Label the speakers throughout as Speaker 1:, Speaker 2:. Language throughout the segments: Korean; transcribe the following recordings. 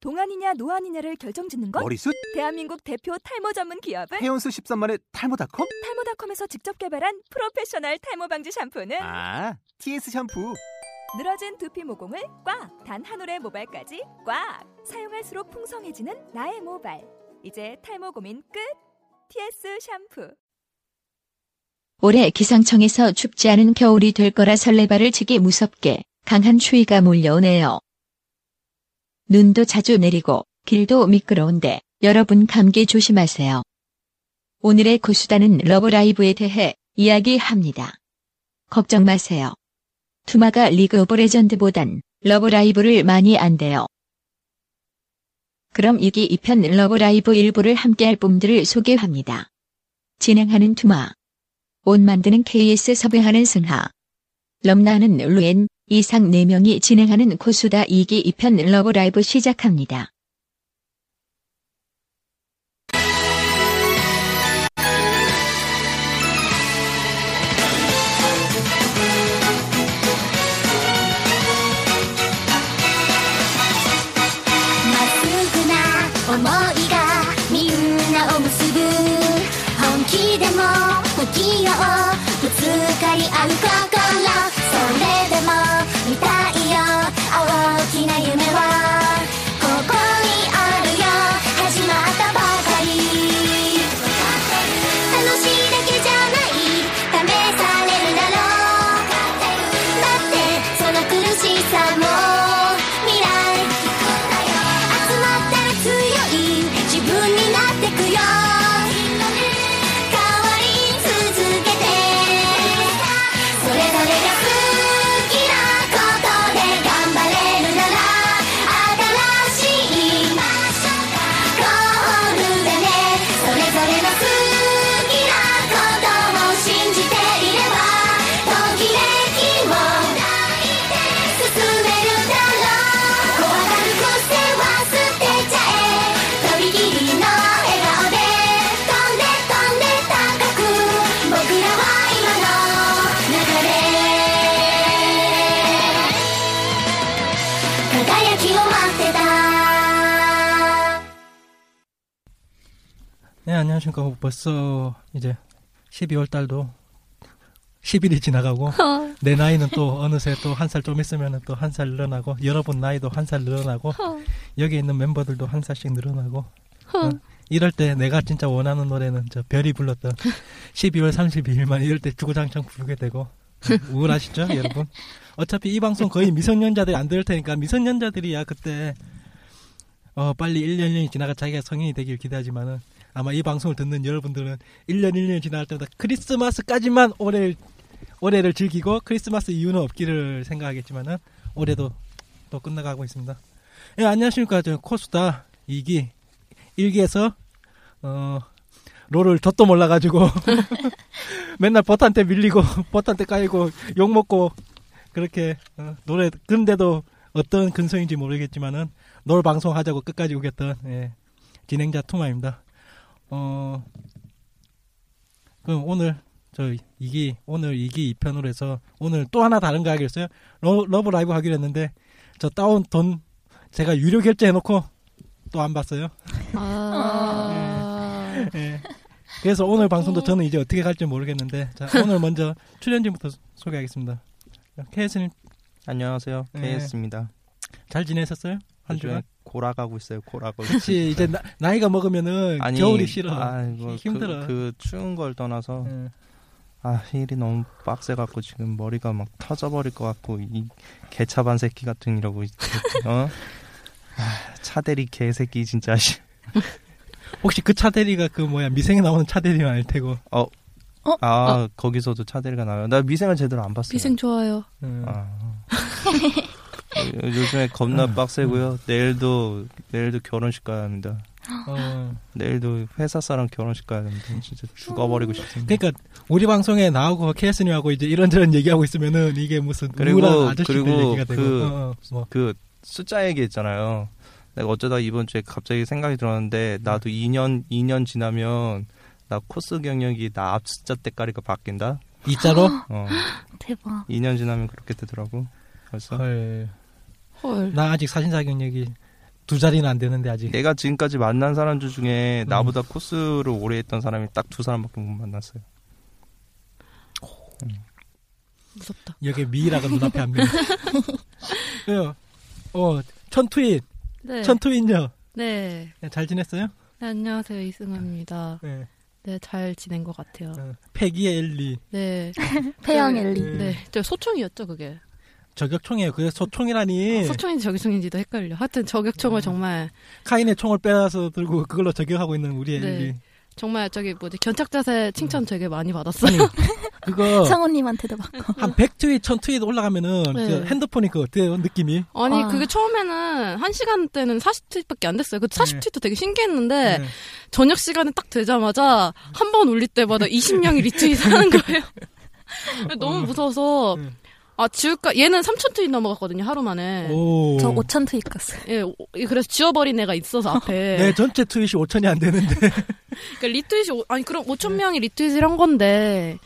Speaker 1: 동안이냐 노안이냐를 결정짓는 건
Speaker 2: 머리숱?
Speaker 1: 대한민국 대표 탈모 전문 기업은
Speaker 2: 헤어스 13만의 탈모닷컴?
Speaker 1: 탈모닷컴에서 직접 개발한 프로페셔널 탈모 방지
Speaker 3: 네.
Speaker 1: 샴푸는
Speaker 2: 아, TS 샴푸.
Speaker 1: 늘어진 두피 모공을 꽉 단 한 올의 모발까지 꽉 사용할수록 풍성해지는 나의 모발 이제 탈모 고민 끝 TS 샴푸
Speaker 3: 올해 기상청에서 춥지 않은 겨울이 될 거라 설레발을 치기 무섭게 강한 추위가 몰려오네요. 눈도 자주 내리고 길도 미끄러운데 여러분 감기 조심하세요. 오늘의 고수단은 러브라이브에 대해 이야기합니다. 걱정 마세요. 투마가 리그 오브 레전드보단 러브라이브를 많이 안대요. 그럼 이기 2편 러브라이브 일부를 함께할 뿜들을 소개합니다. 진행하는 투마. 옷 만드는 KS 섭외하는 승하. 럼나는 루엔, 이상 4명이 진행하는 코수다 2기 2편 러브라이브 시작합니다.
Speaker 4: まっすぐな思いがみんなを結ぶ本気でも不器用ぶつかり合う心それでも見たいよ大きな夢はここにあるよ始まったばかり楽しいだけじゃない試されるだろうだってその苦しさも未来集まったら強い自分になってくよ変わり続けてそれぞれが好きなことで頑張れるなら新しいゴールだねそれぞれの好きなことを信じていればときめきを進めるだろう怖がる癖は捨てちゃえとびきりの笑顔で飛んで飛んで高く僕らは今の流れ輝きを待ってた
Speaker 5: 네, 안녕하십니까. 어, 벌써 이제 12월 달도 10일이 지나가고 내 나이는 또 어느새 또 한 살 좀 있으면 또 한 살 늘어나고 여러분 나이도 한 살 늘어나고 여기 있는 멤버들도 한 살씩 늘어나고 어, 이럴 때 내가 진짜 원하는 노래는 저 별이 불렀던 12월 32일만 이럴 때 주구장창 부르게 되고 우울하시죠 여러분 어차피 이 방송 거의 미성년자들이 안 들을 테니까 미성년자들이야 그때 어, 빨리 1년 1년이 지나가 자기가 성인이 되길 기대하지만은 아마 이 방송을 듣는 여러분들은 1년 1년이 지날 때마다 크리스마스까지만 올해 올해를 즐기고 크리스마스 이유는 없기를 생각하겠지만은 올해도 또 끝나가고 있습니다. 예, 안녕하십니까. 저 코스다 2기 1기에서 어 롤을 저도 몰라 가지고 맨날 버탄테 밀리고 버탄테 까이고 욕 먹고 그렇게 어, 노래 근데도 어떤 근성인지 모르겠지만은 롤 방송 하자고 끝까지 오겠던 예, 진행자 투마입니다. 어 그럼 오늘 저 이기 오늘 이기 2편으로 해서 오늘 또 하나 다른 거 하기로 했어요. 러, 브 라이브 하기로 했는데 저 다운 돈 제가 유료 결제해 놓고 또 안 봤어요.
Speaker 6: 아.
Speaker 5: 예. 그래서 오늘 방송도 저는 이제 어떻게 갈지 모르겠는데 자, 오늘 먼저 출연진부터 소- 소개하겠습니다. 케이스님
Speaker 7: 안녕하세요.
Speaker 5: 네.
Speaker 7: 케이스입니다.
Speaker 5: 잘 지내셨어요? 한 주간?
Speaker 7: 요즘에 고락하고 있어요. 고락하고.
Speaker 5: 그치 이제 나, 이가 먹으면은 겨울이 싫어.
Speaker 7: 네. 아, 뭐
Speaker 5: 힘들어.
Speaker 7: 그, 그 추운 걸 떠나서
Speaker 5: 예.
Speaker 7: 아 일이 너무 빡세 갖고 지금 머리가 막 터져버릴 것 같고 이 개차반 새끼 같은 이라고 어? 아, 차대리 개새끼 진짜. 씨.
Speaker 5: 혹시 그 차대리가 그 뭐야 미생에 나오는 차대리는 아닐 테고.
Speaker 7: 아 거기서도 차대리가 나와요. 나 미생을 제대로 안 봤어요.
Speaker 6: 비생 좋아요.
Speaker 5: 음.
Speaker 7: 아. 요- 요즘에 겁나
Speaker 5: 아. 음.
Speaker 7: 빡세고요. 내일도 내일도 결혼식 가야 합니다.
Speaker 5: 어.
Speaker 7: 내일도 회사 사람 결혼식 가야 합니다. 진짜 죽어버리고 싶습니다.
Speaker 5: 그러니까 우리 방송에 나오고 케이스님하고 이제 이런저런 얘기하고 있으면은 이게 무슨
Speaker 7: 그리고-
Speaker 5: 우울한 아저씨들
Speaker 7: 그리고
Speaker 5: 얘기가 되고
Speaker 7: 그-
Speaker 5: 어, 어, 뭐.
Speaker 7: 그 숫자 얘기 있잖아요. 내가 어쩌다 이번 주에 갑자기 생각이 들었는데 나도 2년 2년 지나면 나 코스 경력이 나 앞숫자 때까리가 바뀐다.
Speaker 5: 이자로
Speaker 7: 어,
Speaker 6: 대박.
Speaker 7: 2년 지나면 그렇게 되더라고. 벌써.
Speaker 5: 헐.
Speaker 6: 헐.
Speaker 5: 나 아직 사진사 경력이 두 자리는 안 되는데 아직.
Speaker 7: 내가 지금까지 만난 사람 중에 나보다 코스를 오래 했던 사람이 딱 두 사람밖에 못 만났어요.
Speaker 6: 무섭다.
Speaker 5: 여기 미이라가 눈앞에 안 보여. 왜요? 어, 천투인,
Speaker 6: 네.
Speaker 5: 천투인요.
Speaker 6: 네.
Speaker 5: 네, 잘 지냈어요?
Speaker 6: 네, 안녕하세요. 이승아입니다.
Speaker 5: 네.
Speaker 6: 네, 잘 지낸 것 같아요.
Speaker 5: 어, 패기의 엘리.
Speaker 6: 네.
Speaker 4: 태양
Speaker 6: 네.
Speaker 4: 엘리.
Speaker 6: 네. 저 소총이었죠, 그게. 어,
Speaker 5: 저격총이에요. 그게
Speaker 6: 예.
Speaker 5: 소총이라니.
Speaker 6: 아, 소총인지 저격총인지도 헷갈려. 하여튼 저격총을 정말
Speaker 5: 카인의 총을 빼앗아서 들고 그걸로 저격하고 있는 우리
Speaker 6: 네.
Speaker 5: 엘리.
Speaker 6: 정말 저기 뭐지 견착자세 칭찬 되게 많이 받았어요.
Speaker 5: 그거
Speaker 4: 성우님한테도 받고.
Speaker 5: 한 100트윗, 1000트윗 올라가면은
Speaker 6: 네.
Speaker 5: 그 핸드폰이 그 어때요? 느낌이?
Speaker 6: 아니
Speaker 4: 와.
Speaker 6: 그게 처음에는 한 시간 때는 40트윗밖에 안 됐어요. 그 40트윗도 되게 신기했는데
Speaker 5: 네.
Speaker 6: 저녁 시간에 딱 되자마자 한 번 올릴 때마다 20명이 리트윗하는 거예요. 너무 무서워서
Speaker 5: 음.
Speaker 6: 아 지울까 얘는 3천 트윗 넘어갔거든요 하루 만에.
Speaker 5: 오.
Speaker 4: 저 5천 트윗 갔어요.
Speaker 6: 예, 오- 그래서 지워버린 애가 있어서 앞에.
Speaker 5: 내 전체 트윗이 5천이 안 되는데.
Speaker 6: 그러니까 리트윗이 오- 아니 그럼 5천 명이 리트윗을 한 건데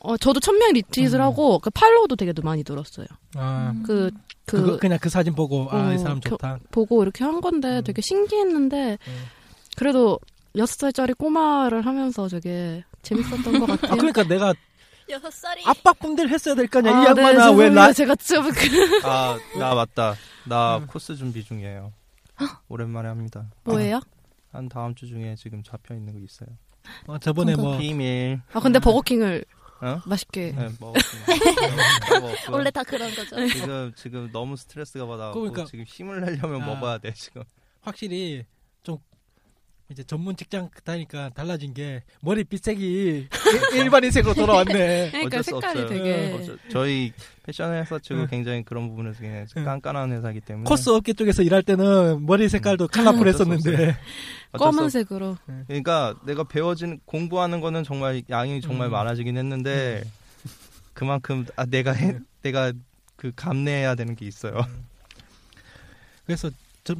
Speaker 6: 어 저도 천 명이 리트윗을
Speaker 5: 음.
Speaker 6: 하고 그 팔로우도 되게 많이 늘었어요.
Speaker 5: 아,
Speaker 6: 그
Speaker 5: 그,
Speaker 6: 그,
Speaker 5: 거 그냥 그 사진 보고, 아,
Speaker 6: 어,
Speaker 5: 이 사람
Speaker 6: 겨-
Speaker 5: 좋다.
Speaker 6: 보고 이렇게 한 건데
Speaker 5: 음.
Speaker 6: 되게 신기했는데 그래도 여섯 살짜리 꼬마를 하면서 되게 재밌었던 것 같아요.
Speaker 5: 아, 그러니까 내가
Speaker 4: 여섯 살이.
Speaker 5: 압박 붐대를 했어야 될 거냐,
Speaker 6: 네. 아,
Speaker 5: 이 양반아.
Speaker 6: 네,
Speaker 5: 왜
Speaker 6: 죄송해요.
Speaker 5: 나,
Speaker 6: 제가 지금 그
Speaker 7: 아, 나 맞다. 나 코스 준비 중이에요. 오랜만에 합니다.
Speaker 6: 뭐예요?
Speaker 7: 한 다음 주 중에 지금 잡혀 있는 거 있어요. 그
Speaker 5: 어, 저번에 뭐,
Speaker 7: 비밀.
Speaker 6: 아 근데 버거킹을
Speaker 7: 어?
Speaker 6: 맛있게
Speaker 7: 네, 네, 먹었습니다.
Speaker 4: 원래 다 그런 거죠.
Speaker 6: 네,
Speaker 7: 지금 지금 너무 스트레스가 받아갖고
Speaker 5: 그러니까.
Speaker 7: 지금 힘을 내려면
Speaker 5: 아.
Speaker 7: 먹어야 돼 지금.
Speaker 5: 확실히 좀 이제 전문 직장 다니까 달라진 게 머리 빛색이 일- 일반인색으로 돌아왔네.
Speaker 6: 그러니까
Speaker 7: 어쩔 수
Speaker 6: 색깔이
Speaker 7: 없어요.
Speaker 6: 되게
Speaker 7: 어, 저, 저희 패션 회사 치고
Speaker 5: 응.
Speaker 7: 굉장히 그런 부분에서 그냥
Speaker 5: 응.
Speaker 7: 깐깐한 회사이기 때문에
Speaker 5: 음. 코스 업계 쪽에서 일할 때는 머리
Speaker 6: 음.
Speaker 5: 색깔도
Speaker 6: 아,
Speaker 5: 컬러풀
Speaker 7: 어쩔 수
Speaker 5: 했었는데
Speaker 7: 어쩔 수 없-
Speaker 6: 검은색으로
Speaker 7: 그러니까 내가 배워진 공부하는 거는 정말 양이 정말
Speaker 5: 음.
Speaker 7: 많아지긴 했는데 그만큼 아, 내가 해- 내가 그 감내해야 되는 게 있어요.
Speaker 5: 그래서 저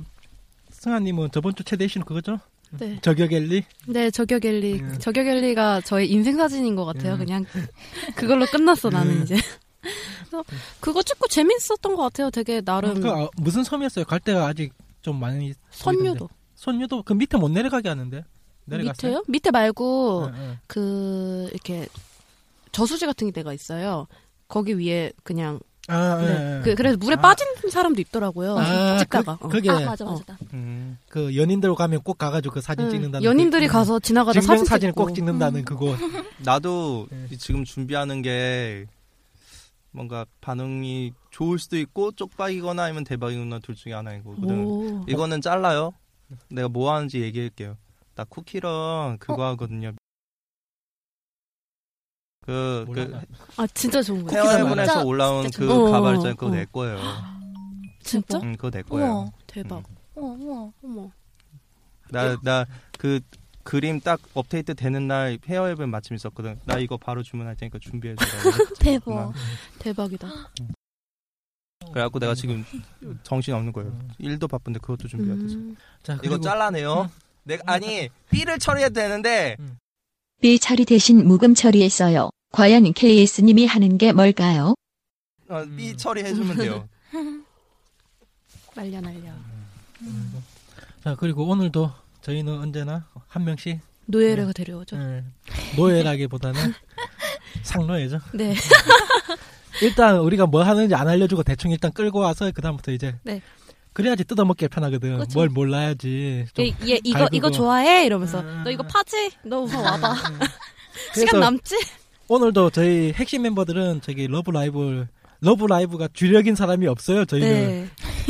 Speaker 5: 승아님은 저번 주 최대 이슈는 그거죠?
Speaker 6: 네.
Speaker 5: 저격 엘리?
Speaker 6: 네 저격 엘리
Speaker 5: 음.
Speaker 6: 저격 엘리가 저의 인생 사진인 것 같아요
Speaker 5: 음.
Speaker 6: 그냥 그걸로 끝났어 나는
Speaker 5: 음.
Speaker 6: 이제 그래서 그거 찍고 재밌었던 것 같아요 되게 나름
Speaker 5: 그, 아, 무슨 섬이었어요? 갈 때가 아직 좀 많이
Speaker 6: 선유도
Speaker 5: 선유도 그 밑에 못 내려가게 하는데 내려갔어요?
Speaker 6: 밑에요 밑에 말고
Speaker 5: 예, 예.
Speaker 6: 그 이렇게 저수지 같은 데가 있어요. 거기 위에 그냥
Speaker 5: 아, 예,
Speaker 6: 네.
Speaker 5: 예.
Speaker 6: 그, 그래서 물에
Speaker 5: 아.
Speaker 6: 빠진 사람도 있더라고요.
Speaker 5: 아,
Speaker 6: 찍다가
Speaker 5: 그,
Speaker 6: 어.
Speaker 5: 그게
Speaker 4: 아 맞아 맞아. 나.
Speaker 7: 음.
Speaker 5: 그 연인들 가면 꼭 가가지고 그 사진
Speaker 6: 응.
Speaker 5: 찍는다는
Speaker 6: 네. 연인들이
Speaker 5: 그-
Speaker 6: 가서 지나가다
Speaker 5: 증명
Speaker 6: 사진
Speaker 5: 사진을
Speaker 6: 찍고. 음.
Speaker 5: 꼭 찍는다는 그거
Speaker 7: 나도
Speaker 5: 네.
Speaker 7: 이- 지금 준비하는 게 뭔가 반응이 좋을 수도 있고 쪽박이거나 아니면 대박이거나 둘 중에 하나이거든.
Speaker 6: 오.
Speaker 7: 이거는 잘라요. 내가 뭐 하는지 얘기할게요. 나
Speaker 4: 어?
Speaker 7: 쿠키랑 그거 하거든요. 그, 그
Speaker 5: 몰라.
Speaker 6: 아 진짜 좋은 거예요.
Speaker 4: 쿠키가
Speaker 7: 해외분에서
Speaker 4: 진짜-
Speaker 7: 올라온
Speaker 4: 진짜
Speaker 7: 그
Speaker 6: 좋네.
Speaker 7: 가발장 그거
Speaker 6: 어, 어,
Speaker 7: 내 거예요.
Speaker 6: 진짜?
Speaker 7: 응, 그거 내 거예요.
Speaker 4: 우와.
Speaker 6: 대박.
Speaker 7: 음.
Speaker 4: 우와 우와.
Speaker 6: 어머.
Speaker 7: 나 나 그 그림 딱 업데이트 되는 날 헤어 앱은 마침 있었거든. 나 이거 바로 주문할 테니까 준비해 주라고.
Speaker 4: 대박.
Speaker 6: 대박이다.
Speaker 7: 그래갖고 내가 지금 정신 없는 거예요. 일도 바쁜데 그것도 준비해야 돼서.
Speaker 6: 음.
Speaker 5: 자,
Speaker 7: 이거
Speaker 5: 그리고 음.
Speaker 7: 잘라내요. 내가 아니 B를 처리해도 되는데
Speaker 3: B 처리 대신 묵음 처리했어요. 과연 KS님이 하는 게 뭘까요?
Speaker 7: 어,
Speaker 4: 음.
Speaker 7: B 처리해주면 돼요.
Speaker 6: 날려 날려.
Speaker 5: 자 그리고 오늘도 저희는 언제나 한 명씩
Speaker 6: 노예를 데려오죠.
Speaker 5: 예, 노예라기보다는 상노예죠.
Speaker 6: 네.
Speaker 5: 일단 우리가 뭐 하는지 안 알려주고 대충 일단 끌고 와서 그 다음부터 이제
Speaker 6: 네.
Speaker 5: 그래야지 뜯어먹기 편하거든.
Speaker 6: 그쵸.
Speaker 5: 뭘 몰라야지. 좀.
Speaker 6: 얘, 얘 이거
Speaker 5: 갈구고.
Speaker 6: 이거 좋아해 이러면서
Speaker 5: 음.
Speaker 6: 너 이거 파지? 너 우선 와봐.
Speaker 5: 그래서
Speaker 6: 음. 시간 남지?
Speaker 5: 오늘도 저희 핵심 멤버들은 저기 러브 라이브 러브 라이브가 주력인 사람이 없어요. 저희는
Speaker 6: 네.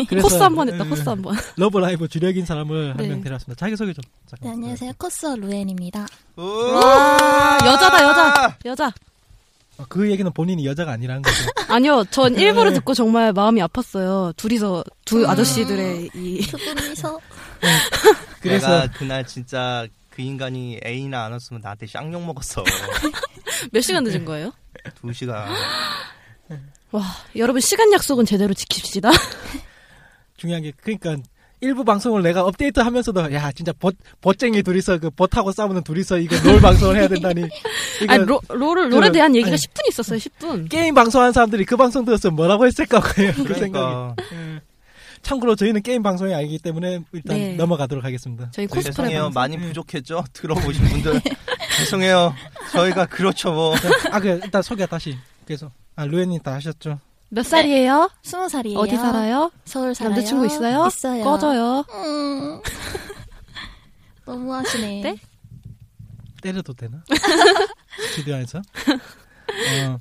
Speaker 5: 그래서-
Speaker 6: 코스 한 번 했다.
Speaker 5: 예,
Speaker 6: 코스 한 번.
Speaker 5: 러브 라이브 주력인 사람을
Speaker 6: 네.
Speaker 5: 한 명 데려왔습니다. 자기 소개 좀.
Speaker 4: 네,
Speaker 5: 잠깐만.
Speaker 4: 안녕하세요. 코스어 루엔입니다.
Speaker 5: 아!
Speaker 6: 와 여자다 여자 여자.
Speaker 5: 어, 그 얘기는 본인이 여자가 아니라는 거죠.
Speaker 6: 아니요, 전
Speaker 5: 네.
Speaker 6: 일부러 듣고 정말 마음이 아팠어요. 둘이서
Speaker 5: 음.
Speaker 6: 두 아저씨들의 이
Speaker 4: 두 분이서
Speaker 5: 그래서-
Speaker 7: 내가 그날 진짜 그 인간이 A나 안 왔으면 나한테 쌍욕 먹었어.
Speaker 6: 몇 시간 늦은 거예요?
Speaker 7: 두 시간.
Speaker 6: 와, 여러분 시간 약속은 제대로 지킵시다.
Speaker 5: 중요한 게 그러니까 일부 방송을 내가 업데이트하면서도 야 진짜 봇 봇쟁이 둘이서 그 봇하고 싸우는 둘이서 이거 롤 방송을 해야 된다니 이거
Speaker 6: 아니, 로, 롤을 롤에
Speaker 5: 그-
Speaker 6: 대한 얘기가
Speaker 5: 아니.
Speaker 6: 10분 있었어요. 10분. 그러니까.
Speaker 5: 게임 방송하는 사람들이 그 방송 들었으면 뭐라고 했을까 그뭐 생각이
Speaker 7: 그러니까
Speaker 5: 예. 참고로 저희는 게임 방송이 아니기 때문에 일단
Speaker 6: 네.
Speaker 5: 넘어가도록 하겠습니다.
Speaker 6: 저희 코스프레 방송.
Speaker 7: 죄송해요.
Speaker 6: 네.
Speaker 7: 많이 부족했죠? 들어보신 분들. 죄송해요. 저희가 그렇죠 뭐.
Speaker 5: 아, 그 일단 소개 다시. 그래서 아, 루엔님 다 하셨죠?
Speaker 6: 몇 살이에요? 네.
Speaker 8: 스무 살이에요.
Speaker 6: 어디 살아요?
Speaker 8: 서울 살아요.
Speaker 6: 남자친구 있어요?
Speaker 8: 있어요.
Speaker 6: 꺼져요.
Speaker 8: 음. 너무하시네.
Speaker 6: 네?
Speaker 5: 때려도 되나? 스튜디오 안에서? 어,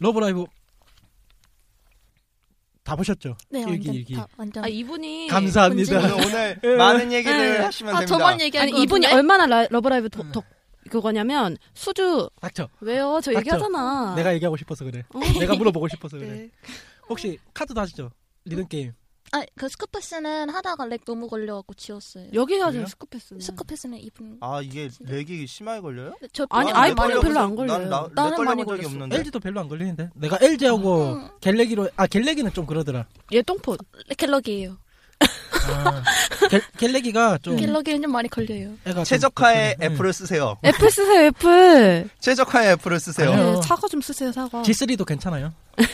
Speaker 5: 러브라이브 다 보셨죠?
Speaker 8: 네,
Speaker 5: 일기
Speaker 8: 완전
Speaker 5: 일기.
Speaker 8: 다- 완전.
Speaker 6: 아 이분이
Speaker 5: 감사합니다.
Speaker 7: 오늘, 오늘 많은 얘기를 하시면
Speaker 8: 아,
Speaker 7: 됩니다.
Speaker 8: 저만 얘기한
Speaker 6: 네. 아니 이분이 얼마나 라, 러브라이브 덕, 덕 그거냐면 수주
Speaker 5: 닥쳐.
Speaker 6: 왜요? 저
Speaker 5: 닥쳐.
Speaker 6: 얘기하잖아.
Speaker 5: 내가 얘기하고 싶어서 그래.
Speaker 6: 어.
Speaker 5: 내가 물어보고 싶어서 그래.
Speaker 6: 네.
Speaker 5: 혹시 카드도 하시죠? 리듬 게임.
Speaker 8: 아, 그 스쿠패스는 하다가 렉 너무 걸려갖고 지웠어요.
Speaker 6: 여기 하죠
Speaker 5: 그래요?
Speaker 6: 스쿠패스.
Speaker 8: 스쿠패스는 이분.
Speaker 7: 아 이게 렉이 심하게 걸려요?
Speaker 8: 저 뭐-
Speaker 6: 아니,
Speaker 8: 별로 안
Speaker 6: 아이폰은
Speaker 8: 걸려가지고-
Speaker 6: 별로 안 걸려요.
Speaker 7: 난, 나,
Speaker 8: 나는
Speaker 7: 렉 걸려본
Speaker 8: 많이
Speaker 7: 적이
Speaker 8: 걸렸어.
Speaker 7: 없는데.
Speaker 5: LG도 별로 안 걸리는데. 내가 LG하고
Speaker 8: 음.
Speaker 5: 갤레기로 아 갤레기는 좀 그러더라.
Speaker 6: 얘
Speaker 5: 어.
Speaker 6: 똥포.
Speaker 8: 갤럭이에요.
Speaker 5: 아, 갤, 갤레기가 좀
Speaker 8: 음. 갤럭이는 좀 많이 걸려요.
Speaker 5: 애가 좀
Speaker 7: 최적화의
Speaker 5: 그렇거든요.
Speaker 7: 애플을 쓰세요.
Speaker 6: 애플 쓰세요 애플.
Speaker 7: 최적화의 애플을 쓰세요.
Speaker 5: 아니요.
Speaker 6: 네, 사과 좀 쓰세요
Speaker 8: 어.
Speaker 6: 사과.
Speaker 5: G3도 괜찮아요. 음.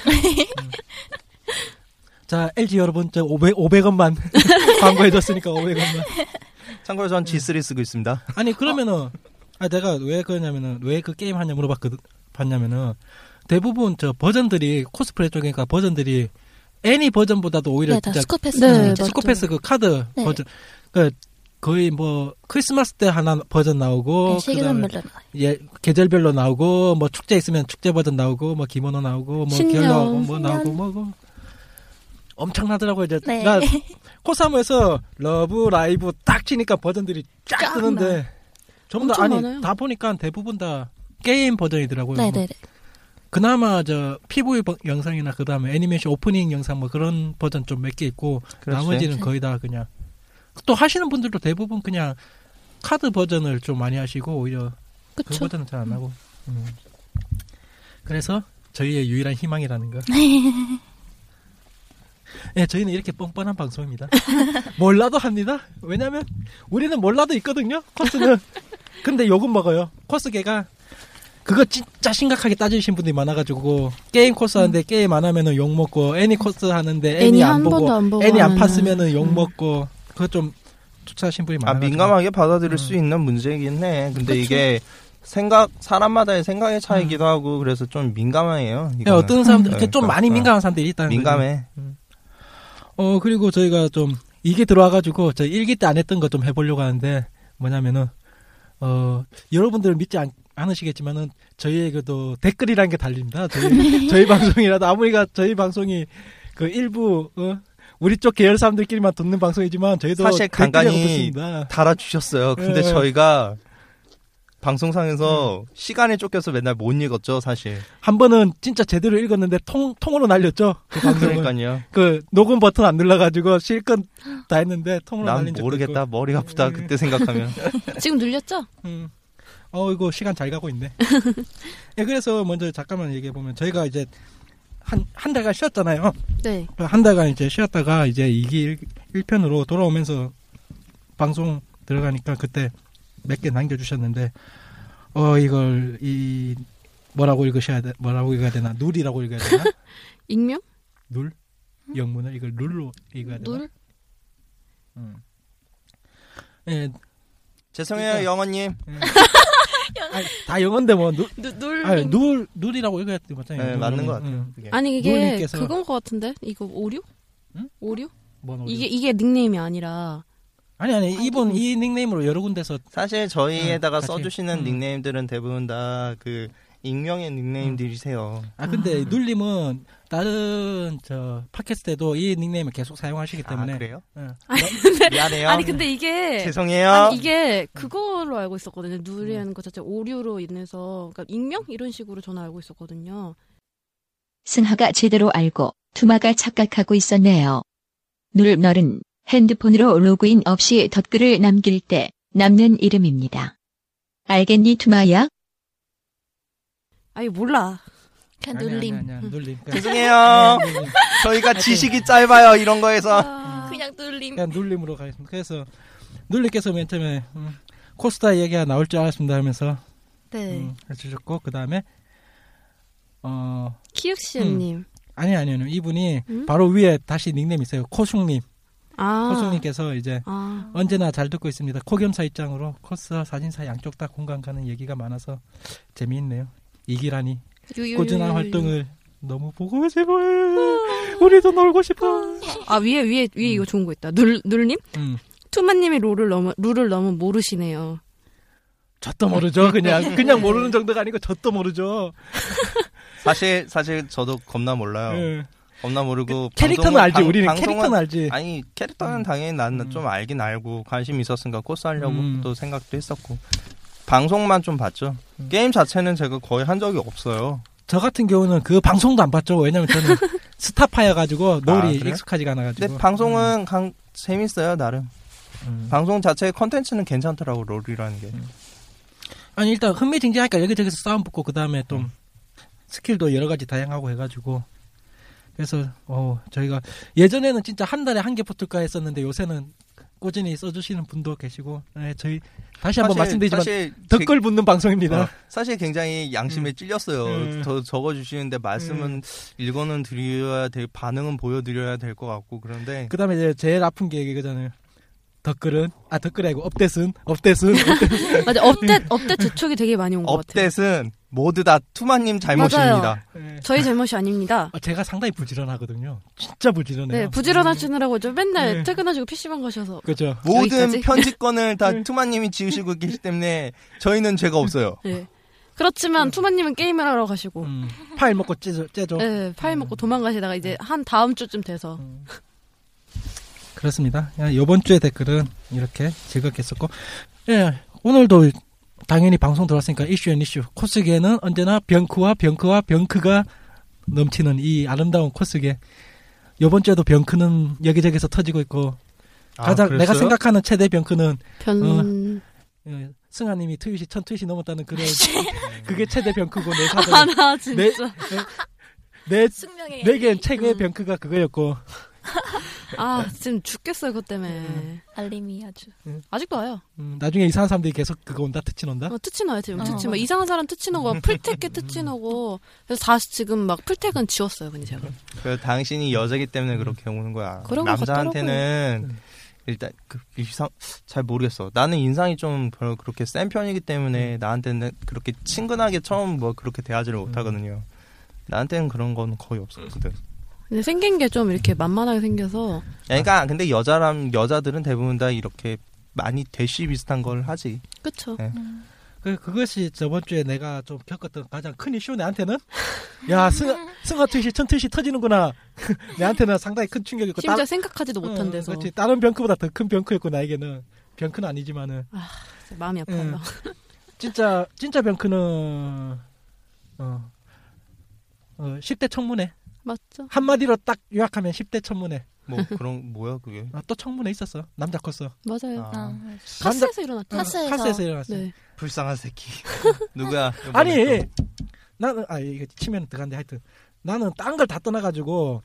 Speaker 5: 자, LG 여러분, 저 500, 500원만 광고해줬으니까 500원만.
Speaker 7: 참고로 전 G3 쓰고 있습니다.
Speaker 5: 아니, 그러면은, 아, 내가 왜 그러냐면은, 왜 그 게임 하냐 물어봤거든, 봤냐면은, 대부분 저 버전들이, 코스프레 쪽이니까 버전들이, 애니 버전보다도 오히려
Speaker 8: 네, 다
Speaker 5: 진짜
Speaker 8: 스쿠패스.
Speaker 6: 네,
Speaker 8: 나오죠.
Speaker 6: 맞죠.
Speaker 5: 스코패스 그 카드
Speaker 8: 네.
Speaker 5: 버전, 그, 거의 뭐, 크리스마스 때 하나 버전 나오고,
Speaker 8: 네, 세계관
Speaker 5: 그다음에
Speaker 8: 물론.
Speaker 5: 예, 계절별로 나오고 뭐 축제 있으면 축제 버전 나오고 뭐 기모노 나오고 뭐
Speaker 6: 신년,
Speaker 5: 결 나오고 뭐
Speaker 8: 신년.
Speaker 5: 나오고 뭐, 뭐. 엄청나더라고요. 이제
Speaker 8: 네.
Speaker 5: 나 코사무에서 러브 라이브 딱 치니까 버전들이 쫙
Speaker 8: 쫙
Speaker 5: 뜨는데 전부 다
Speaker 6: 엄청
Speaker 5: 아니
Speaker 6: 많아요.
Speaker 5: 다 보니까 대부분 다 게임 버전이더라고요.
Speaker 8: 네,
Speaker 5: 뭐
Speaker 8: 네, 네.
Speaker 5: 그나마 저 PV 버- 영상이나 그다음에 애니메이션 오프닝 영상 뭐 그런 버전 좀 몇 개 있고
Speaker 7: 그렇지.
Speaker 5: 나머지는 거의 다 그냥 또 하시는 분들도 대부분 그냥 카드 버전을 좀 많이 하시고 오히려 그
Speaker 8: 그쵸.
Speaker 5: 보다는 잘 안 하고. 음. 그래서 저희의 유일한 희망이라는 거. 네, 저희는 이렇게 뻔뻔한 방송입니다. 몰라도 합니다. 왜냐면 우리는 몰라도 있거든요. 코스는. 근데 욕은 먹어요. 코스계가 그거 진짜 심각하게 따지신 분들이 많아가지고 게임 코스 하는데 게임 안 하면은 욕 먹고 애니 코스 하는데 애니,
Speaker 6: 음. 애니
Speaker 5: 안
Speaker 6: 한
Speaker 5: 보고
Speaker 6: 번도 안 보고
Speaker 5: 애니 안
Speaker 6: 하면은.
Speaker 5: 팠으면은 욕
Speaker 6: 음.
Speaker 5: 먹고 그거 좀 투자하신 분이
Speaker 7: 아
Speaker 5: 많아요.
Speaker 7: 민감하게
Speaker 5: 음.
Speaker 7: 받아들일
Speaker 5: 그렇죠.
Speaker 7: 수 있는 문제이긴 해. 근데 이게 생각 사람마다의 생각의 차이기도 하고 그래서 좀 민감해요.
Speaker 5: 예, 음.
Speaker 7: 이거는.
Speaker 5: 어떤 사람들 이렇게
Speaker 7: 네,
Speaker 5: 좀
Speaker 7: 그러니까.
Speaker 5: 많이 민감한 사람들이 있다는 거죠.
Speaker 7: 민감해.
Speaker 5: 어 그리고 저희가 좀 이게 들어와가지고 저 일기 때 안 했던 거 좀 해보려고 하는데 뭐냐면은 어 여러분들은 믿지 않, 않으시겠지만은 저희의 그도 댓글이라는 게 달립니다. 저희, 저희 방송이라도 아무리가 저희 방송이 그 일부 어, 우리 쪽 계열 사람들끼리만 듣는 방송이지만 저희도
Speaker 7: 사실
Speaker 5: 댓글이라고
Speaker 7: 간간히
Speaker 5: 듣습니다.
Speaker 7: 달아주셨어요. 근데
Speaker 5: 예.
Speaker 7: 저희가 방송상에서 시간에 쫓겨서 맨날 못 읽었죠, 사실.
Speaker 5: 한 번은 진짜 제대로 읽었는데 통 통으로 날렸죠. 그 방송을
Speaker 7: 그러니까요.
Speaker 5: 그 녹음 버튼 안 눌러가지고 실컷 다 했는데 통으로
Speaker 7: 난
Speaker 5: 날린 적도 있고. 네.
Speaker 7: 모르겠다. 머리가 아프다. 그때 생각하면.
Speaker 6: 지금 눌렸죠?
Speaker 5: 음. 어 이거 시간 잘 가고 있네. 예, 그래서 먼저 잠깐만 얘기해 보면 저희가 이제 한 한 달간 쉬었잖아요.
Speaker 6: 네.
Speaker 5: 한 달간 이제 쉬었다가 이제 이기 1편으로 돌아오면서 방송 들어가니까 그때 몇 개 남겨 주셨는데 어 이걸 이 뭐라고 읽으셔야 돼? 뭐라고 읽어야 되나? 룰이라고 읽어야 되나?
Speaker 6: 익명?
Speaker 5: 룰? 영문을 이걸 룰로 읽어야 되나?
Speaker 8: 룰?
Speaker 5: 음. 예,
Speaker 7: 죄송해요,
Speaker 5: 그러니까.
Speaker 7: 영원님.
Speaker 5: 아니, 다 영어인데 뭐 룰,
Speaker 8: 누, 눌.
Speaker 6: 음.
Speaker 5: 아니, 룰 룰이라고 읽어야 되는 맞잖아요.
Speaker 7: 네,
Speaker 5: 룰,
Speaker 7: 맞는
Speaker 5: 룰.
Speaker 7: 것 같아요.
Speaker 5: 음.
Speaker 7: 그게.
Speaker 6: 아니 이게
Speaker 5: 노인께서-
Speaker 6: 그건 것 같은데 이거 오류?
Speaker 5: 응?
Speaker 6: 오류?
Speaker 5: 뭔 오류?
Speaker 6: 이게 이게 닉네임이 아니라
Speaker 5: 아니 아니 이분 이 닉네임으로 여러 군데서
Speaker 7: 사실 저희에다가
Speaker 5: 음, 같이.
Speaker 7: 써주시는
Speaker 5: 음.
Speaker 7: 닉네임들은 대부분 다 그 익명의 닉네임들이세요.
Speaker 5: 아 근데 눌림은 다른 저 팟캐스트에도 이 닉네임을 계속 사용하시기 때문에
Speaker 7: 아, 그래요?
Speaker 5: 응.
Speaker 7: 미안해요.
Speaker 6: 아니 근데
Speaker 5: 네.
Speaker 6: 이게
Speaker 7: 죄송해요.
Speaker 6: 아니 이게 그거로 알고 있었거든요. 누리라는 것 자체 오류로 인해서 그러니까 익명 이런 식으로 저는 알고 있었거든요.
Speaker 3: 승하가 제대로 알고 투마가 착각하고 있었네요. 눌널은 핸드폰으로 로그인 없이 덧글을 남길 때 남는 이름입니다. 알겠니 투마야?
Speaker 6: 아니 몰라.
Speaker 8: 그냥
Speaker 5: 아니,
Speaker 8: 눌림.
Speaker 5: 아니, 아니, 아니, 눌림 그냥,
Speaker 7: 죄송해요.
Speaker 5: 그냥 눌림.
Speaker 7: 저희가 지식이 짧아요. 이런 거에서
Speaker 8: 그냥 눌림.
Speaker 5: 그냥 눌림으로 가겠습니다. 그래서 눌림께서 맨 처음에 음, 코스타 얘기가 나올 줄 알았습니다 하면서
Speaker 6: 네.
Speaker 5: 음, 해주셨고 그 다음에 어
Speaker 6: 키읔시은님
Speaker 5: 아니 아니요 아니요. 이분이
Speaker 6: 음?
Speaker 5: 바로 위에 다시 닉네임 있어요 코숭님
Speaker 6: 아.
Speaker 5: 코숭님께서 이제
Speaker 6: 아.
Speaker 5: 언제나 잘 듣고 있습니다 코겸사 입장으로 코스와 사진사 양쪽 다 공감 가는 얘기가 많아서 재미있네요 이기라니 꾸준한 활동을 너무 보고 싶어요 우리도 놀고 싶어
Speaker 6: 아 위에 위에 위에 이거 좋은 거 있다. 눌 눌님
Speaker 5: 음.
Speaker 6: 투마님이 룰을 너무 룰을 너무 모르시네요.
Speaker 5: 저도 모르죠 그냥 그냥 모르는 정도가 아니고 저도 모르죠
Speaker 7: 사실 사실 저도 겁나 몰라요.
Speaker 5: 예.
Speaker 7: 겁나 모르고
Speaker 5: 그 캐릭터는
Speaker 7: 어, 그 방송은-
Speaker 5: 알지
Speaker 7: 방-
Speaker 5: 우리는
Speaker 7: 방송은-
Speaker 5: 캐릭터는 알지
Speaker 7: 아니 캐릭터는
Speaker 5: 음.
Speaker 7: 당연히 나는
Speaker 5: 음.
Speaker 7: 좀 알긴 알고 관심 있었으니까 코스 하려고
Speaker 5: 음.
Speaker 7: 또 생각도 했었고 방송만 좀 봤죠.
Speaker 5: 음.
Speaker 7: 게임 자체는 제가 거의 한 적이 없어요.
Speaker 5: 저 같은 경우는 그 방송도 안 봤죠 왜냐면 저는 스타파여 가지고 놀이
Speaker 7: 그래요?
Speaker 5: 익숙하지가 않아 가지고
Speaker 7: 근데 방송은 강- 재밌어요 나름.
Speaker 5: 음.
Speaker 7: 방송 자체의 컨텐츠는 괜찮더라고 롤이라는 게.
Speaker 5: 아니 일단 흥미진진하니까 여기저기서 싸움 붙고 그 다음에 또 스킬도 여러 가지 다양하고 해가지고 그래서 어 저희가 예전에는 진짜 한 달에 한 개 붙을까 했었는데 요새는 꾸준히 써주시는 분도 계시고 네, 저희 다시 한번 말씀드리지만
Speaker 7: 사실
Speaker 5: 댓글 붙는 방송입니다.
Speaker 7: 어, 사실 굉장히 양심에 찔렸어요.
Speaker 5: 음.
Speaker 7: 더 적어주시는데
Speaker 6: 음.
Speaker 7: 말씀은 읽어는 드려야 될 반응은 보여드려야 될 것 같고 그런데
Speaker 5: 그 다음에 이제 제일 아픈 게 이거잖아요. 댓글은 아 댓글이 아니고 업데스는 업데스는 업데스.
Speaker 6: 맞아 업데이트 업데이트 제촉이 되게 많이 온 것 같아요.
Speaker 7: 업댓은 모두 다 투마님 잘못입니다.
Speaker 6: 맞아요.
Speaker 5: 네.
Speaker 6: 저희 잘못이 아닙니다.
Speaker 5: 어, 제가 상당히 부지런하거든요. 진짜 부지런해요.
Speaker 6: 네, 부지런하시느라고 저 맨날
Speaker 5: 네.
Speaker 6: 퇴근하시고 PC방 가셔서
Speaker 5: 그죠.
Speaker 7: 모든
Speaker 6: 여기까지? 음.
Speaker 7: 편집권을 다
Speaker 5: 네.
Speaker 7: 투마님이 지으시고 계시기 때문에 저희는 죄가 없어요.
Speaker 6: 네. 그렇지만 투마님은 게임을 하러 가시고
Speaker 5: 음, 파일 먹고 째죠. 째죠.
Speaker 6: 네, 파일 먹고 도망가시다가 이제 한 다음 주쯤 돼서
Speaker 5: 그렇습니다. 이번 주의 댓글은 이렇게 즐겁게 썼고, 예, 오늘도 당연히 방송 들어왔으니까 이슈엔 이슈. 코스계는 언제나 병크와 병크와 병크가 넘치는 이 아름다운 코스계. 이번 주에도 병크는 여기저기서 터지고 있고, 가장 내가 생각하는 최대 병크는
Speaker 6: 변
Speaker 5: 예, 승아님이 트윗이 천 트윗이 넘었다는 그런 그게 최대 병크고 내 사전
Speaker 6: 아, 하나 진짜
Speaker 5: 내내내
Speaker 8: 숙명의
Speaker 5: 개엔 최고의
Speaker 6: 음.
Speaker 5: 병크가 그거였고
Speaker 6: 아 지금 죽겠어요 그것 때문에
Speaker 8: 알림이 아주
Speaker 6: 아직도 와요.
Speaker 5: 음, 나중에 이상한 사람들이 계속 그거 온다 트친 온다.
Speaker 6: 어, 트치너요 지금
Speaker 8: 어,
Speaker 6: 트치
Speaker 8: 맞아.
Speaker 6: 막 이상한 사람 트치너고 풀택게 트치너고 그래서 다시 지금 막 풀택은 지웠어요 근데 제가
Speaker 7: 그 당신이 여자기 때문에 그렇게 오는 거야.
Speaker 6: 그런 것
Speaker 7: 남자한테는 일단 그 인상 잘 모르겠어. 나는 인상이 좀 별로 그렇게 센 편이기
Speaker 5: 음.
Speaker 7: 때문에 나한테는 그렇게 친근하게 처음 뭐 그렇게 대하지를 못하거든요. 나한테는 그런 건 거의 없었거든.
Speaker 5: 음.
Speaker 6: 근데 생긴 게 좀 이렇게 만만하게 생겨서
Speaker 7: 그러니까 근데 여자람 여자들은 대부분 다 이렇게 많이 대쉬 비슷한 걸 하지.
Speaker 6: 그쵸
Speaker 5: 그 그것이 저번 주에 내가 좀 겪었던 가장 큰 이슈 내한테는 야 승아 승아 트윗이 천 트윗이 터지는구나 내한테는 상당히 큰 충격이고
Speaker 6: 심지어
Speaker 5: 다른-
Speaker 6: 생각하지도 못한
Speaker 5: 응,
Speaker 6: 데서
Speaker 5: 그렇지. 다른 병크보다 더 큰 병크였고 나에게는 병크는 아니지만은
Speaker 6: 진짜 마음이 아파요
Speaker 5: 응. 진짜 진짜 병크는 어, 어 10대 청문회
Speaker 6: 맞죠
Speaker 5: 한마디로 딱 요약하면 10대 청문회
Speaker 7: 뭐 그런 뭐야 그게.
Speaker 5: 아, 또 청문회 있었어 남자 컸어
Speaker 6: 맞아요
Speaker 5: 그러니까.
Speaker 6: 음,
Speaker 7: 아,
Speaker 5: 남자-
Speaker 6: 카스에서 일어났죠
Speaker 8: 카스에서.
Speaker 5: 카스에서 일어났어
Speaker 6: 네
Speaker 7: 불쌍한 새끼. 누구야? 이번에
Speaker 5: 아니
Speaker 7: 또.
Speaker 5: 나는 아 이거 치면 들어간데 하여튼 나는 딴 걸 다 떠나가지고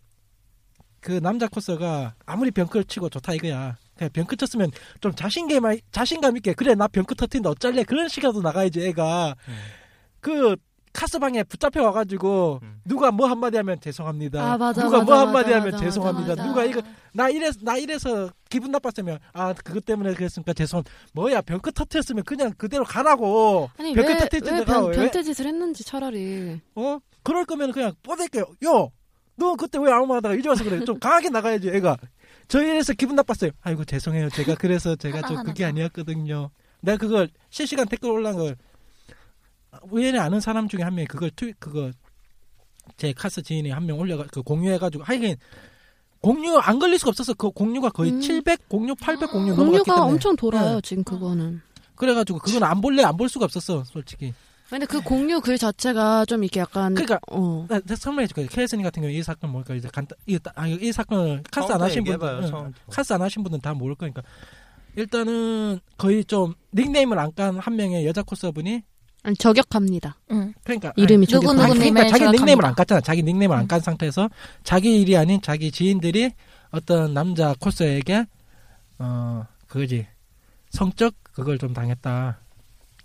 Speaker 5: 그 남자 코스가 아무리 병크를 치고 좋다 이거야 그냥 병크 쳤으면 좀 자신감 자신감 있게 그래 나 병크 터트린다 어쩔래 그런 식으로 나가야지 애가
Speaker 7: 음.
Speaker 5: 그 카스방에 붙잡혀 와가지고
Speaker 7: 음.
Speaker 5: 누가 뭐 한마디 하면 죄송합니다
Speaker 6: 아, 맞아,
Speaker 5: 누가
Speaker 6: 맞아,
Speaker 5: 뭐 한마디
Speaker 6: 맞아,
Speaker 5: 하면
Speaker 6: 맞아,
Speaker 5: 죄송합니다
Speaker 6: 맞아.
Speaker 5: 누가 이거 나 이래서 나 이래서 기분 나빴으면 아 그것 때문에 그랬으니까 죄송 뭐야 병크 터트렸으면 그냥 그대로 가라고
Speaker 6: 아니
Speaker 5: 병크
Speaker 6: 왜,
Speaker 5: 터트릴
Speaker 6: 왜
Speaker 5: 때가
Speaker 6: 음, 변,
Speaker 5: 왜
Speaker 6: 변태짓을 했는지 차라리
Speaker 5: 어? 그럴 거면 그냥 뻗을게요. 요! 너 그때 왜 아무 말 하다가 이제 와서 그래. 좀 강하게 나가야지, 애가. 저희에서 기분 나빴어요. 아이고, 죄송해요. 제가 그래서 제가 좀 그게 아니었거든요. 내가 그걸 실시간 댓글 올라온 걸 우연히 아는 사람 중에 한 명이 그걸 트 그거 제 카스 지인이 한 명 올려가 그 공유해가지고 하긴 공유 안 걸릴 수가 없어서 그 공유가 거의
Speaker 6: 음. 아,
Speaker 5: 700 공유 800 공유 넘어갔기
Speaker 6: 공유가
Speaker 5: 때문에
Speaker 6: 엄청 돌아요
Speaker 5: 네.
Speaker 6: 지금 그거는
Speaker 5: 그래가지고 그건 안 볼래 안 볼 수가 없었어 솔직히
Speaker 6: 근데 그 공유 글 자체가 좀 이렇게 약간
Speaker 5: 그러니까
Speaker 6: 어
Speaker 5: 나, 나 설명해 줄게요. 케이슨 같은 경우 이 사건 뭘까 이제 간단 이거 딱- 아, 이거 이 사건을 카스 안
Speaker 7: 처음부터
Speaker 5: 하신 분들
Speaker 7: 얘기해봐요,
Speaker 5: 응,
Speaker 7: 처음부터.
Speaker 5: 카스 안 하신 분들은 다 모를 거니까 일단은 거의 좀 닉네임을 안 깐 한 명의 여자 코스분이
Speaker 6: 아니, 저격합니다
Speaker 8: 응.
Speaker 5: 그러니까
Speaker 6: 이름이
Speaker 5: 아니,
Speaker 8: 누구
Speaker 5: 아니,
Speaker 8: 누구
Speaker 5: 그러니까
Speaker 8: 닉네임을
Speaker 5: 자기 닉네임을
Speaker 8: 정확합니다.
Speaker 5: 안 깠잖아. 자기 닉네임을 안 깐 상태에서 자기 일이 아닌 자기 지인들이 어떤 남자 코스에게 어 그거지 성적 그걸 좀 당했다.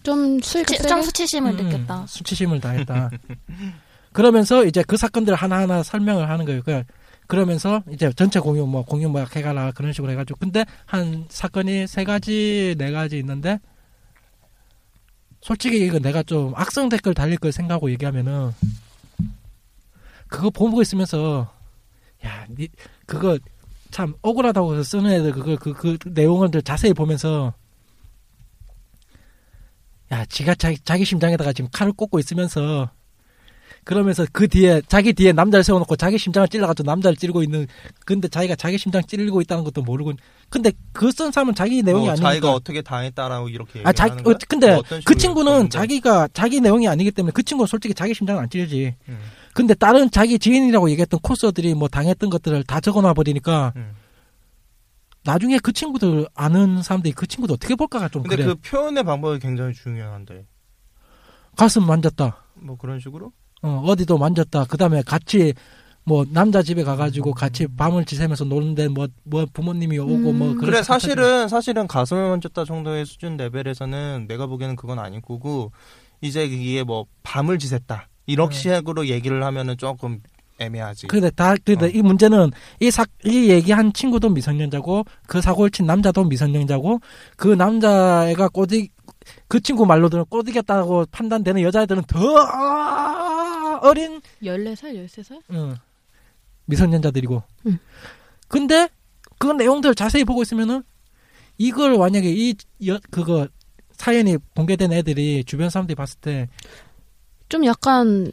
Speaker 6: 좀 수익을
Speaker 8: 그 치- 좀 수치심을
Speaker 5: 음,
Speaker 8: 느꼈다.
Speaker 5: 수치심을 당했다. 그러면서 이제 그 사건들 을 하나하나 설명을 하는 거예요. 그 그러면서 이제 전체 공유 뭐 공유 막 해가라 그런 식으로 해가지고 근데 한 사건이 세 가지 네 가지 있는데 솔직히 이거 내가 좀 악성 댓글 달릴 걸 생각하고 얘기하면은 그거 보고 있으면서 야 니, 그거 참 억울하다고 해서 쓰는 애들 그걸 그, 그 내용을 들 자세히 보면서 야 지가 자기, 자기 심장에다가 지금 칼을 꽂고 있으면서 그러면서 그 뒤에 자기 뒤에 남자를 세워놓고 자기 심장을 찔러가지고 남자를 찌르고 있는 근데 자기가 자기 심장 찔리고 있다는 것도 모르고 근데 그 쓴 사람은 자기 내용이
Speaker 7: 어,
Speaker 5: 아니니까
Speaker 7: 자기가 어떻게 당했다라고 이렇게 얘기하는
Speaker 5: 아, 자,
Speaker 7: 거야?
Speaker 5: 어, 근데
Speaker 7: 뭐 어떤
Speaker 5: 그
Speaker 7: 식으로
Speaker 5: 친구는
Speaker 7: 했다는 거야?
Speaker 5: 자기가 자기 내용이 아니기 때문에 그 친구는 솔직히 자기 심장은 안 찔리지.
Speaker 7: 음.
Speaker 5: 근데 다른 자기 지인이라고 얘기했던 코스들이 뭐 당했던 것들을 다 적어놔 버리니까
Speaker 7: 음.
Speaker 5: 나중에 그 친구들 아는 사람들이 그 친구들 어떻게 볼까가 좀
Speaker 7: 근데
Speaker 5: 그래.
Speaker 7: 그 표현의 방법이 굉장히 중요한데
Speaker 5: 가슴 만졌다.
Speaker 7: 뭐 그런 식으로
Speaker 5: 어, 어디도 만졌다. 그다음에 같이 뭐 남자 집에 가가지고 같이 밤을 지새면서 노는데 뭐 뭐 부모님이 오고 뭐 그런
Speaker 7: 음. 그래
Speaker 5: 사건들이-
Speaker 7: 사실은 사실은 가슴을 만졌다 정도의 수준 레벨에서는 내가 보기에는 그건 아닐 거고 이제 이게 뭐 밤을 지샜다
Speaker 5: 음.
Speaker 7: 이렇게 식으로 얘기를 하면은 조금 애매하지
Speaker 5: 근데 다 근데
Speaker 7: 어.
Speaker 5: 이 문제는 이사이 얘기한 친구도 미성년자고 그 사고를 친 남자도 미성년자고 그 남자애가 꼬디 그 친구 말로들은 꼬디겠다고 판단되는 여자애들은 더 어린
Speaker 6: 14살, 13살?
Speaker 5: 응. 미성년자들이고.
Speaker 6: 응.
Speaker 5: 근데 그 내용들 자세히 보고 있으면은 이걸 만약에 이 여, 그거 사연이 공개된 애들이 주변 사람들이 봤을 때
Speaker 6: 좀 약간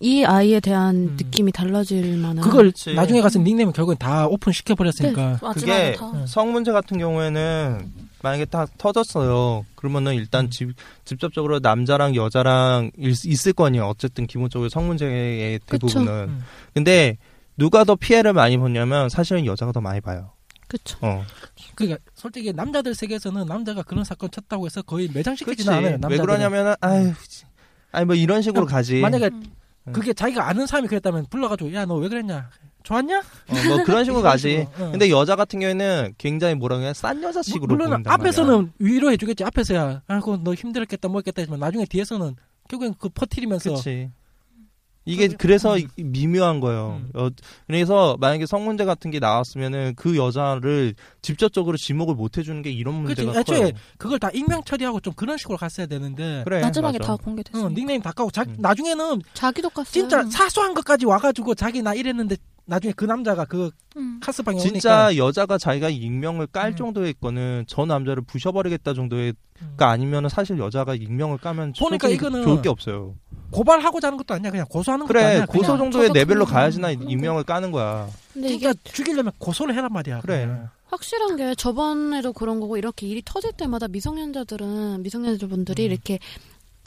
Speaker 6: 이 아이에 대한
Speaker 5: 음.
Speaker 6: 느낌이 달라질 만한.
Speaker 5: 그걸
Speaker 7: 아, 그렇지. 네.
Speaker 5: 나중에 가서 닉네임 결국엔 다 오픈 시켜 버렸으니까.
Speaker 8: 마지막에
Speaker 7: 그게
Speaker 8: 다.
Speaker 5: 응.
Speaker 7: 성문제 같은 경우에는 만약에 다 터졌어요. 그러면은 일단 집, 직접적으로 남자랑 여자랑 있- 있을 거 아니에요. 어쨌든 기본적으로 성문제의
Speaker 6: 그쵸.
Speaker 7: 대부분은.
Speaker 5: 음.
Speaker 7: 근데 누가 더 피해를 많이 보냐면 사실은 여자가 더 많이 봐요.
Speaker 6: 그쵸.
Speaker 7: 어.
Speaker 5: 그러니까 솔직히 남자들 세계에서는 남자가 그런 사건 쳤다고 해서 거의
Speaker 7: 그치.
Speaker 5: 매장시키지는 않아요.
Speaker 7: 왜
Speaker 5: 남자들은. 음.
Speaker 7: 그러냐면은 아유, 씨. 아니 뭐 이런 식으로 가지.
Speaker 5: 만약에
Speaker 7: 음.
Speaker 5: 그게 자기가 아는 사람이 그랬다면 불러가지고 야 너 왜 그랬냐? 좋았냐?
Speaker 7: 어, 뭐 그런 식으로 가지.
Speaker 5: 식으로, 어.
Speaker 7: 근데 여자 같은 경우에는 굉장히 뭐라 그래야 싼 여자식으로
Speaker 5: 물론
Speaker 7: 보인단 말이야.
Speaker 5: 앞에서는 위로해 주겠지. 앞에서야 아이고 너 힘들었겠다 뭐 했겠다 했지만 나중에 뒤에서는 결국엔 그 퍼트리면서
Speaker 7: 그치. 이게 그래서 이- 미묘한 거예요.
Speaker 5: 음.
Speaker 7: 어, 그래서 만약에 성문제 같은 게 나왔으면은 그 여자를 직접적으로 지목을 못 해주는 게 이런 문제가
Speaker 5: 그치. 애초에
Speaker 7: 커요.
Speaker 5: 그걸 다 익명 처리하고 좀 그런 식으로 갔어야 되는데
Speaker 7: 그래,
Speaker 8: 마지막에
Speaker 7: 맞아.
Speaker 8: 다 공개됐어.
Speaker 5: 어, 닉네임 다 까고 자,
Speaker 7: 음.
Speaker 5: 나중에는
Speaker 6: 자기도 깠어요.
Speaker 5: 진짜 사소한 것까지 와가지고 자기 나 이랬는데 나중에 그 남자가 그
Speaker 8: 응.
Speaker 5: 카스방에 오니까
Speaker 7: 진짜 여자가 자기가 익명을 깔
Speaker 5: 음.
Speaker 7: 정도의 거는 저 남자를 부셔버리겠다 정도의
Speaker 5: 음.
Speaker 7: 가 아니면은 사실 여자가 익명을 까면
Speaker 5: 그러니까
Speaker 7: 솔직히
Speaker 5: 이거는
Speaker 7: 좋을 게 없어요.
Speaker 5: 고발하고자 하는 것도 아니야 그냥 고소하는 것도
Speaker 7: 그래
Speaker 5: 아니야 그냥
Speaker 7: 고소 정도의
Speaker 6: 저거
Speaker 7: 레벨로
Speaker 6: 그냥
Speaker 7: 가야지나
Speaker 6: 그런 거.
Speaker 7: 익명을 까는 거야.
Speaker 6: 근데 이게
Speaker 5: 그러니까 죽이려면 고소를 해란 말이야.
Speaker 7: 그래.
Speaker 5: 그러면.
Speaker 6: 확실한 게 저번에도 그런 거고 이렇게 일이 터질 때마다 미성년자들은
Speaker 5: 음.
Speaker 6: 미성년자분들이 이렇게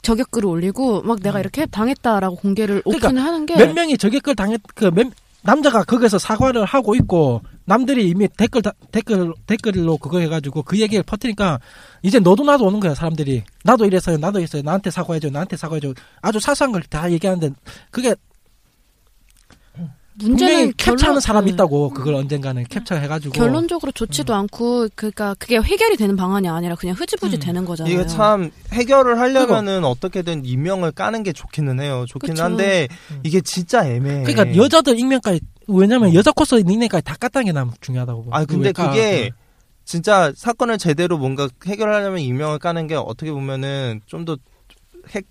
Speaker 6: 저격글을 올리고 막 내가 이렇게 당했다라고 공개를
Speaker 5: 그러니까
Speaker 6: 오픈을 하는 게
Speaker 5: 몇 명이 저격글 당했 그몇 남자가 거기서 사과를 하고 있고 남들이 이미 댓글 다- 댓글 댓글로 그거 해가지고 그 얘기를 퍼뜨니까 이제 너도 나도 오는 거야 사람들이 나도 이래서요 나도 이래서요 나한테 사과해줘 나한테 사과해줘 아주 사소한 걸 다 얘기하는데 그게 분명히
Speaker 6: 문제는
Speaker 5: 캡처하는
Speaker 6: 결론-
Speaker 5: 사람이
Speaker 6: 네.
Speaker 5: 있다고 그걸 언젠가는 캡처해가지고
Speaker 6: 결론적으로 좋지도 않고 그러니까 그게 해결이 되는 방안이 아니라 그냥 흐지부지
Speaker 5: 음.
Speaker 6: 되는 거잖아요.
Speaker 7: 이게 참 해결을 하려면은 어떻게든 익명을 까는 게 좋기는 해요. 좋긴
Speaker 6: 그쵸.
Speaker 7: 한데
Speaker 5: 음.
Speaker 7: 이게 진짜 애매해.
Speaker 5: 그러니까 여자들 익명까지 왜냐면 여자 코스 닉네임까지 다 깠다는 게 난 중요하다고 봐.
Speaker 7: 음. 아 근데
Speaker 5: 그러니까
Speaker 7: 그게 진짜 사건을 제대로 뭔가 해결하려면 익명을 까는 게 어떻게 보면은 좀 더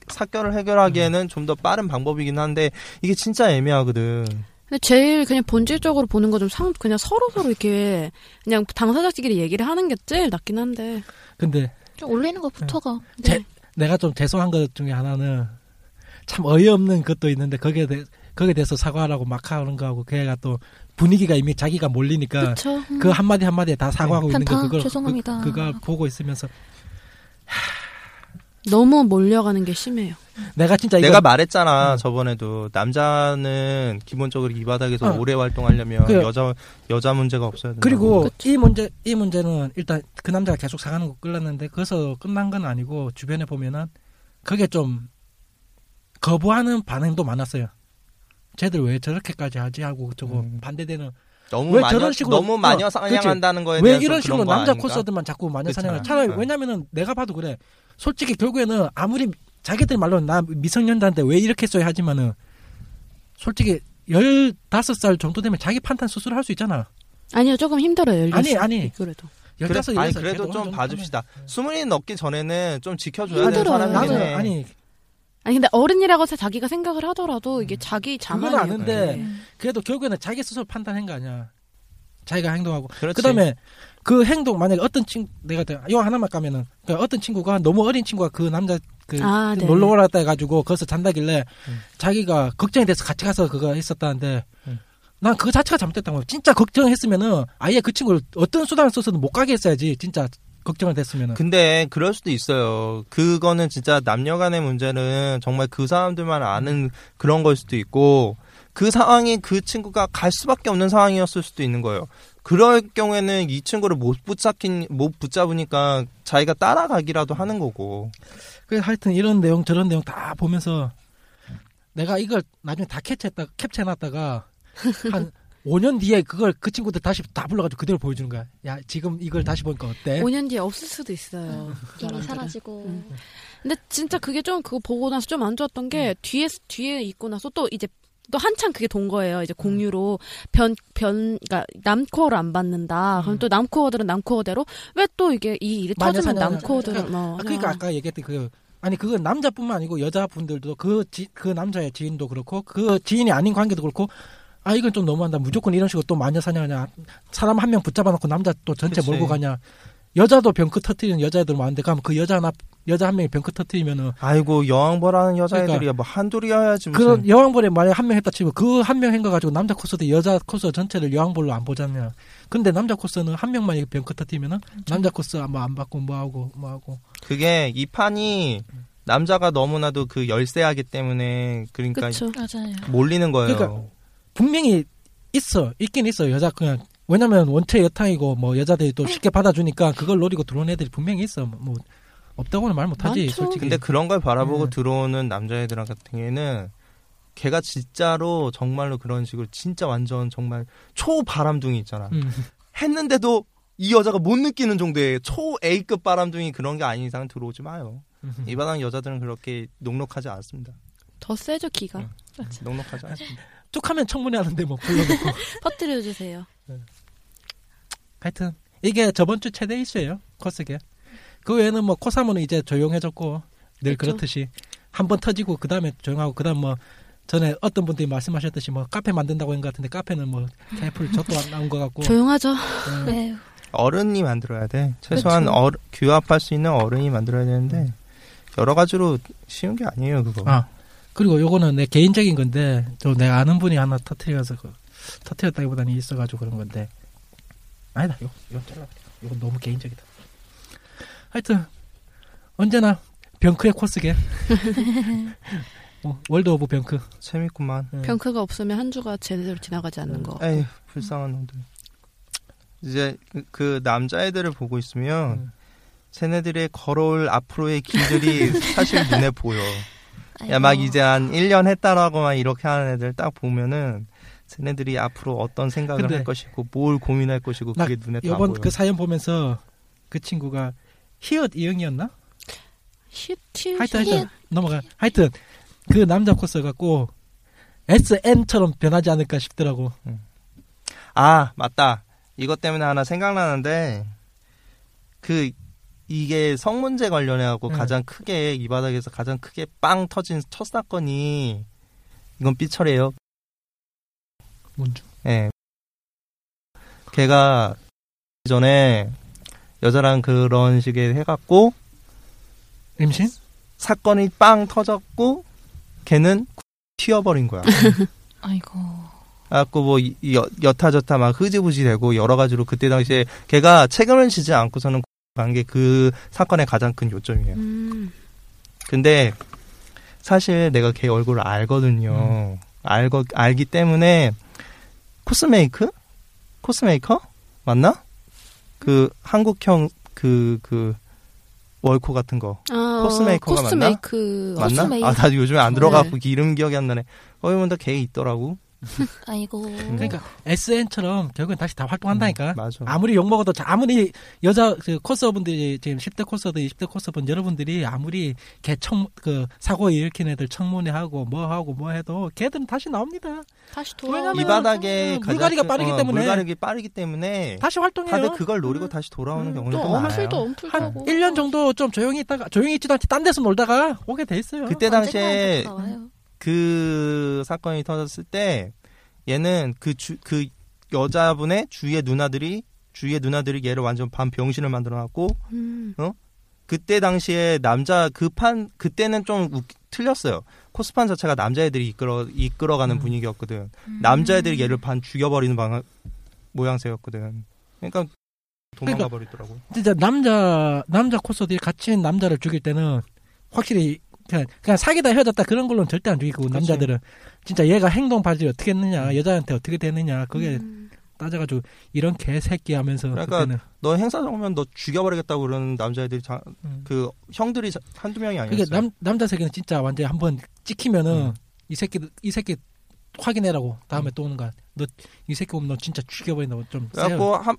Speaker 7: 사건을 해결하기에는
Speaker 5: 음.
Speaker 7: 좀 더 빠른 방법이긴 한데 이게 진짜 애매하거든.
Speaker 6: 근데 제일 그냥 본질적으로 보는 거 좀 상 그냥 서로 서로 이렇게 그냥 당사자끼리 얘기를 하는 게 제일 낫긴 한데
Speaker 5: 근데
Speaker 8: 좀 올리는 것부터가.
Speaker 5: 네.
Speaker 8: 네.
Speaker 5: 제- 내가 좀 죄송한 것 중에 하나는 참 어이없는 것도 있는데 거기에 대, 거기에 대해서 사과하라고 막 하는 거하고 걔가 또 분위기가 이미 자기가 몰리니까
Speaker 8: 그쵸. 음.
Speaker 5: 그 한마디 한마디에 다 사과하고 있는 거
Speaker 8: 단타,
Speaker 5: 그걸
Speaker 8: 죄송합니다. 아.
Speaker 5: 그, 그걸 보고 있으면서
Speaker 6: 너무 몰려가는 게 심해요.
Speaker 5: 내가 진짜 이거 음.
Speaker 7: 내가 말했잖아 저번에도 남자는 기본적으로 이 바닥에서
Speaker 5: 어.
Speaker 7: 오래 활동하려면
Speaker 5: 그래요.
Speaker 7: 여자 여자 문제가 없어야 된다.
Speaker 5: 그리고
Speaker 8: 음.
Speaker 5: 이 문제 이 문제는 일단 그 남자가 계속 사가는 거 끌렸는데 그래서 끝난 건 아니고 주변에 보면은 그게 좀 거부하는 반응도 많았어요. 쟤들 왜 저렇게까지 하지 하고 저거
Speaker 7: 음.
Speaker 5: 반대되는
Speaker 7: 너무
Speaker 5: 왜
Speaker 7: 마녀,
Speaker 5: 저런 식으로-
Speaker 7: 너무
Speaker 5: 어,
Speaker 7: 마녀
Speaker 5: 그치.
Speaker 7: 사냥한다는 거에
Speaker 5: 왜
Speaker 7: 대해서
Speaker 5: 이런
Speaker 7: 그런
Speaker 5: 식으로
Speaker 7: 거
Speaker 5: 남자
Speaker 7: 아닌가? 그렇죠. 네.
Speaker 5: 코스들만 자꾸 마녀 사냥을
Speaker 7: 그렇잖아.
Speaker 5: 차라리
Speaker 7: 응.
Speaker 5: 왜냐면은 내가 봐도 그래 솔직히 결국에는 아무리 자기들 말로는 나 미성년자인데 왜 이렇게 써야 하지만은 솔직히 15살 정도 되면 자기 판단 스스로 할 수 있잖아.
Speaker 6: 아니요, 조금 힘들어요.
Speaker 5: 아니,
Speaker 6: 16.
Speaker 5: 아니.
Speaker 6: 그래도.
Speaker 7: 그래,
Speaker 5: 15,
Speaker 7: 아니
Speaker 5: 16
Speaker 7: 그래도
Speaker 5: 어느
Speaker 7: 좀
Speaker 5: 정도면.
Speaker 7: 봐줍시다. 스물이 넘기 전에는 좀 지켜줘야 되는
Speaker 6: 힘들어요.
Speaker 7: 사람이긴
Speaker 5: 나는
Speaker 7: 해.
Speaker 5: 아니
Speaker 6: 아니 근데 어른이라고 해서 자기가 생각을 하더라도 이게 자기
Speaker 5: 음. 그건
Speaker 6: 자만이에요. 네.
Speaker 5: 아는데 그래도 결국에는 자기 스스로 판단한 거 아니야. 자기가 행동하고
Speaker 7: 그렇지.
Speaker 5: 그다음에 그 행동 만약에 어떤 친 내가 요 하나만 까면은 그러니까 어떤 친구가 너무 어린 친구가 그 남자 그
Speaker 6: 아, 네.
Speaker 5: 놀러 오라 했다 해가지고 거기서 잔다길래
Speaker 7: 음.
Speaker 5: 자기가 걱정이 돼서 같이 가서 그거 했었다는데
Speaker 7: 음.
Speaker 5: 난 그거 자체가 잘못됐단 말이야. 진짜 걱정했으면은 아예 그 친구를 어떤 수단을 써서도 못 가게 했어야지. 진짜 걱정을 됐으면은.
Speaker 7: 근데 그럴 수도 있어요. 그거는 진짜 남녀간의 문제는 정말 그 사람들만 아는 그런 걸 수도 있고 그 상황이 그 친구가 갈 수밖에 없는 상황이었을 수도 있는 거예요. 그럴 경우에는 이 친구를 못 붙잡긴 못 붙잡으니까 자기가 따라가기라도 하는 거고.
Speaker 5: 그래서 하여튼 이런 내용 저런 내용 다 보면서 내가 이걸 나중에 다 캡처했다 캡처해놨다가 한 5년 뒤에 그걸 그 친구들 다시 다 불러가지고 그대로 보여주는 거야. 야 지금 이걸 다시 보니까 어때?
Speaker 6: 5년 뒤에 없을 수도 있어요.
Speaker 8: 이미
Speaker 6: 사람들은.
Speaker 8: 사라지고
Speaker 5: 음.
Speaker 6: 근데 진짜 그게 좀 그거 보고 나서 좀 안 좋았던 게 뒤에 뒤에 있고 나서 또 이제 또 한참 그게 돈 거예요. 이제 공유로 변, 변, 그니까, 남코어를 안 받는다. 그럼 또 남코어들은 남코어대로 왜 또 이게 이 일이
Speaker 5: 마녀
Speaker 6: 터지면
Speaker 5: 사냥을
Speaker 6: 남코어들은 뭐.
Speaker 5: 아, 그러니까 아까 얘기했던 그 아니 그건 남자뿐만 아니고 여자분들도 그 지 그 남자의 지인도 그렇고 그 지인이 아닌 관계도 그렇고 아 이건 좀 너무한다 무조건 이런 식으로 또 마녀 사냥하냐 사람 한 명 붙잡아놓고 남자 또 전체
Speaker 7: 그치.
Speaker 5: 몰고 가냐 여자도 병크 터트리는 여자애들 많은데 가면 그 여자 하나 여자 한 명이 병크 터트리면은
Speaker 7: 아이고 여왕벌하는 여자애들이야 뭐 한둘이어야지 무슨.
Speaker 5: 그러니까 그런 여왕벌에 만약에 한 명 했다 치면 그 한 명 행가 가지고 남자 코스도 여자 코스 전체를 여왕벌로 안 보잖아요. 근데 남자 코스는 한 명만 이렇게 병크 터트리면은 남자 코스 뭐 안 받고 뭐 하고 뭐 하고
Speaker 7: 그게 이 판이 남자가 너무나도 그 열세하기 때문에 그러니까
Speaker 6: 그쵸.
Speaker 8: 맞아요.
Speaker 7: 몰리는 거예요.
Speaker 5: 그러니까 분명히 있어 있긴 있어 여자 그냥 왜냐면 원체 여탕이고 뭐 여자들이 또 쉽게 받아주니까 그걸 노리고 들어온 애들이 분명히 있어 뭐 없다고는 말 못하지
Speaker 6: 많죠.
Speaker 5: 솔직히
Speaker 7: 근데 그런 걸 바라보고
Speaker 5: 네.
Speaker 7: 들어오는 남자애들 같은 경우에는 걔가 진짜로 정말로 그런 식으로 진짜 완전 정말 초바람둥이 있잖아.
Speaker 5: 음.
Speaker 7: 했는데도 이 여자가 못 느끼는 정도의 초 A급 바람둥이 그런 게 아닌 이상 들어오지 마요. 이 바닥 여자들은 그렇게 녹록하지 않습니다.
Speaker 6: 더 세죠, 기가.
Speaker 7: 응. 녹록하지 않습니다.
Speaker 5: 쭉 하면 청문회 하는데 뭐 불러놓고
Speaker 6: 퍼뜨려주세요.
Speaker 5: 하여튼 이게 저번 주 최대 이슈예요 코스게 그 외에는 뭐 코사모는 이제 조용해졌고 늘
Speaker 6: 그쵸.
Speaker 5: 그렇듯이 한 번 터지고 그 다음에 조용하고 그 다음 뭐 전에 어떤 분들이 말씀하셨듯이 뭐 카페 만든다고 한 것 같은데 카페는 뭐 개풀 저도 안 나온 것 같고
Speaker 6: 조용하죠.
Speaker 5: 뭐. 음.
Speaker 8: 네.
Speaker 7: 어른이 만들어야 돼. 최소한 어, 규합할 수 있는 어른이 만들어야 되는데 여러 가지로 쉬운 게 아니에요 그거.
Speaker 5: 아, 그리고 요거는 내 개인적인 건데 또 내가 아는 분이 하나 터트려서 그, 터트렸다기보다는 있어가지고 그런 건데 아니다 요, 요 잘라 요거 너무 개인적이다 하여튼 언제나 병크의 코스게 어, 월드 오브 병크
Speaker 7: 네, 재밌구만.
Speaker 5: 음.
Speaker 6: 병크가 없으면 한 주가 제대로 지나가지 않는 거.
Speaker 7: 에휴 불쌍한 놈들. 이제 그, 그 남자애들을 보고 있으면
Speaker 5: 음.
Speaker 7: 쟤네들의 걸어올 앞으로의 길들이 사실 눈에 보여. 야
Speaker 8: 어.
Speaker 7: 막 이제 한 1년 했다라고만 이렇게 하는 애들 딱 보면은 쟤네들이 앞으로 어떤 생각을
Speaker 5: 근데
Speaker 7: 할 것이고 뭘 고민할 것이고
Speaker 5: 나
Speaker 7: 그게 눈에 다 보여.
Speaker 5: 요번 그 사연 보면서 그 친구가 히읗 이영이었나?
Speaker 6: 히트.
Speaker 5: 하여튼 하여튼 넘어가 하여튼 그 남자 코스 갖고 SN처럼 변하지 않을까 싶더라고
Speaker 7: 아 맞다. 이것 때문에 하나 생각나는데 그 이게 성 문제 관련해 갖고
Speaker 5: 네.
Speaker 7: 가장 크게 이 바닥에서 가장 크게 빵 터진 첫 사건이 이건 삐처리예요.
Speaker 5: 뭔지
Speaker 7: 예. 걔가 전에 여자랑 그런 식의 해갖고
Speaker 5: 임신?
Speaker 7: 사건이 빵 터졌고 걔는 튀어버린 거야.
Speaker 8: 아이고.
Speaker 7: 갖고 뭐 이- 이 여- 여타저타 막 흐지부지 되고 여러 가지로 그때 당시에 걔가 책임을 지지 않고서는 간 게 그 사건의 가장 큰 요점이에요.
Speaker 6: 음.
Speaker 7: 근데 사실 내가 걔 얼굴을
Speaker 5: 음.
Speaker 7: 알거든요. 알거 알기 때문에 코스메이크 코스메이커 맞나? 그 한국형 그 그 월코 같은 거
Speaker 6: 아,
Speaker 7: 코스메이커가 맞나?
Speaker 6: 코스메이크. 네.
Speaker 7: 맞나?
Speaker 8: 코스메이커.
Speaker 7: 아, 나 요즘에 안 들어가고 이름 기억이 안 나네. 거기 보면 다걔 있더라고.
Speaker 8: 아이고.
Speaker 5: 그러니까 SN처럼 결국엔 다시 다 활동한다니까.
Speaker 7: 음, 맞아.
Speaker 5: 아무리 욕 먹어도 자- 아무리 여자 그 코스어분들이 지금 10대 코스어들, 20대 코스어분 여러분들이 아무리 개청그 사고 일으킨 애들 청문회 하고 뭐 하고 뭐 해도 걔들은 다시 나옵니다.
Speaker 6: 다시
Speaker 5: 돌아오면
Speaker 7: 이
Speaker 6: 돌아가면
Speaker 7: 바닥에
Speaker 5: 음,
Speaker 7: 가장
Speaker 5: 물갈이가
Speaker 7: 큰- 어,
Speaker 5: 빠르기 때문에.
Speaker 7: 물갈이가 빠르기 때문에
Speaker 5: 다시 활동해요.
Speaker 7: 네. 다들 그걸 노리고
Speaker 5: 음.
Speaker 7: 다시 돌아오는
Speaker 5: 음,
Speaker 7: 경우는
Speaker 6: 또
Speaker 7: 또 많아요.
Speaker 6: 엄풀도 엄풀도
Speaker 5: 한
Speaker 6: 하고.
Speaker 5: 1년 정도 좀 조용히 있다가 조용히 있지도 않지 딴 데서 놀다가 오게 돼 있어요.
Speaker 7: 그때
Speaker 5: 음,
Speaker 7: 당시에
Speaker 8: 언제까지 나와요?
Speaker 7: 그 사건이 터졌을 때 얘는 그 주 그 여자분의 주위의 누나들이 주위의 누나들이 얘를 완전 반 병신을 만들어 놨고
Speaker 6: 음.
Speaker 7: 그때 당시에 남자 급한 그때는 좀 웃- 틀렸어요. 코스판 자체가 남자애들이 이끌어 이끌어가는
Speaker 5: 음.
Speaker 7: 분위기였거든. 남자애들이 얘를 반 죽여버리는 방 모양새였거든. 그러니까
Speaker 5: 그러니까
Speaker 7: 도망가 버리더라고.
Speaker 5: 진짜 남자 남자 코스들이 갇힌 남자를 죽일 때는 확실히 그냥, 그냥 사귀다 헤어졌다 그런 걸로는 절대 안 죽이고
Speaker 7: 그치.
Speaker 5: 남자들은 진짜 얘가 행동 바지 어떻게 했느냐 여자한테 어떻게 되느냐 그게
Speaker 6: 음.
Speaker 5: 따져가지고 이런 개새끼 하면서
Speaker 7: 그러니까
Speaker 5: 그때는
Speaker 7: 너 행사 정면 너 죽여버리겠다고 그러는 남자애들이 자, 그 형들이 자- 한두 명이
Speaker 5: 그게
Speaker 7: 아니었어요.
Speaker 5: 남 남자 세계는 진짜 완전 한번 찍히면은
Speaker 7: 음.
Speaker 5: 이 새끼 이 새끼 확인해라고 다음에 또 오는 거야 너 이 새끼 오면 너 진짜 죽여버린다고 좀 세요.
Speaker 7: 그래갖고 한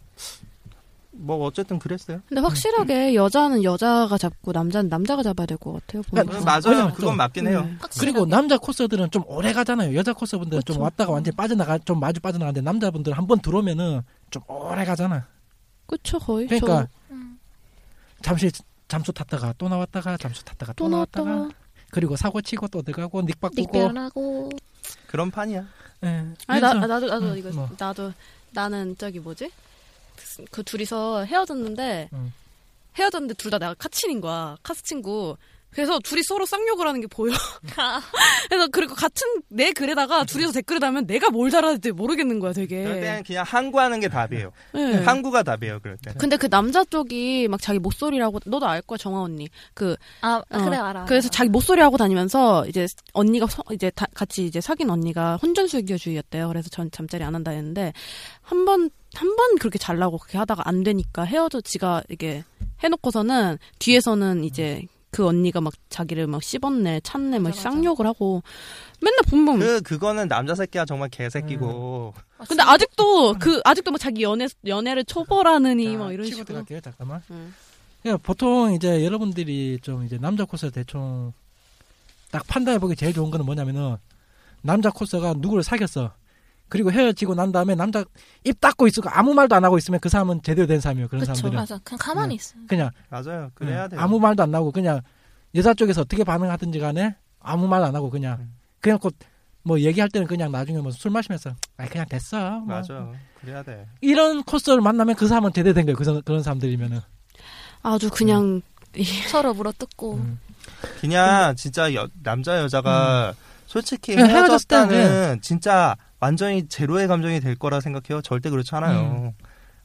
Speaker 7: 뭐 어쨌든 그랬어요.
Speaker 6: 근데 확실하게 여자는 여자가 잡고 남자는 남자가 잡아야 될 것 같아요.
Speaker 5: 그러니까
Speaker 6: 보니까.
Speaker 7: 맞아요.
Speaker 5: 왜냐면
Speaker 7: 그건
Speaker 5: 좀-
Speaker 7: 맞긴 해요.
Speaker 6: 네.
Speaker 8: 확실하게.
Speaker 5: 그리고 남자 코스들은 좀 오래 가잖아요. 여자 코스분들은 좀
Speaker 6: 그쵸.
Speaker 5: 왔다가 완전 히 빠져나가 좀 마주 빠져나가는데 남자분들은 한 번 들어오면은 좀 오래 가잖아.
Speaker 6: 그쵸 거의.
Speaker 5: 그러니까
Speaker 8: 음.
Speaker 5: 잠시 잠수 탔다가 또 나왔다가 잠수 탔다가 또,
Speaker 6: 또
Speaker 5: 나왔다가
Speaker 6: 나왔다가
Speaker 5: 그리고 사고 치고 또 들어가고 닉박 보고
Speaker 8: 닉변하고
Speaker 7: 그런 판이야.
Speaker 5: 예.
Speaker 6: 아니 나
Speaker 5: 그래서-
Speaker 6: 나도 나도
Speaker 5: 음,
Speaker 6: 이거
Speaker 5: 뭐.
Speaker 6: 나도 나는 저기 뭐지 그 둘이서 헤어졌는데
Speaker 5: 음.
Speaker 6: 헤어졌는데 둘 다 내가 카친인 거야 카스 친구 그래서 둘이 서로 쌍욕을 하는 게 보여 그래서 그리고 같은 내 글에다가 둘이서 댓글을 달면 내가 뭘 달아야 될지 모르겠는 거야 되게
Speaker 7: 음, 그럴 때는 그냥 항구하는 게 답이에요.
Speaker 6: 예.
Speaker 5: 네.
Speaker 7: 항구가 답이에요. 그럴 때.
Speaker 6: 근데 그 남자 쪽이 막 자기 목소리라고 너도 알 거야 정아 언니 그
Speaker 8: 아
Speaker 6: 어,
Speaker 8: 그래 알아.
Speaker 6: 그래서
Speaker 8: 알아.
Speaker 6: 자기 목소리 하고 다니면서 이제 언니가 서- 이제 다- 같이 이제 사귄 언니가 혼전수기주의였대요. 그래서 전 잠자리 안 한다 했는데 한 번 한 번 그렇게 잘라고 그렇게 하다가 안 되니까 헤어져 지가 이게 해놓고서는 뒤에서는 이제 그 언니가 막 자기를 막 씹었네 찼네 막
Speaker 8: 맞아, 맞아.
Speaker 6: 쌍욕을 하고 맨날 붐붐.
Speaker 7: 그 그거는 남자 새끼야 정말 개새끼고
Speaker 5: 네.
Speaker 8: 아,
Speaker 6: 근데
Speaker 8: 진짜?
Speaker 6: 아직도 그 아직도 막 자기 연애 연애를 초벌하느니 막 네, 뭐 이런
Speaker 5: 치고
Speaker 6: 식으로.
Speaker 5: 들어갈게요 잠깐만.
Speaker 6: 음.
Speaker 5: 그러니까 보통 이제 여러분들이 좀 이제 남자 코스 대충 딱 판단해 보기 제일 좋은 거는 뭐냐면은 남자 코스가 누구를 사귀었어. 그리고 헤어지고 난 다음에 남자 입 닫고 있고 아무 말도 안 하고 있으면 그 사람은 제대로 된 사람이에요. 그런 음.
Speaker 8: 그쵸,
Speaker 5: 사람들은
Speaker 8: 맞아. 그냥 가만히 있어.
Speaker 5: 그냥
Speaker 7: 맞아요. 그래야
Speaker 5: 음,
Speaker 7: 돼요.
Speaker 5: 아무 말도 안 나고 그냥 여자 쪽에서 어떻게 반응하든지 간에 아무 말 안 하고 그냥
Speaker 7: 음.
Speaker 5: 그냥 곧뭐 얘기할 때는 그냥 나중에 뭐 술 마시면서 아 그냥 됐어. 뭐.
Speaker 7: 맞아. 그래야 돼.
Speaker 5: 이런 코스를 만나면 그 사람은 제대로 된 거예요. 그 사- 그런 사람들이면은.
Speaker 6: 아주 그냥
Speaker 8: 서로 물어뜯고.
Speaker 5: 음.
Speaker 7: 그냥 진짜 여- 남자 여자가 솔직히
Speaker 5: 네, 헤어졌을 때는,
Speaker 7: 헤어졌다는 진짜 완전히 제로의 감정이 될 거라 생각해요. 절대 그렇지 않아요.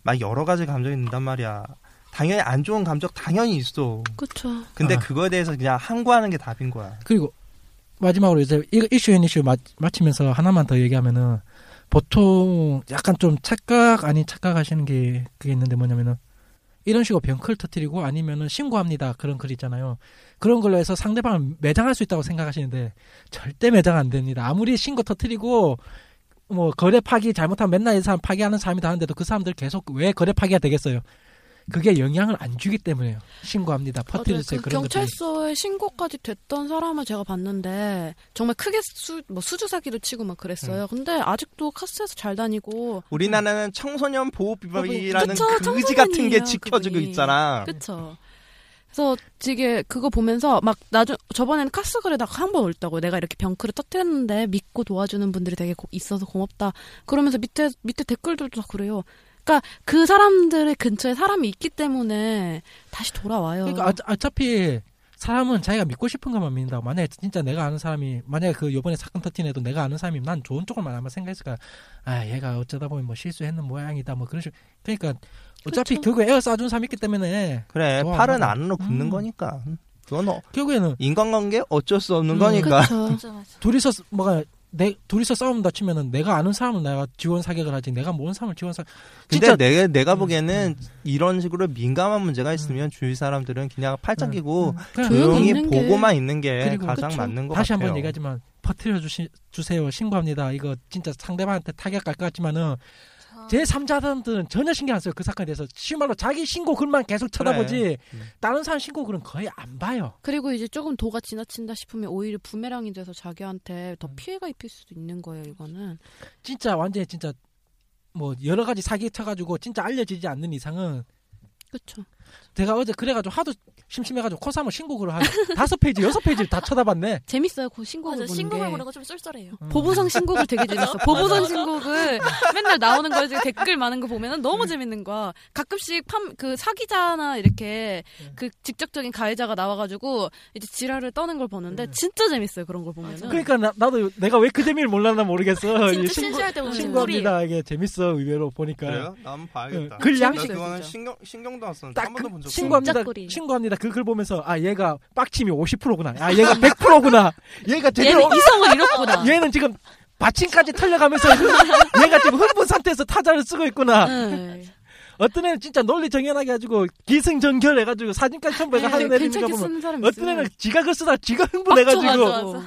Speaker 7: 막 여러 가지 감정이 있단 말이야. 당연히 안 좋은 감정 당연히 있어.
Speaker 6: 그쵸.
Speaker 7: 근데
Speaker 5: 아.
Speaker 7: 그거에 대해서 그냥 항구하는 게 답인 거야.
Speaker 5: 그리고 마지막으로 이제 이- 이슈 앤 이슈 마, 마치면서 하나만 더 얘기하면은 보통 약간 좀 착각 아닌 착각하시는 게 그게 있는데 뭐냐면은 이런 식으로 병클 터뜨리고 아니면은 신고합니다 그런 글 있잖아요 그런 걸로 해서 상대방을 매장할 수 있다고 생각하시는데 절대 매장 안 됩니다 아무리 신고 터뜨리고 뭐 거래 파기 잘못하면 맨날 이 사람 파기하는 사람이다 하는데도 그 사람들 계속 왜 거래 파기가 되겠어요 그게 영향을 안 주기 때문에요 신고합니다 퍼뜨려주세요
Speaker 6: 그
Speaker 5: 그런 것들
Speaker 6: 경찰서에 신고까지 됐던 사람을 제가 봤는데 정말 크게 수, 뭐 수주 사기도 치고 막
Speaker 5: 음.
Speaker 6: 그랬어요. 근데 아직도 카스에서 잘 다니고
Speaker 7: 우리나라는 청소년 보호법이라는
Speaker 6: 그쵸,
Speaker 7: 그지 같은 게
Speaker 6: 청소년이에요,
Speaker 7: 지켜지고
Speaker 6: 그분이.
Speaker 7: 있잖아.
Speaker 6: 그쵸. 그래서 되게 그거 보면서 막 나중 저번에는 카스글에다가 한 번 올다고 내가 이렇게 병크를 터뜨렸는데 믿고 도와주는 분들이 되게 고- 있어서 고맙다 그러면서 밑에 밑에 댓글들도 다 그래요. 그러니까 그 사람들의 근처에 사람이 있기 때문에 다시 돌아와요.
Speaker 5: 그러니까 어- 어차피 사람은 자기가 믿고 싶은 것만 믿는다고 만약에 진짜 내가 아는 사람이 만약에 그 요번에 사건 터진 애도 내가 아는 사람이면 난 좋은 쪽을만 아마 생각했을까 아 얘가 어쩌다 보면 뭐 실수했는 모양이다 뭐 그런 식 그러니까 어차피
Speaker 6: 그렇죠.
Speaker 5: 결국에 에어 싸준 사람이 있기 때문에
Speaker 7: 그래,
Speaker 5: 좋아,
Speaker 7: 팔은
Speaker 5: 맞아.
Speaker 7: 안으로 굽는
Speaker 5: 음.
Speaker 7: 거니까. 그건 어-
Speaker 5: 결국에는
Speaker 7: 인간관계 어쩔 수 없는
Speaker 5: 음,
Speaker 7: 거니까.
Speaker 6: 그쵸.
Speaker 8: 맞아 맞아.
Speaker 5: 둘이서 쓰- 뭐가 내 둘이서 싸움다 치면은 내가 아는 사람을 내가 지원 사격을 하지 내가 모르는 사람을 지원 사
Speaker 7: 근데
Speaker 5: 진짜-
Speaker 7: 내가, 내가
Speaker 5: 음,
Speaker 7: 보기에는 이런 식으로 민감한 문제가 있으면 주위 사람들은 그냥 팔짱 끼고
Speaker 5: 음, 그냥
Speaker 6: 조용히
Speaker 7: 조용히
Speaker 6: 있는 게-
Speaker 7: 보고만 있는 게
Speaker 5: 그리고
Speaker 7: 가장
Speaker 5: 그쵸.
Speaker 7: 맞는 것
Speaker 5: 다시
Speaker 7: 같아요.
Speaker 5: 한번 얘기하지만 퍼뜨려 주시, 주세요. 신고합니다. 이거 진짜 상대방한테 타격 갈 것 같지만은 제 3자들은 전혀 신경 안 써요. 그 사건에 대해서. 쉬운 말로 자기 신고 글만 계속 쳐다보지
Speaker 7: 음.
Speaker 5: 다른 사람 신고 글은 거의 안 봐요.
Speaker 6: 그리고 이제 조금 도가 지나친다 싶으면 오히려 부메랑이 돼서 자기한테
Speaker 5: 음.
Speaker 6: 더 피해가 입힐 수도 있는 거예요. 이거는
Speaker 5: 진짜 완전히 진짜 뭐 여러 가지 사기 쳐가지고 진짜 알려지지 않는 이상은
Speaker 6: 그렇죠.
Speaker 5: 제가 어제 그래가지고 하도 심심해가지고 코사모 신곡으로 한 다섯 페이지 여섯 페이지를 다 쳐다봤네.
Speaker 6: 재밌어요. 그 신곡을
Speaker 9: 맞아
Speaker 6: 보는
Speaker 9: 신곡을
Speaker 6: 게.
Speaker 9: 보는 거 좀 쏠쏠해요.
Speaker 5: 음.
Speaker 6: 보보상 신곡을 되게 재밌어. 보보상 신곡을 맨날 나오는 거에 지금 댓글 많은 거 보면은
Speaker 5: 음.
Speaker 6: 너무 재밌는 거야. 가끔씩 팜, 그 사기자나 이렇게
Speaker 5: 음.
Speaker 6: 그 직접적인 가해자가 나와가지고 이제 지랄을 떠는 걸 보는데 진짜 재밌어요. 그런 걸 보면은.
Speaker 5: 음. 그러니까 나, 나도 내가 왜 그 재미를 몰랐나 모르겠어. 이
Speaker 9: 진짜
Speaker 5: 신고,
Speaker 9: 심심할 때 보는
Speaker 5: 신고합니다 이게 재밌어 의외로 보니까.
Speaker 7: 그래요? 나 한번 봐야겠다.
Speaker 5: 응. 글
Speaker 7: 나
Speaker 5: 네. 양식
Speaker 7: 그거는
Speaker 6: 진짜.
Speaker 7: 신경 신경도 안 썼는데
Speaker 5: 딱
Speaker 7: 한 번도
Speaker 5: 그-
Speaker 7: 본 적 없어.
Speaker 5: 신고합니다.
Speaker 8: 꿀이에요.
Speaker 5: 신고합니다. 그 글 보면서 아 얘가 빡침이 50%구나. 아 얘가 100%구나. 얘가 되게
Speaker 6: 얘는
Speaker 5: 어,
Speaker 6: 이성을 잃었구나.
Speaker 5: 얘는 지금 받침까지 털려가면서 얘가 지금 흥분 상태에서 타자를 쓰고 있구나.
Speaker 6: 네.
Speaker 5: 어떤 애는 진짜 논리 정연하게 해가지고 기승전결 해가지고 사진까지 첨부해 가 하는 애들인가
Speaker 6: 네, 괜찮게
Speaker 5: 보면
Speaker 6: 쓰는 사람
Speaker 5: 어떤
Speaker 6: 있으면.
Speaker 5: 애는 지각을 쓰다 지가 흥분해가지고
Speaker 6: 맞아, 맞아.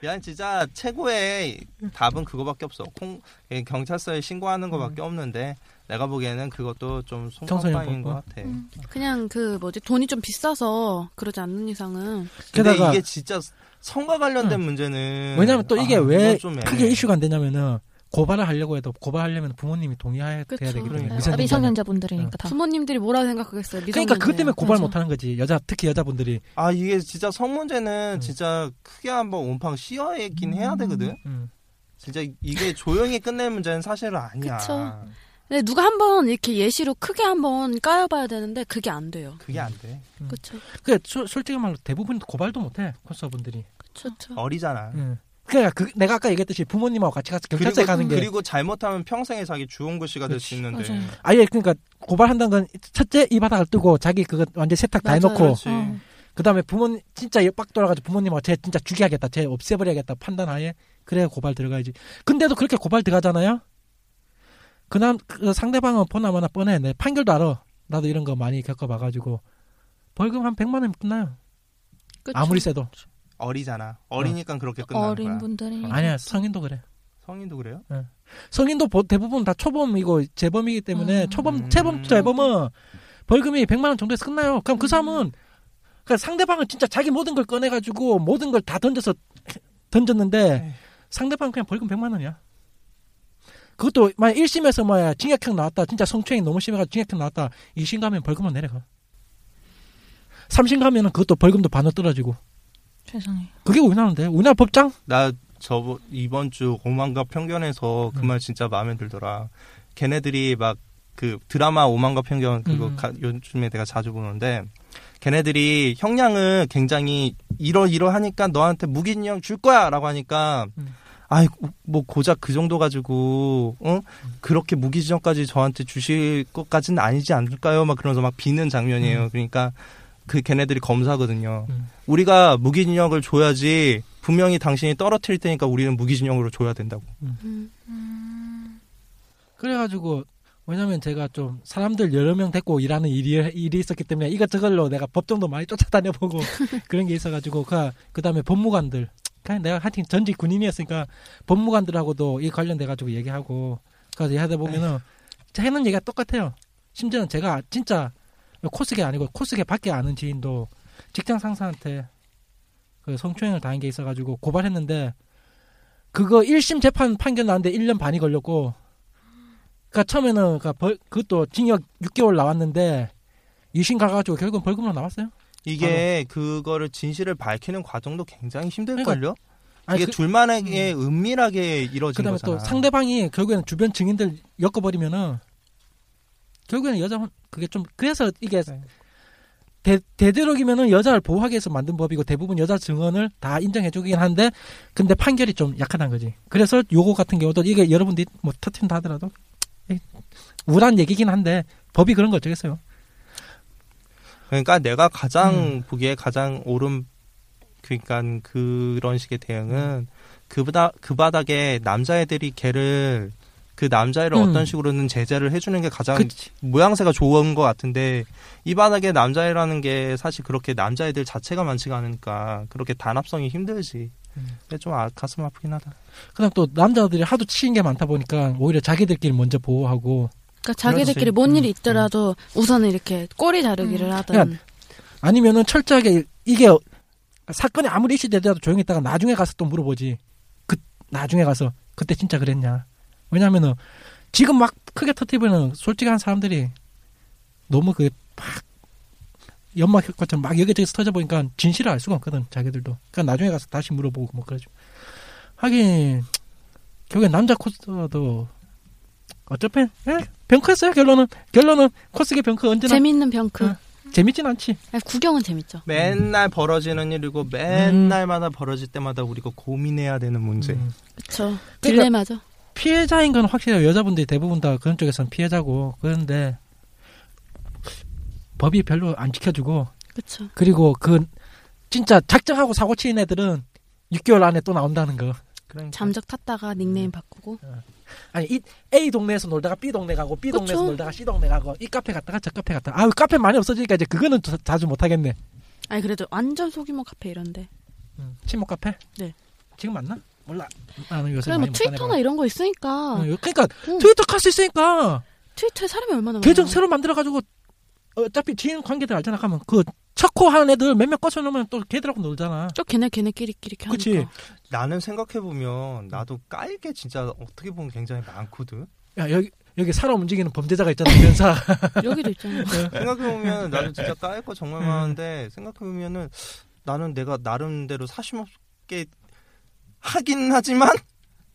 Speaker 7: 미안 진짜 최고의
Speaker 5: 음.
Speaker 7: 답은 그거밖에 없어. 콩 예, 경찰서에 신고하는 거밖에 없는데 내가 보기에는 그것도 좀
Speaker 5: 청소년
Speaker 7: 송방인 것
Speaker 5: 음. 법과? 음.
Speaker 7: 같아.
Speaker 6: 그냥 그 뭐지 돈이 좀 비싸서 그러지 않는 이상은
Speaker 7: 근데
Speaker 5: 게다가- 음.
Speaker 7: 이게 진짜 성과 관련된 문제는
Speaker 5: 왜냐면 또 이게
Speaker 7: 아,
Speaker 5: 왜
Speaker 7: 그건 좀 애매해.
Speaker 5: 크게 이슈가 안 되냐면은 고발을 하려고 해도 고발하려면 부모님이 동의해야
Speaker 6: 그쵸.
Speaker 5: 돼야 되기 때문에
Speaker 7: 그러니까.
Speaker 5: 미성년자는.
Speaker 8: 미성년자분들이니까
Speaker 5: 어.
Speaker 8: 다.
Speaker 6: 부모님들이 뭐라 생각하겠어요.
Speaker 5: 그러니까
Speaker 6: 미성년자예요.
Speaker 5: 그것 때문에 고발
Speaker 8: 맞아.
Speaker 5: 못 하는 거지 여자 특히 여자분들이
Speaker 7: 아 이게 진짜 성 문제는
Speaker 5: 음.
Speaker 7: 진짜 크게 한번 온팡 씌어야긴 해야 되거든.
Speaker 5: 음.
Speaker 7: 진짜 이게 조용히 끝낼 문제는 사실은 아니야.
Speaker 6: 그쵸. 근데 누가 한번 이렇게 예시로 크게 한번 까여봐야 되는데 그게 안 돼요.
Speaker 7: 그게 안 돼.
Speaker 5: 음.
Speaker 6: 그렇죠.
Speaker 5: 그 소- 솔직히 말로 대부분 고발도 못해 콘서분들이
Speaker 6: 그렇죠.
Speaker 7: 어리잖아.
Speaker 5: 음. 그러니까 그- 내가 아까 얘기했듯이 부모님하고 같이 가서 경찰서에 가는 게
Speaker 7: 그리고 잘못하면 평생의 자기 주홍 글씨가 될 수 있는데.
Speaker 8: 맞아요.
Speaker 5: 아예 그러니까 고발한다는 건 첫째 이 바닥을 뜨고 자기 그거 완전 히 세탁 다
Speaker 6: 맞아요.
Speaker 5: 해놓고
Speaker 7: 그렇지.
Speaker 8: 어.
Speaker 5: 그다음에 부모님 진짜 빡 돌아가지고 부모님하고 쟤 진짜 죽여야겠다 쟤 없애버려야겠다 판단하에 그래 고발 들어가야지 근데도 그렇게 고발 들어가잖아요 그남 그 상대방은 보나마나 뻔해 내 판결도 알아 나도 이런 거 많이 겪어봐가지고 벌금 한 100만 원 끝나요
Speaker 6: 그
Speaker 5: 아무리 세도
Speaker 7: 어리잖아. 어리니까 그렇게 끝나는
Speaker 8: 어린
Speaker 7: 거야.
Speaker 8: 분들이.
Speaker 5: 아니야 성인도 그래
Speaker 7: 성인도 그래요?
Speaker 5: 성인도 보- 대부분 다 초범이고 재범이기 때문에
Speaker 8: 음.
Speaker 5: 초범 재범 재범은 벌금이 100만 원 정도에서 끝나요. 그럼 그 사람은 그러니까 상대방은 진짜 자기 모든 걸 꺼내 가지고 모든 걸 다 던져서 던졌는데
Speaker 7: 에이.
Speaker 5: 상대방은 그냥 벌금 100만 원이야. 그것도 만약 1심에서 뭐야 징역형 나왔다. 진짜 성추행이 너무 심해 가지고 징역형 나왔다. 2심 가면 벌금은 내려가. 3심 가면은 그것도 벌금도 반으로 떨어지고.
Speaker 8: 세상에.
Speaker 5: 그게 우리나라인데. 우리나라 법장?
Speaker 7: 나 저 이번 주 오만과 편견에서 그 말 진짜 마음에 들더라. 걔네들이 막 그 드라마 오만과 편견 그거
Speaker 5: 음.
Speaker 7: 가- 요즘에 내가 자주 보는데 걔네들이 형량을 굉장히 이러 이러 하니까 너한테 무기징역 줄 거야라고 하니까
Speaker 5: 음.
Speaker 7: 아이 고- 뭐 고작 그 정도 가지고 어 그렇게 무기징역까지 저한테 주실 것까지는 아니지 않을까요? 막 그러면서 막 비는 장면이에요. 그러니까 그 걔네들이 검사거든요.
Speaker 5: 음.
Speaker 7: 우리가 무기징역을 줘야지 분명히 당신이 떨어뜨릴 테니까 우리는 무기징역으로 줘야 된다고.
Speaker 5: 그래가지고 왜냐면 제가 좀 사람들 여러 명 데리고 일하는 일이, 일이 있었기 때문에 이것저것로 내가 법정도 많이 쫓아다녀보고 그런 게 있어가지고 그 다음에 법무관들 그냥 내가 하여튼 전직 군인이었으니까 법무관들하고도 이 관련돼가지고 얘기하고 그래서 얘기하다 보면은 하는 얘기가 똑같아요 심지어는 제가 진짜 코스게 아니고 코스게 밖에 아는 지인도 직장 상사한테 그 성추행을 당한 게 있어가지고 고발했는데 그거 1심 재판 판결 나는데 1년 반이 걸렸고 그니까 그러니까 처음에는 그니까 벌 그것도 징역 6개월 나왔는데 유신 가가지고 결국은 벌금으로 나왔어요.
Speaker 7: 이게 그거를 진실을 밝히는 과정도 굉장히 힘들걸요.
Speaker 5: 아니,
Speaker 7: 이게
Speaker 5: 그,
Speaker 7: 둘만에게 은밀하게 이루어진
Speaker 5: 그다음에
Speaker 7: 거잖아.
Speaker 5: 또 상대방이 결국에는 주변 증인들 엮어버리면은 결국에는 여자 혼- 그게 좀 그래서 이게
Speaker 7: 네.
Speaker 5: 대, 되도록이면은 여자를 보호하기 위해서 만든 법이고 대부분 여자 증언을 다 인정해주긴 한데 근데 판결이 좀 약하단 거지. 그래서 요거 같은 경우도 이게 여러분들이 뭐 터튼다 하더라도 에이, 우울한 얘기긴 한데 법이 그런 거 어쩌겠어요.
Speaker 7: 그러니까 내가 가장
Speaker 5: 음.
Speaker 7: 보기에 가장 옳은 그러니까 그런 식의 대응은 그보다 그 바닥에 남자애들이 걔를 그 남자애를
Speaker 5: 음.
Speaker 7: 어떤 식으로는 제재를 해주는 게 가장
Speaker 5: 그치.
Speaker 7: 모양새가 좋은 것 같은데 이 바닥에 남자애라는 게 사실 그렇게 남자애들 자체가 많지가 않으니까 그렇게 단합성이 힘들지. 근데 좀 아, 가슴 아프긴 하다.
Speaker 5: 음. 그다음 또 남자들이 하도 치인 게 많다 보니까 오히려 자기들끼리 먼저 보호하고
Speaker 6: 그러니까 자기들끼리
Speaker 7: 그렇지.
Speaker 6: 뭔 일이
Speaker 7: 음,
Speaker 6: 있더라도 우선은 이렇게 꼬리 자르기를 하든.
Speaker 5: 그러니까 아니면은 철저하게 이게 어- 사건이 아무리 이슈되더라도 조용히 있다가 나중에 가서 또 물어보지. 그 나중에 가서 그때 진짜 그랬냐. 왜냐면은 지금 막 크게 터트리면 솔직한 사람들이 너무 그 막 연막 효과처럼 막 여기저기서 터져 보니까 진실을 알 수가 없거든 자기들도. 그러니까 나중에 가서 다시 물어보고 뭐 그러죠. 하긴 결국엔 남자 코스도 어차피 예? 병크였어요 결론은 결론은 코스계 병크 언제나
Speaker 6: 재밌는 병크. 그,
Speaker 5: 음. 재밌진 않지.
Speaker 6: 아니, 구경은 재밌죠.
Speaker 7: 맨날 벌어지는 일이고
Speaker 5: 음.
Speaker 7: 맨날마다 벌어질 때마다 우리가 고민해야 되는 문제.
Speaker 5: 음.
Speaker 6: 그렇죠.
Speaker 5: 그러니까-
Speaker 6: 딜레마죠.
Speaker 5: 피해자인 건 확실해요. 여자분들이 대부분 다 그런 쪽에서는 피해자고 그런데 법이 별로 안 지켜주고
Speaker 6: 그렇죠.
Speaker 5: 그리고 그 진짜 작정하고 사고 치는 애들은 6개월 안에 또 나온다는 거.
Speaker 7: 그러니까
Speaker 6: 잠적 탔다가
Speaker 5: 음.
Speaker 6: 닉네임 바꾸고.
Speaker 5: 아니 이 A 동네에서 놀다가 B 동네 가고 B 동네에서
Speaker 6: 그쵸.
Speaker 5: 놀다가 C 동네 가고 이 카페 갔다가 저 카페 갔다가 아유 카페 많이 없어지니까 이제 그거는 자- 자주 못 하겠네.
Speaker 6: 아니 그래도 완전 소규모 카페 이런데.
Speaker 5: 친목 카페?
Speaker 6: 음. 네.
Speaker 5: 지금 맞나? 몰라. 나는 요새
Speaker 6: 그래
Speaker 5: 많이
Speaker 6: 뭐
Speaker 5: 못
Speaker 6: 트위터나
Speaker 5: 다녀봐서.
Speaker 6: 이런 거 있으니까
Speaker 5: 어, 그러니까
Speaker 6: 응.
Speaker 5: 트위터 갈 수 있으니까
Speaker 6: 트위터에 사람이 얼마나 많아요.
Speaker 5: 계정 새로 만들어가지고 어차피 지인 관계들 알잖아 하면 그 척호 하는 애들 몇몇 꺼쳐놓으면 또 걔들하고 놀잖아
Speaker 6: 또 걔네 걔네끼리끼리 이렇게
Speaker 5: 그치.
Speaker 6: 하니까.
Speaker 7: 나는 생각해 보면 나도 깔게 진짜 어떻게 보면 굉장히 많거든.
Speaker 5: 야 여기 여기 사람 움직이는 범죄자가 있잖아 변사
Speaker 6: 여기도 있잖아요.
Speaker 7: 생각해 보면
Speaker 6: 네.
Speaker 7: 나도 진짜 깔 거 정말 많은데 생각해 보면은 나는 내가 나름대로 사심없게 하긴 하지만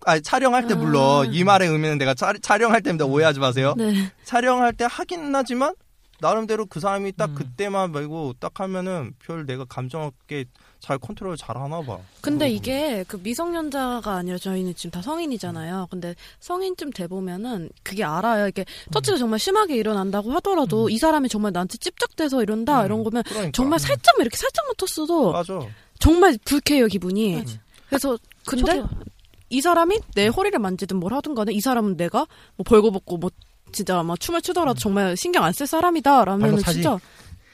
Speaker 7: 아니 촬영할 때
Speaker 6: 아.
Speaker 7: 물론 이 말의 의미는 내가 촬- 촬영할 때입니다 오해하지 마세요.
Speaker 6: 네.
Speaker 7: 촬영할 때 하긴 하지만 나름대로 그 사람이 딱
Speaker 5: 음.
Speaker 7: 그때만 말고 딱 하면은 별 내가 감정 없게 잘 컨트롤 잘 하나 봐.
Speaker 6: 근데
Speaker 5: 음.
Speaker 7: 그러고
Speaker 6: 이게 그 미성년자가 아니라 저희는 지금 다
Speaker 5: 음.
Speaker 6: 성인이잖아요. 근데 성인쯤 돼 보면은 그게 알아요. 이게
Speaker 5: 음.
Speaker 6: 터치가 정말 심하게 일어난다고 하더라도 이 사람이 정말 나한테 찝쩍대서 이런다
Speaker 7: 음.
Speaker 6: 이런 거면
Speaker 7: 보면. 그러니까.
Speaker 6: 정말 살짝만 이렇게 살짝만 쳤어도
Speaker 7: 맞아.
Speaker 6: 정말 불쾌해요 기분이.
Speaker 7: 맞아.
Speaker 6: 그래서 근데 이 사람이 내 허리를 만지든 뭘 하든 간에 이 사람은 내가 뭐 벌거벗고 뭐 진짜 막 춤을 추더라도 정말 신경 안 쓸 사람이다라면
Speaker 5: 음. 발로
Speaker 6: 은
Speaker 5: 차지.
Speaker 6: 진짜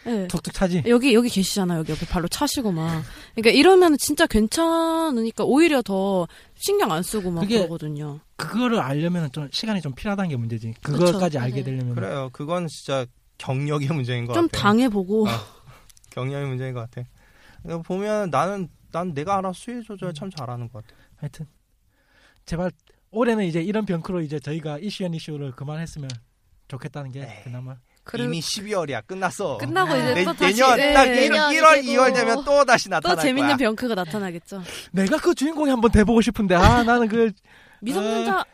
Speaker 6: 예.
Speaker 5: 툭툭 차지
Speaker 6: 여기 여기 계시잖아 여기 옆에 발로 차시고 막 그러니까 이러면 진짜 괜찮으니까 오히려 더 신경 안 쓰고 막
Speaker 5: 그게-
Speaker 6: 그러거든요.
Speaker 5: 그거를 알려면 좀 시간이 좀 필요하다는 게 문제지 네. 그거까지
Speaker 8: 그쵸,
Speaker 5: 알게
Speaker 8: 맞아요.
Speaker 5: 되려면
Speaker 7: 그래요. 그건 진짜 경력의 문제인 것
Speaker 6: 좀
Speaker 7: 같아요.
Speaker 6: 당해보고
Speaker 7: 아. 경력의 문제인 것 같아. 이거 보면 나는 난 내가 알아 수위 조절 참 잘하는 것 같아.
Speaker 5: 하여튼 제발 올해는 이제 이런 병크로 이제 저희가 이슈앤 이슈를 그만했으면 좋겠다는 게
Speaker 7: 에이.
Speaker 5: 그나마
Speaker 7: 이미 12월이야 끝났어.
Speaker 6: 끝나고
Speaker 7: 내,
Speaker 6: 이제 또 다시
Speaker 7: 내년
Speaker 6: 예,
Speaker 7: 딱
Speaker 6: 예.
Speaker 7: 1월,
Speaker 8: 네. 내년이
Speaker 7: 1월
Speaker 8: 되고.
Speaker 7: 2월 되면 또 다시
Speaker 6: 또
Speaker 7: 나타날
Speaker 6: 재밌는
Speaker 7: 거야.
Speaker 6: 병크가 나타나겠죠.
Speaker 5: 내가 그 주인공이 한번 돼보고 싶은데 아 나는 그
Speaker 7: 아.
Speaker 6: 미성년자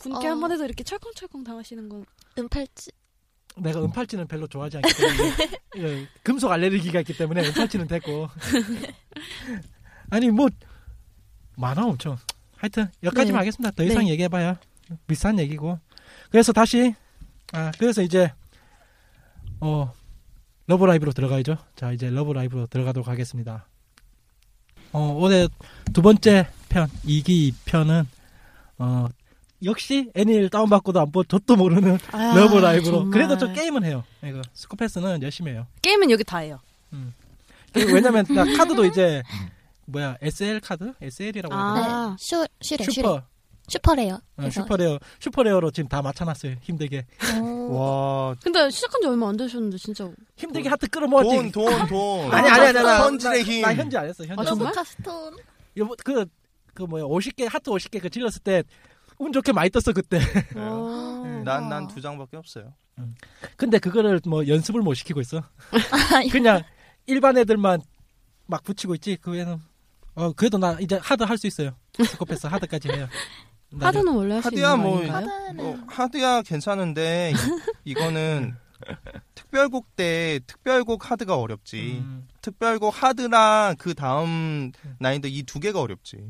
Speaker 6: 분께
Speaker 8: 어.
Speaker 6: 한번 해서 이렇게 철컹철컹 당하시는 건
Speaker 8: 은팔찌.
Speaker 5: 내가 은팔찌는 별로 좋아하지 않기 때문에 예, 금속 알레르기가 있기 때문에 은팔찌는 됐고 아니 뭐 많아 엄청 하여튼 여기까지만
Speaker 6: 네.
Speaker 5: 하겠습니다 더 이상 얘기해봐야 비싼 얘기고 그래서 다시 아 그래서 이제 어 러브라이브로 들어가야죠 자 이제 러브라이브로 들어가도록 하겠습니다 어 올해 두 번째 편 2기 2편은 어 역시 애니를 다운받고도 안 보, 저도 모르는
Speaker 6: 아,
Speaker 5: 러브라이브로.
Speaker 6: 정말.
Speaker 5: 그래도 저 게임은 해요. 이거 스코패스는 열심히 해요.
Speaker 6: 게임은 여기 다 해요.
Speaker 5: 게임 왜냐면 나 카드도 이제 뭐야 SL 카드? SL이라고
Speaker 6: 아.
Speaker 8: 네. 슈, 슈레, 슈레.
Speaker 5: 슈퍼
Speaker 8: 슈퍼래요.
Speaker 5: 어, 슈퍼레어 슈퍼레어로 지금 다 맞춰놨어요. 힘들게
Speaker 8: 오.
Speaker 7: 와,
Speaker 6: 근데 시작한 지 얼마 안 되셨는데 진짜
Speaker 5: 힘들게 하트 끌어모았지.
Speaker 7: 돈, 돈, 돈.
Speaker 5: 아니 아니 아니 나- 나-
Speaker 7: 선질의 힘.
Speaker 5: 나 현지 안 했어. 현지.
Speaker 6: 아, 정말?
Speaker 8: 카스톤.
Speaker 5: 요번 그그 뭐야 50개 하트 50개 그 찔렀을 때 운 좋게 많이 떴어 그때.
Speaker 6: 어.
Speaker 7: 난난 두 장밖에 없어요.
Speaker 5: 근데 그거를 뭐 연습을 못 시키고 있어. 그냥 일반 애들만 막 붙이고 있지. 그 외에는 어 그래도 나 이제 하드 할 수 있어요. 스코패스 하드까지 해요. 나중에.
Speaker 6: 하드는 원래 할 수
Speaker 7: 하드야,
Speaker 6: 있는 거
Speaker 7: 뭐.
Speaker 6: 아닌가요?
Speaker 8: 네,
Speaker 7: 어,
Speaker 8: 음.
Speaker 7: 하드야 괜찮은데 이- 이거는 특별곡 때 특별곡 하드가 어렵지.
Speaker 5: 음.
Speaker 7: 특별곡 하드랑 그 다음 난이도 이 두 개가 어렵지.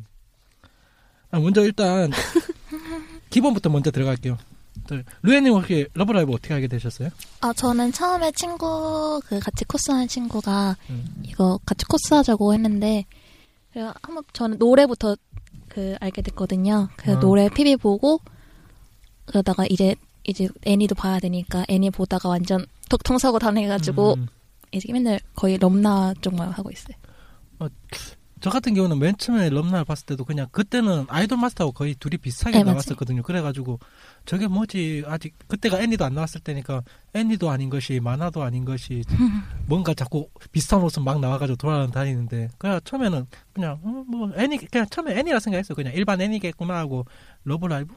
Speaker 5: 아, 먼저 일단 기본부터 먼저 들어갈게요. 저, 루에님 혹시 러브라이브 어떻게 하게 되셨어요?
Speaker 8: 아, 저는 처음에 친구, 그 같이 코스하는 친구가
Speaker 5: 음.
Speaker 8: 이거 같이 코스하자고 했는데, 그래서 한번 저는 노래부터 그 알게 됐거든요. 그
Speaker 5: 아.
Speaker 8: 노래 PV 보고, 그러다가 이제, 이제 애니도 봐야 되니까 애니 보다가 완전 덕통사고 다녀가지고,
Speaker 5: 음.
Speaker 8: 이제 맨날 거의 럼나 쪽만 하고 있어요.
Speaker 5: 저 같은 경우는 맨 처음에 럼날 봤을 때도 그냥 그때는 아이돌 마스터하고 거의 둘이 비슷하게
Speaker 8: 네, 맞아요.
Speaker 5: 나왔었거든요. 그래가지고 저게 뭐지 아직 그때가 애니도 안 나왔을 때니까 애니도 아닌 것이 만화도 아닌 것이 뭔가 자꾸 비슷한 옷은 막 나와가지고 돌아다니는데 그냥 처음에는 그냥 음, 뭐 애니 그냥 처음에 애니라 생각했어 요 그냥 일반 애니겠구나 하고 러브라이브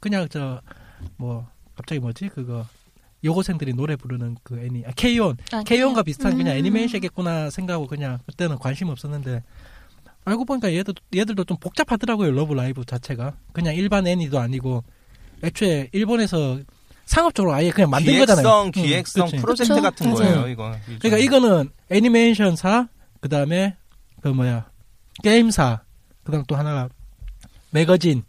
Speaker 5: 그냥 저 뭐 갑자기 뭐지 그거 여고생들이 노래 부르는 그 애니 아, 케이온
Speaker 8: 아,
Speaker 5: K-ON과 비슷한 그냥
Speaker 8: 음.
Speaker 5: 애니메이션이겠구나 생각하고 그냥 그때는 관심 없었는데 알고 보니까 얘들 얘들도 좀 복잡하더라고요 러브 라이브 자체가 그냥 일반 애니도 아니고 애초에 일본에서 상업적으로 아예 그냥 만든 거잖아요.
Speaker 7: 기획성,
Speaker 5: 응,
Speaker 7: 기획성
Speaker 5: 그치.
Speaker 7: 프로젝트
Speaker 8: 그쵸?
Speaker 7: 같은
Speaker 8: 맞아요.
Speaker 7: 거예요, 이거.
Speaker 5: 그러니까 이거는 애니메이션사 그다음에 그 뭐야 게임사 그다음 또 하나가 매거진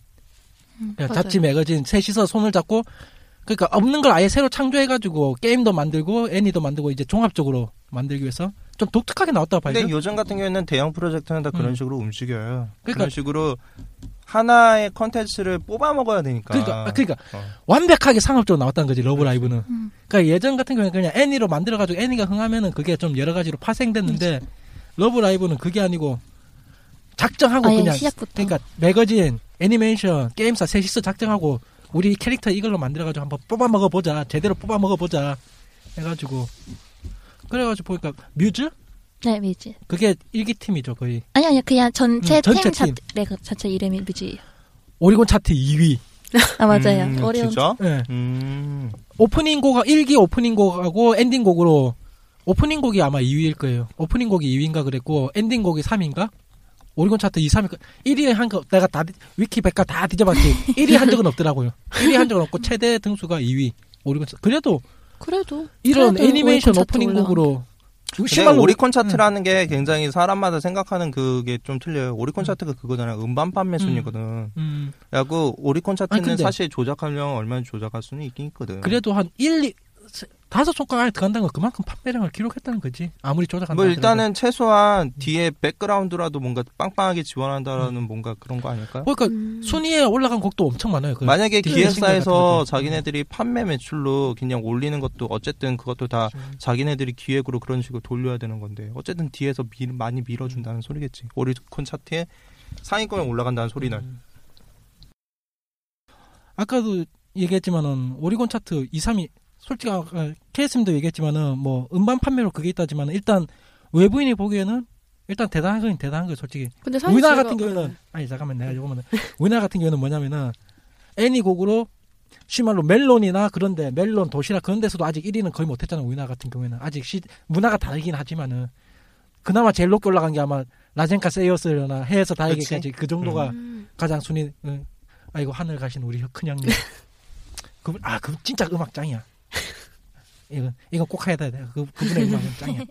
Speaker 8: 음,
Speaker 5: 예,
Speaker 6: 맞아요.
Speaker 5: 잡지 매거진 셋이서 손을 잡고 그러니까 없는 걸 아예 새로 창조해가지고 게임도 만들고 애니도 만들고 이제 종합적으로 만들기 위해서 좀 독특하게 나왔다고 봐야
Speaker 7: 근데
Speaker 5: 돼요.
Speaker 7: 요즘 같은 경우에는 대형 프로젝트는 다 그런
Speaker 5: 음.
Speaker 7: 식으로 움직여요. 그런
Speaker 5: 그러니까-
Speaker 7: 식으로 하나의 컨텐츠를 뽑아 먹어야 되니까.
Speaker 5: 그러니까 아, 그러니까
Speaker 7: 어.
Speaker 5: 완벽하게 상업적으로 나왔다는 거지 러브라이브는.
Speaker 8: 음.
Speaker 5: 그러니까 예전 같은 경우는 그냥 애니로 만들어가지고 애니가 흥하면은 그게 좀 여러 가지로
Speaker 8: 그렇죠.
Speaker 5: 파생됐는데 러브라이브는 그게 아니고 작정하고
Speaker 8: 아예
Speaker 5: 그냥
Speaker 8: 시작부터.
Speaker 5: 그러니까 매거진, 애니메이션, 게임사 셋이서 작정하고 우리 캐릭터 이걸로 만들어가지고 한번 뽑아 먹어보자 제대로 뽑아 먹어보자 해가지고 그래가지고 보니까 뮤즈
Speaker 8: 네, 뮤즈.
Speaker 5: 그게 일기 팀이죠 거의
Speaker 8: 아니 아니 그냥 전체
Speaker 5: 음, 전체
Speaker 8: 팀, 자,
Speaker 5: 팀.
Speaker 8: 네, 그 자체 이름이 뮤즈예요.
Speaker 5: 오리곤 차트 2위.
Speaker 8: 아 맞아요.
Speaker 7: 음,
Speaker 8: 어려운.
Speaker 7: 진짜?
Speaker 5: 예.
Speaker 7: 음.
Speaker 5: 오프닝 곡, 1기 오프닝 곡하고 엔딩 곡으로, 오프닝 곡이 아마 2위일 거예요. 오프닝 곡이 2위인가 그랬고, 엔딩 곡이 3위인가? 오리곤 차트 2, 3위, 1위 한 거, 내가 다, 뒤- 위키 백과 다 뒤져봤지. 1위 한 적은 없더라고요. 1위 한 적은 없고, 최대 등수가 2위. 오리곤 차트. 그래도,
Speaker 6: 그래도
Speaker 5: 이런
Speaker 6: 그래도
Speaker 5: 애니메이션
Speaker 6: 오리콘 차트
Speaker 5: 오프닝
Speaker 6: 올라간
Speaker 5: 곡으로,
Speaker 7: 근데
Speaker 5: 심할로 음.
Speaker 7: 오리콘 차트라는 게 굉장히 사람마다 생각하는 그게 좀 틀려요. 오리콘 차트가 그거잖아요. 음반 판매 순위거든.
Speaker 5: 음,
Speaker 7: 그래갖고 오리콘 차트는
Speaker 5: 아니, 근데-
Speaker 7: 사실 조작하려면 얼마나 조작할 수는 있긴 있거든.
Speaker 5: 그래도 한 1, 2, 다섯 손가락 안에 들어간다는 건 그만큼 판매량을 기록했다는 거지. 아무리 조작한다.
Speaker 7: 뭐
Speaker 5: 하더라도.
Speaker 7: 일단은
Speaker 5: 음.
Speaker 7: 최소한 뒤에 백그라운드라도 뭔가 빵빵하게 지원한다라는 뭔가 그런 거 아닐까요?
Speaker 5: 그러니까,
Speaker 6: 음.
Speaker 5: 순위에 올라간 곡도 엄청 많아요. 그
Speaker 7: 만약에
Speaker 5: 그
Speaker 7: 기획사에서
Speaker 5: 신기하다. 음.
Speaker 7: 자기네들이 판매 매출로 그냥 올리는 것도 어쨌든 그것도 다 자기네들이 기획으로 그런 식으로 돌려야 되는 건데 어쨌든 뒤에서 밀- 많이
Speaker 5: 음.
Speaker 7: 밀어준다는 소리겠지 오리콘 차트에 상위권에 올라간다는 소리는
Speaker 5: 음. 아까도 얘기했지만은 오리곤 차트 2, 3위 솔직히 케이스님도 얘기했지만은 뭐 음반 판매로 그게 있다지만 일단 외부인이 보기에는 일단 대단한 건 대단한 거예요 솔직히
Speaker 6: 근데 사실
Speaker 5: 우리나라
Speaker 6: 제가-
Speaker 5: 같은 경우는 네. 아니 잠깐만 내가 요거만 우리나라 같은 경우는 뭐냐면은 애니 곡으로 심말로 멜론이나 그런데 멜론 도시락 그런 데서도 아직 1위는 거의 못했잖아요 우리나라 같은 경우에는 아직 시, 문화가 다르긴 하지만은 그나마 제일 높게 올라간 게 아마 라젠카 세이어스나 해에서 다에게까지 그 정도가
Speaker 6: 음.
Speaker 5: 가장 순위 응. 어, 아이고 하늘 가신 우리 큰 형님 그, 아, 그 진짜 음악 짱이야 이건 이건 꼭 해야 돼 그, 그분의 음악은 짱이야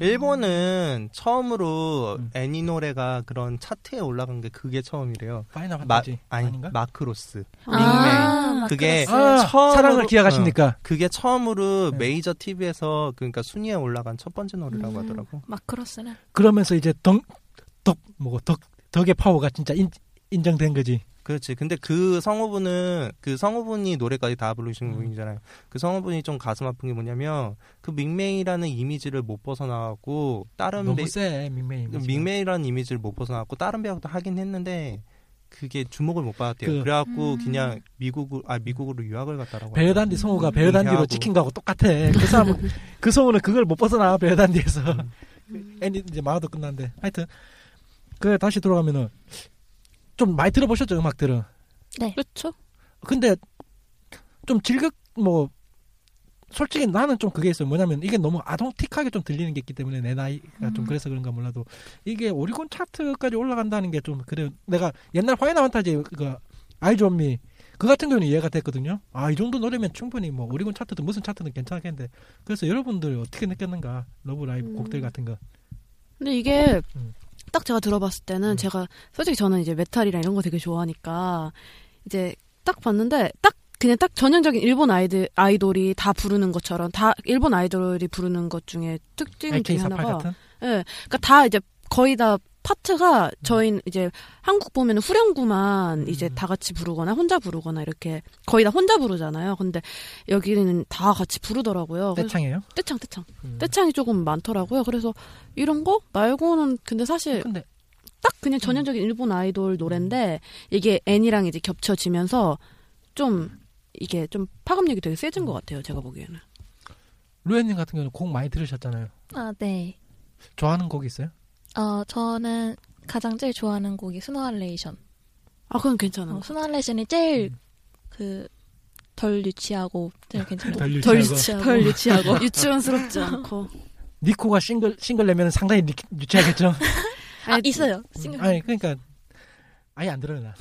Speaker 7: 일본은 처음으로
Speaker 5: 음.
Speaker 7: 애니 노래가 그런 차트에 올라간 게 그게 처음이래요
Speaker 5: 파이널
Speaker 7: 마,
Speaker 5: 판타지
Speaker 7: 아니
Speaker 5: 아닌가?
Speaker 7: 마크로스
Speaker 8: 아,
Speaker 7: 그게
Speaker 5: 아,
Speaker 7: 처음으로- 어,
Speaker 5: 사랑을 기약하십니까
Speaker 7: 그게 처음으로
Speaker 5: 네.
Speaker 7: 메이저 TV에서 그러니까 순위에 올라간 첫 번째 노래라고
Speaker 6: 음.
Speaker 7: 하더라고
Speaker 6: 마크로스는
Speaker 5: 그러면서 이제 덕덕 뭐고 덕 덕의 파워가 진짜 인, 인정된 거지
Speaker 7: 그렇지. 근데 그 성우분은 그 성우분이 노래까지 다 부르시는
Speaker 5: 음.
Speaker 7: 분이잖아요. 그 성우분이 좀 가슴 아픈 게 뭐냐면 그 밍맹이라는 이미지를 못 벗어나고 다른
Speaker 5: 너무
Speaker 7: 배-
Speaker 5: 세 밍맹이
Speaker 7: 그 밍맹이라는 이미지를 못 벗어나고 다른 배역도 하긴 했는데 그게 주목을 못 받았대요.
Speaker 5: 그-
Speaker 7: 그, 래갖고
Speaker 8: 음.
Speaker 7: 그냥 미국으로 아 미국으로 유학을 갔다라고. 하더라고요.
Speaker 5: 베르단디 성우가
Speaker 7: 음.
Speaker 5: 베르단디로
Speaker 7: 은퇴하고.
Speaker 5: 찍힌 거하고 똑같아 그 사람은 그 성우는 그걸 못 벗어나 베르단디에서
Speaker 7: 음.
Speaker 5: 그 애니 이제 만화도 끝났는데 하여튼 그 다시 돌아가면은 좀 많이 들어보셨죠 음악들은
Speaker 6: 그렇죠.
Speaker 5: 근데 좀 즐겁 뭐 솔직히 나는 좀 그게 있어요. 뭐냐면 이게 너무 아동틱하게 좀 들리는 게 있기 때문에 내 나이가
Speaker 6: 음.
Speaker 5: 좀 그래서 그런가 몰라도 이게 오리콘 차트까지 올라간다는 게 좀 그래. 요 내가 옛날 파이널 판타지 그 아이즈원미 그 같은 경우는 이해가 됐거든요. 아 이 정도 노래면 충분히 뭐 오리콘 차트든 무슨 차트든 괜찮겠는데 그래서 여러분들 어떻게 느꼈는가 러브 라이브
Speaker 6: 음.
Speaker 5: 곡들 같은 거.
Speaker 6: 근데 이게
Speaker 5: 음.
Speaker 6: 딱 제가 들어봤을 때는
Speaker 5: 음.
Speaker 6: 제가 솔직히 저는 이제 메탈이랑 이런 거 되게 좋아하니까 이제 딱 봤는데 딱 그냥 딱 전형적인 일본 아이들 아이돌이 다 부르는 것처럼 다 일본 아이돌이 부르는 것 중에 특징 중에
Speaker 5: AK48
Speaker 6: 하나가 어,
Speaker 5: 같은.
Speaker 6: 예. 그러니까 다 이제 거의 다 파트가 저희 이제 한국 보면 후렴구만 이제
Speaker 5: 음.
Speaker 6: 다 같이 부르거나 혼자 부르거나 이렇게 거의 다 혼자 부르잖아요. 근데 여기는 다 같이 부르더라고요. 그래서
Speaker 5: 떼창이에요?
Speaker 6: 떼창 떼창
Speaker 5: 음.
Speaker 6: 떼창이 조금 많더라고요. 그래서 이런 거 말고는 근데 음. 사실
Speaker 5: 근데
Speaker 6: 딱 그냥 전형적인 일본 아이돌 노래인데 이게 N이랑 이제 겹쳐지면서 좀 이게 좀 파급력이 되게 세진 것 같아요. 제가 보기에는.
Speaker 5: 루엔님 같은 경우는 곡 많이 들으셨잖아요.
Speaker 8: 아, 네.
Speaker 5: 좋아하는 곡 있어요?
Speaker 8: 어, 저는 가장 제일 좋아하는 곡이 스노할레이션.
Speaker 6: 아 그건 괜찮아.
Speaker 8: 어, 스노할레이션이 제일
Speaker 5: 음.
Speaker 8: 그 덜 유치하고 제일 괜찮아요.
Speaker 6: 덜 유치하고. 아,
Speaker 8: 덜 유치하고.
Speaker 6: 유치원스럽지 않고.
Speaker 5: 니코가 싱글 싱글 내면 상당히 니, 유치하겠죠.
Speaker 8: 아, 있어요. 싱글.
Speaker 5: 아니 그러니까 아예 안 들어요 나.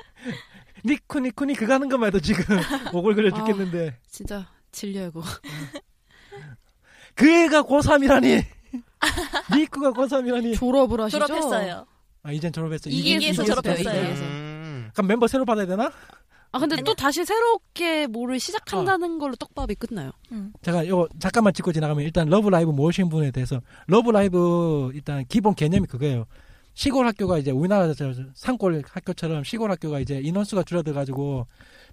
Speaker 5: 니코 니코니 그거 하는 것만 해도 지금
Speaker 8: 어.
Speaker 5: 오글거려
Speaker 6: 아.
Speaker 5: 죽겠는데
Speaker 6: 진짜 질려요 그거.
Speaker 5: 그 애가 고3이라니 니코가 고3이라니
Speaker 6: 예. 졸업을 하시죠?
Speaker 8: 졸업했어요.
Speaker 5: 아 이젠 졸업했어
Speaker 8: 이기에서 졸업했어요.
Speaker 6: 이기에서.
Speaker 7: 음,
Speaker 5: 그럼 멤버 새로 받아야 되나?
Speaker 6: 아 근데 또 다시 새롭게 뭐를 시작한다는 걸로 떡밥이 끝나요.
Speaker 5: 제가 이거 잠깐만 짚고 지나가면 일단 러브라이브 모으신 분에 대해서 러브라이브 일단 기본 개념이 그거예요. 시골 학교가 이제 우리나라 저- 저 산골 학교처럼 시골 학교가 이제 인원수가 줄어들어가지고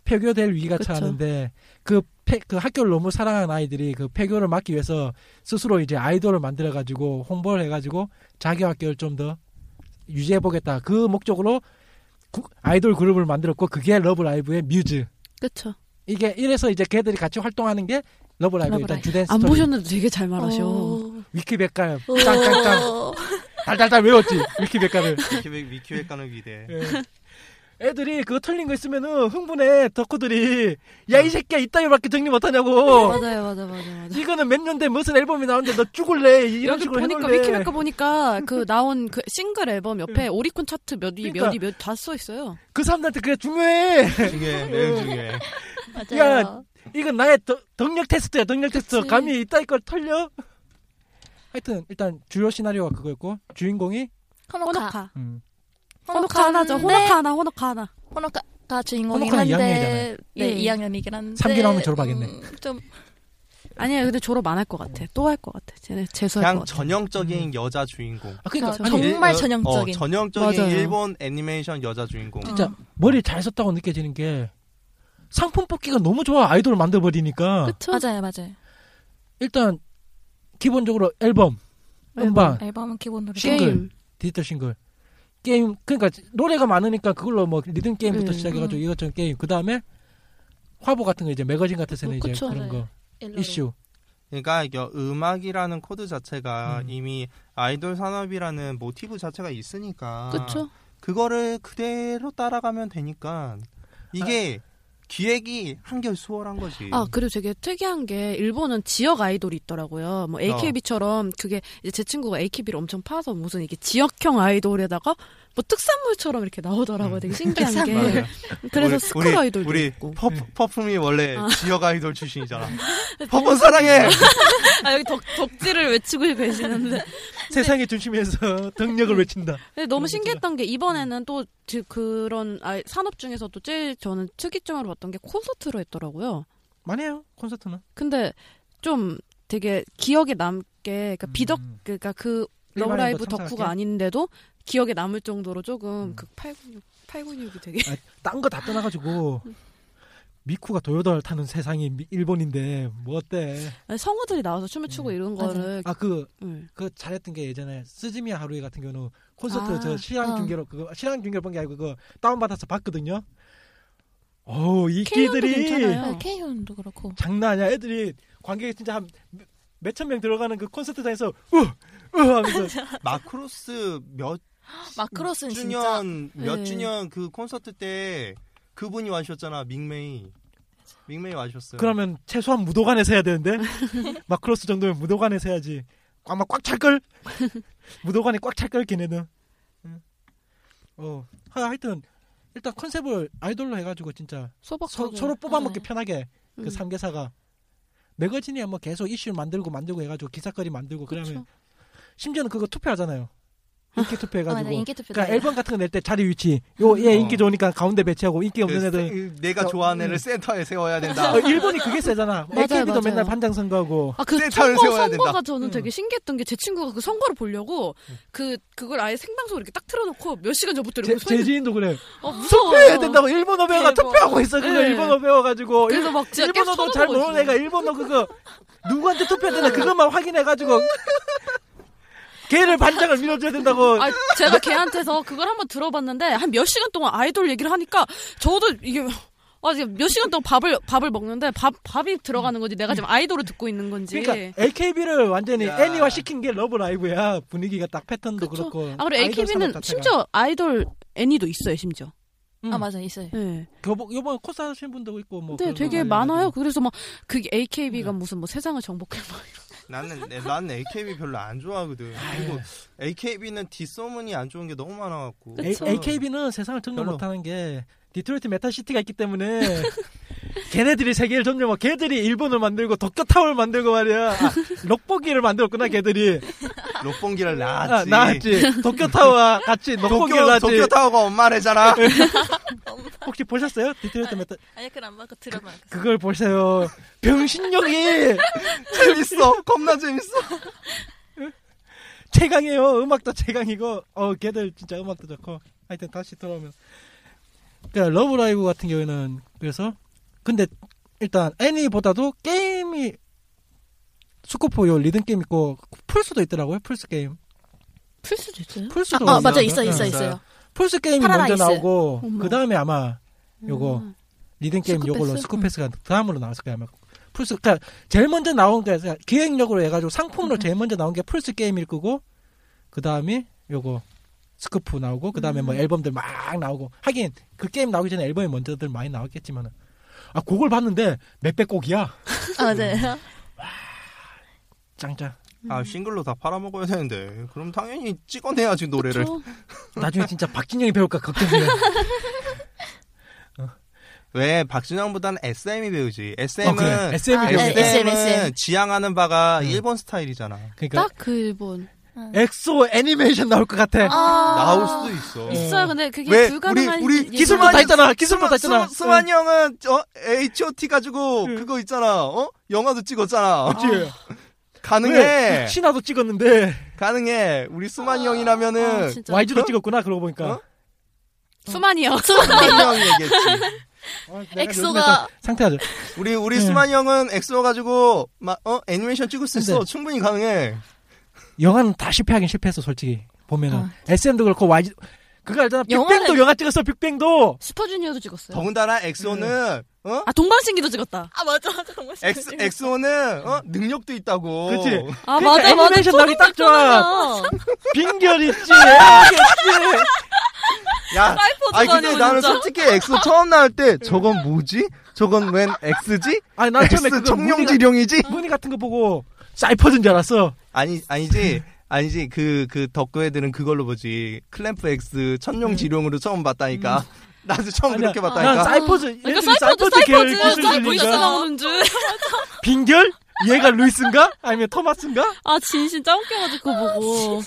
Speaker 5: 폐교될 위기가
Speaker 6: 그쵸.
Speaker 5: 처하는데 그, 폐, 그 학교를 너무 사랑하는 아이들이 그 폐교를 막기 위해서 스스로 이제 아이돌을 만들어가지고 홍보를 해가지고 자기 학교를 좀 더 유지해보겠다. 그 목적으로 구- 아이돌 그룹을 만들었고 그게 러브라이브의 뮤즈.
Speaker 6: 그렇죠.
Speaker 5: 이게 이래서 이제 걔들이 같이 활동하는 게 러브라이브 일단
Speaker 6: 러브라이브.
Speaker 5: 주된
Speaker 6: 안 어.
Speaker 5: 스토리
Speaker 6: 보셨는데 되게 잘 말하셔.
Speaker 8: 어,
Speaker 5: 위키백과요
Speaker 8: 오.
Speaker 5: 짱짱짱 달달달 외웠지 위키백과를 예.
Speaker 7: 위키백 위키백 가는 위대.
Speaker 5: 애들이 그거 틀린 거 있으면은 흥분해 덕후들이 야 이 새끼야 이따위밖에 정리 못하냐고
Speaker 6: 맞아요, 맞아, 맞아, 맞아.
Speaker 5: 이거는 몇 년된 무슨 앨범이 나오는데 너 죽을래 이런
Speaker 6: 여기
Speaker 5: 식으로
Speaker 6: 보니까
Speaker 5: 해놓을래
Speaker 6: 위키백과 보니까 그 나온 그 싱글 앨범 옆에 오리콘 차트 몇 위,
Speaker 5: 음. 그러니까.
Speaker 6: 몇 위, 몇 다 써 있어요.
Speaker 5: 그 사람들한테 그게 중요해
Speaker 7: 중에
Speaker 8: 음.
Speaker 7: 매우 중에.
Speaker 8: 맞아요.
Speaker 5: 야, 이건 나의 덕, 력 테스트야 덕력 테스트
Speaker 6: 그치.
Speaker 5: 감히 이따위 걸 털려 하여튼 일단 주요 시나리오가 그거였고 주인공이
Speaker 8: 호노카.
Speaker 5: 음,
Speaker 6: 호노카 하나죠. 호노카 하나, 호노카 하나.
Speaker 8: 호노카가 주인공이긴
Speaker 5: 호노카는
Speaker 8: 한데 네,
Speaker 6: 예.
Speaker 8: 2학년이긴 한데
Speaker 5: 삼기 나오면 졸업하겠네.
Speaker 8: 음, 좀
Speaker 6: 아니야, 근데 졸업 안 할 것 같아. 또 할 것 같아. 쟤네 재수할 것
Speaker 7: 그냥
Speaker 6: 같아.
Speaker 7: 전형적인 여자 주인공.
Speaker 5: 아 그러니까
Speaker 8: 그렇죠. 정말
Speaker 7: 일- 어,
Speaker 8: 전형적인. 어.
Speaker 7: 어, 전형적인
Speaker 6: 맞아요.
Speaker 7: 일본 애니메이션 여자 주인공.
Speaker 5: 진짜 머리 잘 썼다고 느껴지는 게 상품 뽑기가 너무 좋아 아이돌을 만들어버리니까
Speaker 6: 그쵸?
Speaker 8: 맞아요, 맞아요.
Speaker 5: 일단 기본적으로 앨범,
Speaker 6: 뭐
Speaker 5: 음반,
Speaker 8: 앨범은 기본으로
Speaker 5: 아. 싱글. 디지털 싱글, 게임 그러니까 노래가 많으니까 그걸로 뭐 리듬 게임부터
Speaker 6: 음.
Speaker 5: 시작해가지고 이것저것 게임 그 다음에 화보 같은 거 이제 매거진 같은 데는
Speaker 6: 어,
Speaker 5: 이제
Speaker 6: 그쵸.
Speaker 5: 그런 거
Speaker 8: 일러로.
Speaker 5: 이슈
Speaker 7: 그러니까 이게 음악이라는 코드 자체가
Speaker 5: 음.
Speaker 7: 이미 아이돌 산업이라는 모티브 자체가 있으니까
Speaker 6: 그쵸?
Speaker 7: 거를 그대로 따라가면 되니까 이게 기획이 한결 수월한 거지.
Speaker 6: 아, 그리고 되게 특이한 게 일본은 지역 아이돌이 있더라고요.
Speaker 5: 어.
Speaker 6: 뭐 AKB처럼 그게 이제 제 친구가 AKB를 엄청 파서 무슨 이게 지역형 아이돌에다가 뭐 특산물처럼 이렇게 나오더라고요.
Speaker 7: 음.
Speaker 6: 되게 신기한
Speaker 7: 맞아요. 예.
Speaker 6: 게. 예. 그래서
Speaker 7: 우리-
Speaker 6: 스쿨
Speaker 7: 우리-
Speaker 6: 아이돌도
Speaker 7: 우리
Speaker 6: 있고. 예.
Speaker 7: 퍼,
Speaker 5: 네.
Speaker 7: 퍼품이 원래 지역 아이돌 출신이잖아.
Speaker 6: 네.
Speaker 7: 퍼품 사랑해.
Speaker 6: 아, 여기 덕, 덕질을 외치고 계시는데. 네.
Speaker 5: 세상의 중심에서 덕력을 외친다.
Speaker 6: 근데 너무 신기했던 게
Speaker 5: 음.
Speaker 6: 이번에는 또 지- 그런 아이- 산업 중에서도 제일 저는 특이점으로 봤던 게 콘서트로 했더라고요.
Speaker 5: 많이 해요 콘서트는.
Speaker 6: 근데 좀 되게 기억에 남게 그러니까 비덕 그러니까 그
Speaker 5: 음. 일반인도
Speaker 6: 러브라이브
Speaker 5: 참석할게?
Speaker 6: 덕후가 아닌데도 기억에 남을 정도로 조금
Speaker 5: 음.
Speaker 6: 그 팔근육 팔근육이 되게
Speaker 5: 딴 거 다 떠나가지고
Speaker 6: 음.
Speaker 5: 미쿠가 도요도를 타는 세상이 미- 일본인데 뭐 어때?
Speaker 6: 아니, 성우들이 나와서 춤을 추고
Speaker 5: 음.
Speaker 6: 이런 거를
Speaker 5: 아그
Speaker 6: 음.
Speaker 5: 그 잘했던 게 예전에 스즈미야 하루이 같은 경우는 콘서트
Speaker 6: 아,
Speaker 5: 저 실황
Speaker 8: 어.
Speaker 5: 중계로 그거 실황 중계로 본 게 아니고 그거 다운 받아서 봤거든요. 어우 이
Speaker 6: K-팝도
Speaker 5: 끼들이
Speaker 6: 괜찮아요.
Speaker 8: 케이온도 네, 그렇고
Speaker 5: 장난 아니야. 애들이 관객이 진짜 한 몇천 명 들어가는 그 콘서트장에서 우우 하면서
Speaker 7: 마크로스 몇
Speaker 8: 마크로스는 진짜
Speaker 7: 주년 몇
Speaker 6: 네.
Speaker 7: 주년 그 콘서트 때 그분이 와주셨잖아 밍메이. 밍메이 와주셨어요.
Speaker 5: 그러면 최소한 무도관에서 해야 되는데 마크로스 정도면 무도관에서 해야지. 아마 꽉 찰걸. 무도관이 꽉 찰걸 걔네는. 응. 어 하- 하여튼 일단 컨셉을 아이돌로 해가지고 진짜 서,
Speaker 6: 소박하게
Speaker 5: 서로
Speaker 8: 네.
Speaker 5: 뽑아먹기 편하게
Speaker 6: 음.
Speaker 5: 그 삼계사가 매거진이야 뭐 계속 이슈 만들고 만들고 해가지고 기사거리 만들고 그러면
Speaker 6: 그쵸.
Speaker 5: 심지어는 그거 투표하잖아요. 인기 투표해가지고.
Speaker 8: 맞아 인기 투표.
Speaker 5: 그러니까 앨범 같은 거 낼 때 자리 위치. 요, 얘 인기
Speaker 7: 어.
Speaker 5: 좋으니까 가운데 배치하고 인기 없는 애들. 음.
Speaker 7: 그 세- 내가 좋아하는 애를 센터에 세워야 된다.
Speaker 5: 어, 일본이 그게 세잖아.
Speaker 6: 맞아요,
Speaker 5: AKB도
Speaker 6: 맞아요.
Speaker 5: 맨날 반장 선거하고.
Speaker 6: 아, 그
Speaker 7: 센터를
Speaker 6: 선거
Speaker 7: 세워야 된다.
Speaker 6: 선거가 저는
Speaker 5: 음.
Speaker 6: 되게 신기했던 게 제 친구가 그 선거를 보려고 그 그걸 아예 생방송 이렇게 딱 틀어놓고 몇 시간 전부터
Speaker 5: 제,
Speaker 6: 이렇게 서
Speaker 5: 제
Speaker 6: 있는
Speaker 5: 지인도 그래.
Speaker 6: 어, 무서워.
Speaker 5: 투표해야 된다고 일본어 배우가
Speaker 6: 대박.
Speaker 5: 투표하고 있어. 그거
Speaker 6: 네.
Speaker 5: 일본어 배워가지고.
Speaker 6: 그래서 막 진짜
Speaker 5: 일본어도
Speaker 6: 계속
Speaker 5: 잘
Speaker 6: 쳐다보고
Speaker 5: 모르는 애가 일본어 그거 누구한테 투표해야 되나 그것만 확인해가지고 걔를 반장을 밀어줘야 된다고
Speaker 6: 아, 제가 걔한테서 그걸 한번 들어봤는데 한 몇 시간 동안 아이돌 얘기를 하니까 저도 이게 아, 지금 몇 시간 동안 밥을 밥을 먹는데 밥 밥이 들어가는 건지 내가 지금 아이돌을 듣고 있는 건지.
Speaker 5: 그러니까 AKB를 완전히
Speaker 7: 야.
Speaker 5: 애니화 시킨 게 러브 라이브야 분위기가 딱 패턴도 그렇고
Speaker 6: 아, 그리고 AKB는 심지어 아이돌 애니도 있어요, 심지어.
Speaker 5: 음.
Speaker 8: 아 맞아 있어요.
Speaker 6: 네.
Speaker 5: 교복 요번 코스 하신 분도 있고 뭐
Speaker 6: 네,
Speaker 5: 그런
Speaker 6: 되게
Speaker 5: 거
Speaker 6: 많아요.
Speaker 5: 관련해가지고.
Speaker 6: 그래서 막 그 AKB가
Speaker 5: 네.
Speaker 6: 무슨 뭐 세상을 정복해 막
Speaker 7: 나는 내- 나는 AKB 별로 안 좋아하거든. 그리고 AKB는 뒷소문이 안 좋은 게 너무 많아갖고.
Speaker 6: 그쵸.
Speaker 5: A- AKB는 세상을 점령
Speaker 7: 별로.
Speaker 5: 못하는 게 디트로이트 메타시티가 있기 때문에 걔네들이 세계를 점령하고 걔들이 일본을 만들고 도쿄타워를 만들고 말이야 아, 록보기를 만들었구나 걔들이
Speaker 7: 록봉기를
Speaker 5: 아,
Speaker 7: 낳았지.
Speaker 5: 나왔지 도쿄타워와 같이 록보기를
Speaker 7: 도쿄
Speaker 5: 낳았지 네.
Speaker 7: 도쿄 타워가 엄마래잖아.
Speaker 5: 혹시 보셨어요? 디트로이트 메타
Speaker 9: 아니 그걸 안 봤고 들어만
Speaker 5: 그걸 보세요 병신력이
Speaker 7: 재밌어. 겁나 재밌어.
Speaker 5: 최강이에요. 음악도 최강이고, 어, 걔들 진짜 음악도 좋고. 하여튼 다시 돌아오면. 그러니까 러브라이브 같은 경우에는 그래서 근데 일단 애니보다도 게임이 스코프 요 리듬 게임 있고 풀스도 있더라고요. 풀스 게임.
Speaker 6: 풀 수도 있어요.
Speaker 5: 풀스도 네.
Speaker 9: 아, 어, 맞아 있어
Speaker 5: 응.
Speaker 8: 네.
Speaker 9: 있어
Speaker 7: 있어요.
Speaker 9: 있어요.
Speaker 5: 풀스 게임이
Speaker 9: 파라다이스.
Speaker 5: 먼저 나오고
Speaker 6: 어머.
Speaker 5: 그 다음에 아마 요거 리듬 게임
Speaker 6: 스쿠패스?
Speaker 5: 요걸로 스쿠패스가 다음으로 나왔을 거야 아마. 풀스 그러니까 제일 먼저 나온 게 그냥 기획력으로 해가지고 상품으로 제일 먼저 나온 게 풀스 게임일 거고 그 다음에 요거 스쿠프 나오고 그 다음에 뭐 앨범들 막 나오고 하긴 그 게임 나오기 전에 앨범이 먼저들 많이 나왔겠지만은 아 그걸 봤는데 몇백 곡이야
Speaker 9: 아 맞아요.
Speaker 5: 짱짱
Speaker 7: 아 싱글로 다 팔아먹어야 되는데. 그럼 당연히 찍어내야지 노래를.
Speaker 6: 그쵸?
Speaker 5: 나중에 진짜 박진영이 배울까 걱정이야
Speaker 7: 왜 박진영보다는 SM이 배우지. SM은
Speaker 5: 어, 그래. 음. SM이
Speaker 9: 아,
Speaker 5: 배울까
Speaker 9: 네. SM, SM.
Speaker 7: SM은 지향하는 바가 일본 스타일이잖아.
Speaker 5: 그러니까
Speaker 6: 딱 그 일본
Speaker 5: 엑소 애니메이션 나올 것 같아
Speaker 7: 나올 수도 있어.
Speaker 5: 네.
Speaker 6: 있어요. 근데 그게
Speaker 7: 왜
Speaker 6: 불가능한
Speaker 7: 우리 우리
Speaker 6: 얘기가-
Speaker 5: 기술도 다 있잖아 기술도 다 있잖아
Speaker 7: 수만 형은 어 H.O.T 가지고 그거 있잖아. 어 영화도 찍었잖아.
Speaker 5: 그치?
Speaker 7: 가능해.
Speaker 5: 어. 왜? 신화도 찍었는데
Speaker 7: 가능해. 우리
Speaker 6: 아,
Speaker 7: 수만
Speaker 8: 네.
Speaker 7: 형이라면은
Speaker 6: 진짜.
Speaker 5: YG도 찍었구나 그러고 보니까
Speaker 7: 어?
Speaker 6: 수만이요.
Speaker 7: 수만 형이 얘기했지.
Speaker 9: 엑소가
Speaker 5: 상태가 좀
Speaker 7: 우리 우리
Speaker 5: 네.
Speaker 7: 수만 형은 엑소 가지고 막 어 애니메이션 찍을 수 있어.
Speaker 5: 근데-
Speaker 7: 충분히 가능해.
Speaker 5: 영화는 다 실패하긴 실패했어 솔직히 보면은 SM도 그렇고 YG 그거 알잖아
Speaker 6: 아, 영화는-
Speaker 5: 빅뱅도 영화 찍었어 빅뱅도
Speaker 6: 슈퍼주니어도 찍었어요.
Speaker 7: 더군다나 엑소는 어
Speaker 6: 아 동방신기도 찍었다.
Speaker 9: 아 맞아 맞아 정말
Speaker 7: 엑소 엑소는 어 능력도 있다고.
Speaker 5: 그렇지 그러니까
Speaker 6: 아 맞아 맞아.
Speaker 5: 애니메이션 나오기 딱 좋아 빙결 있지 애니메이션 있지.
Speaker 7: 야.
Speaker 9: 사이퍼즈가 아니,
Speaker 7: 아니 근데
Speaker 9: 고
Speaker 7: 나는
Speaker 9: 진짜.
Speaker 7: 솔직히 엑소 처음 나올 때 저건 뭐지? 저건 웬 엑스지?
Speaker 5: 아니 난 처음에
Speaker 7: 엑스
Speaker 5: 그거 무늬가-
Speaker 7: 청룡지룡이지?
Speaker 5: 무늬 같은 거 보고 사이퍼즈인 줄 알았어
Speaker 7: 아니 아니지 아니지 그 그 덕구 애들은 그걸로 보지 클램프 X 천룡지룡으로 처음 봤다니까 나도 처음
Speaker 5: 아니야.
Speaker 7: 그렇게
Speaker 5: 난
Speaker 7: 봤다니까
Speaker 5: 사이퍼즈
Speaker 6: 그러니까
Speaker 5: 얘들이
Speaker 6: 사이퍼즈
Speaker 5: 사이퍼즈 계열
Speaker 6: 사이퍼즈
Speaker 5: 기술
Speaker 6: 사이퍼즈
Speaker 5: 들리니까
Speaker 6: 나오는 줄.
Speaker 5: 빙결 얘가 루이스인가 아니면 토마스인가
Speaker 6: 아 진심 짱 웃겨가지고 그거 보고.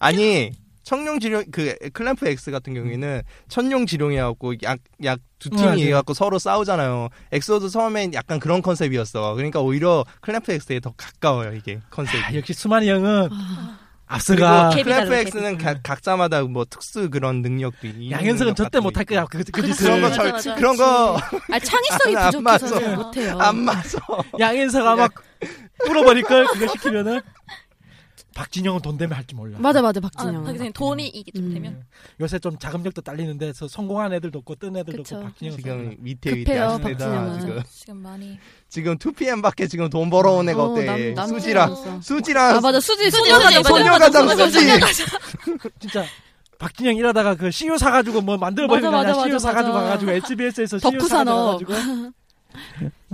Speaker 7: 아니 청룡지룡 그 클램프 X 같은 경우에는 천룡지룡이어갖고 약 약 두
Speaker 5: 응,
Speaker 7: 팀이
Speaker 5: 네.
Speaker 7: 해갖고 서로 싸우잖아요 엑소도 처음엔 약간 그런 컨셉이었어 그러니까 오히려 클램프 X에 더 가까워요 이게 컨셉이
Speaker 5: 아, 역시 수만이 형은
Speaker 6: 아.
Speaker 7: 그리고
Speaker 5: 앞서가
Speaker 7: 클램프
Speaker 9: 캐비다르,
Speaker 7: X는 가- 각자마다 뭐 특수 그런 능력도 있는
Speaker 5: 음. 양현석은
Speaker 7: 능력
Speaker 5: 절대
Speaker 7: 같은 게
Speaker 5: 못할
Speaker 7: 있고.
Speaker 5: 거야 그, 그
Speaker 7: 그런
Speaker 5: 짓을
Speaker 7: 거
Speaker 9: 음, 맞아,
Speaker 7: 절,
Speaker 9: 맞아.
Speaker 7: 그런 거
Speaker 6: 아 창의성이
Speaker 7: 안
Speaker 6: 부족해서
Speaker 7: 맞아. 음.
Speaker 6: 잘 못해요.
Speaker 7: 안 맞아
Speaker 5: 어. 양현석 아마 뿌려버릴 걸 그거 시키면은 박진영은 돈 되면 할지 몰라.
Speaker 6: 맞아 맞아
Speaker 8: 아,
Speaker 6: 박진영.
Speaker 8: 박진영 돈이 이게 좀
Speaker 6: 음.
Speaker 8: 되면
Speaker 5: 요새 좀 자금력도 딸리는데 서 성공한 애들도 없고 뜬 애들도
Speaker 6: 그쵸.
Speaker 5: 없고 박진영은
Speaker 7: 지금
Speaker 5: 지금
Speaker 7: 위태
Speaker 6: 급해요,
Speaker 7: 위태하십니다
Speaker 6: 박진영은.
Speaker 7: 지금
Speaker 8: 지금 많이
Speaker 7: 지금 2PM밖에 지금 돈 벌어온 애가 어, 때 수지랑 수지랑
Speaker 6: 아 맞아 수지
Speaker 9: 소녀가장,
Speaker 6: 소녀가장
Speaker 7: 소녀가장 수지
Speaker 8: 네.
Speaker 5: 진짜 박진영 일하다가 그 CEO 사가지고 뭐 만들어버린 거
Speaker 6: 맞아,
Speaker 5: 아니야?
Speaker 6: 맞아,
Speaker 5: CEO
Speaker 6: 맞아,
Speaker 5: 사가지고
Speaker 6: 맞아.
Speaker 5: 가가지고 SBS에서 CEO
Speaker 6: 덕후 산업.
Speaker 5: 사가지고 가가지고.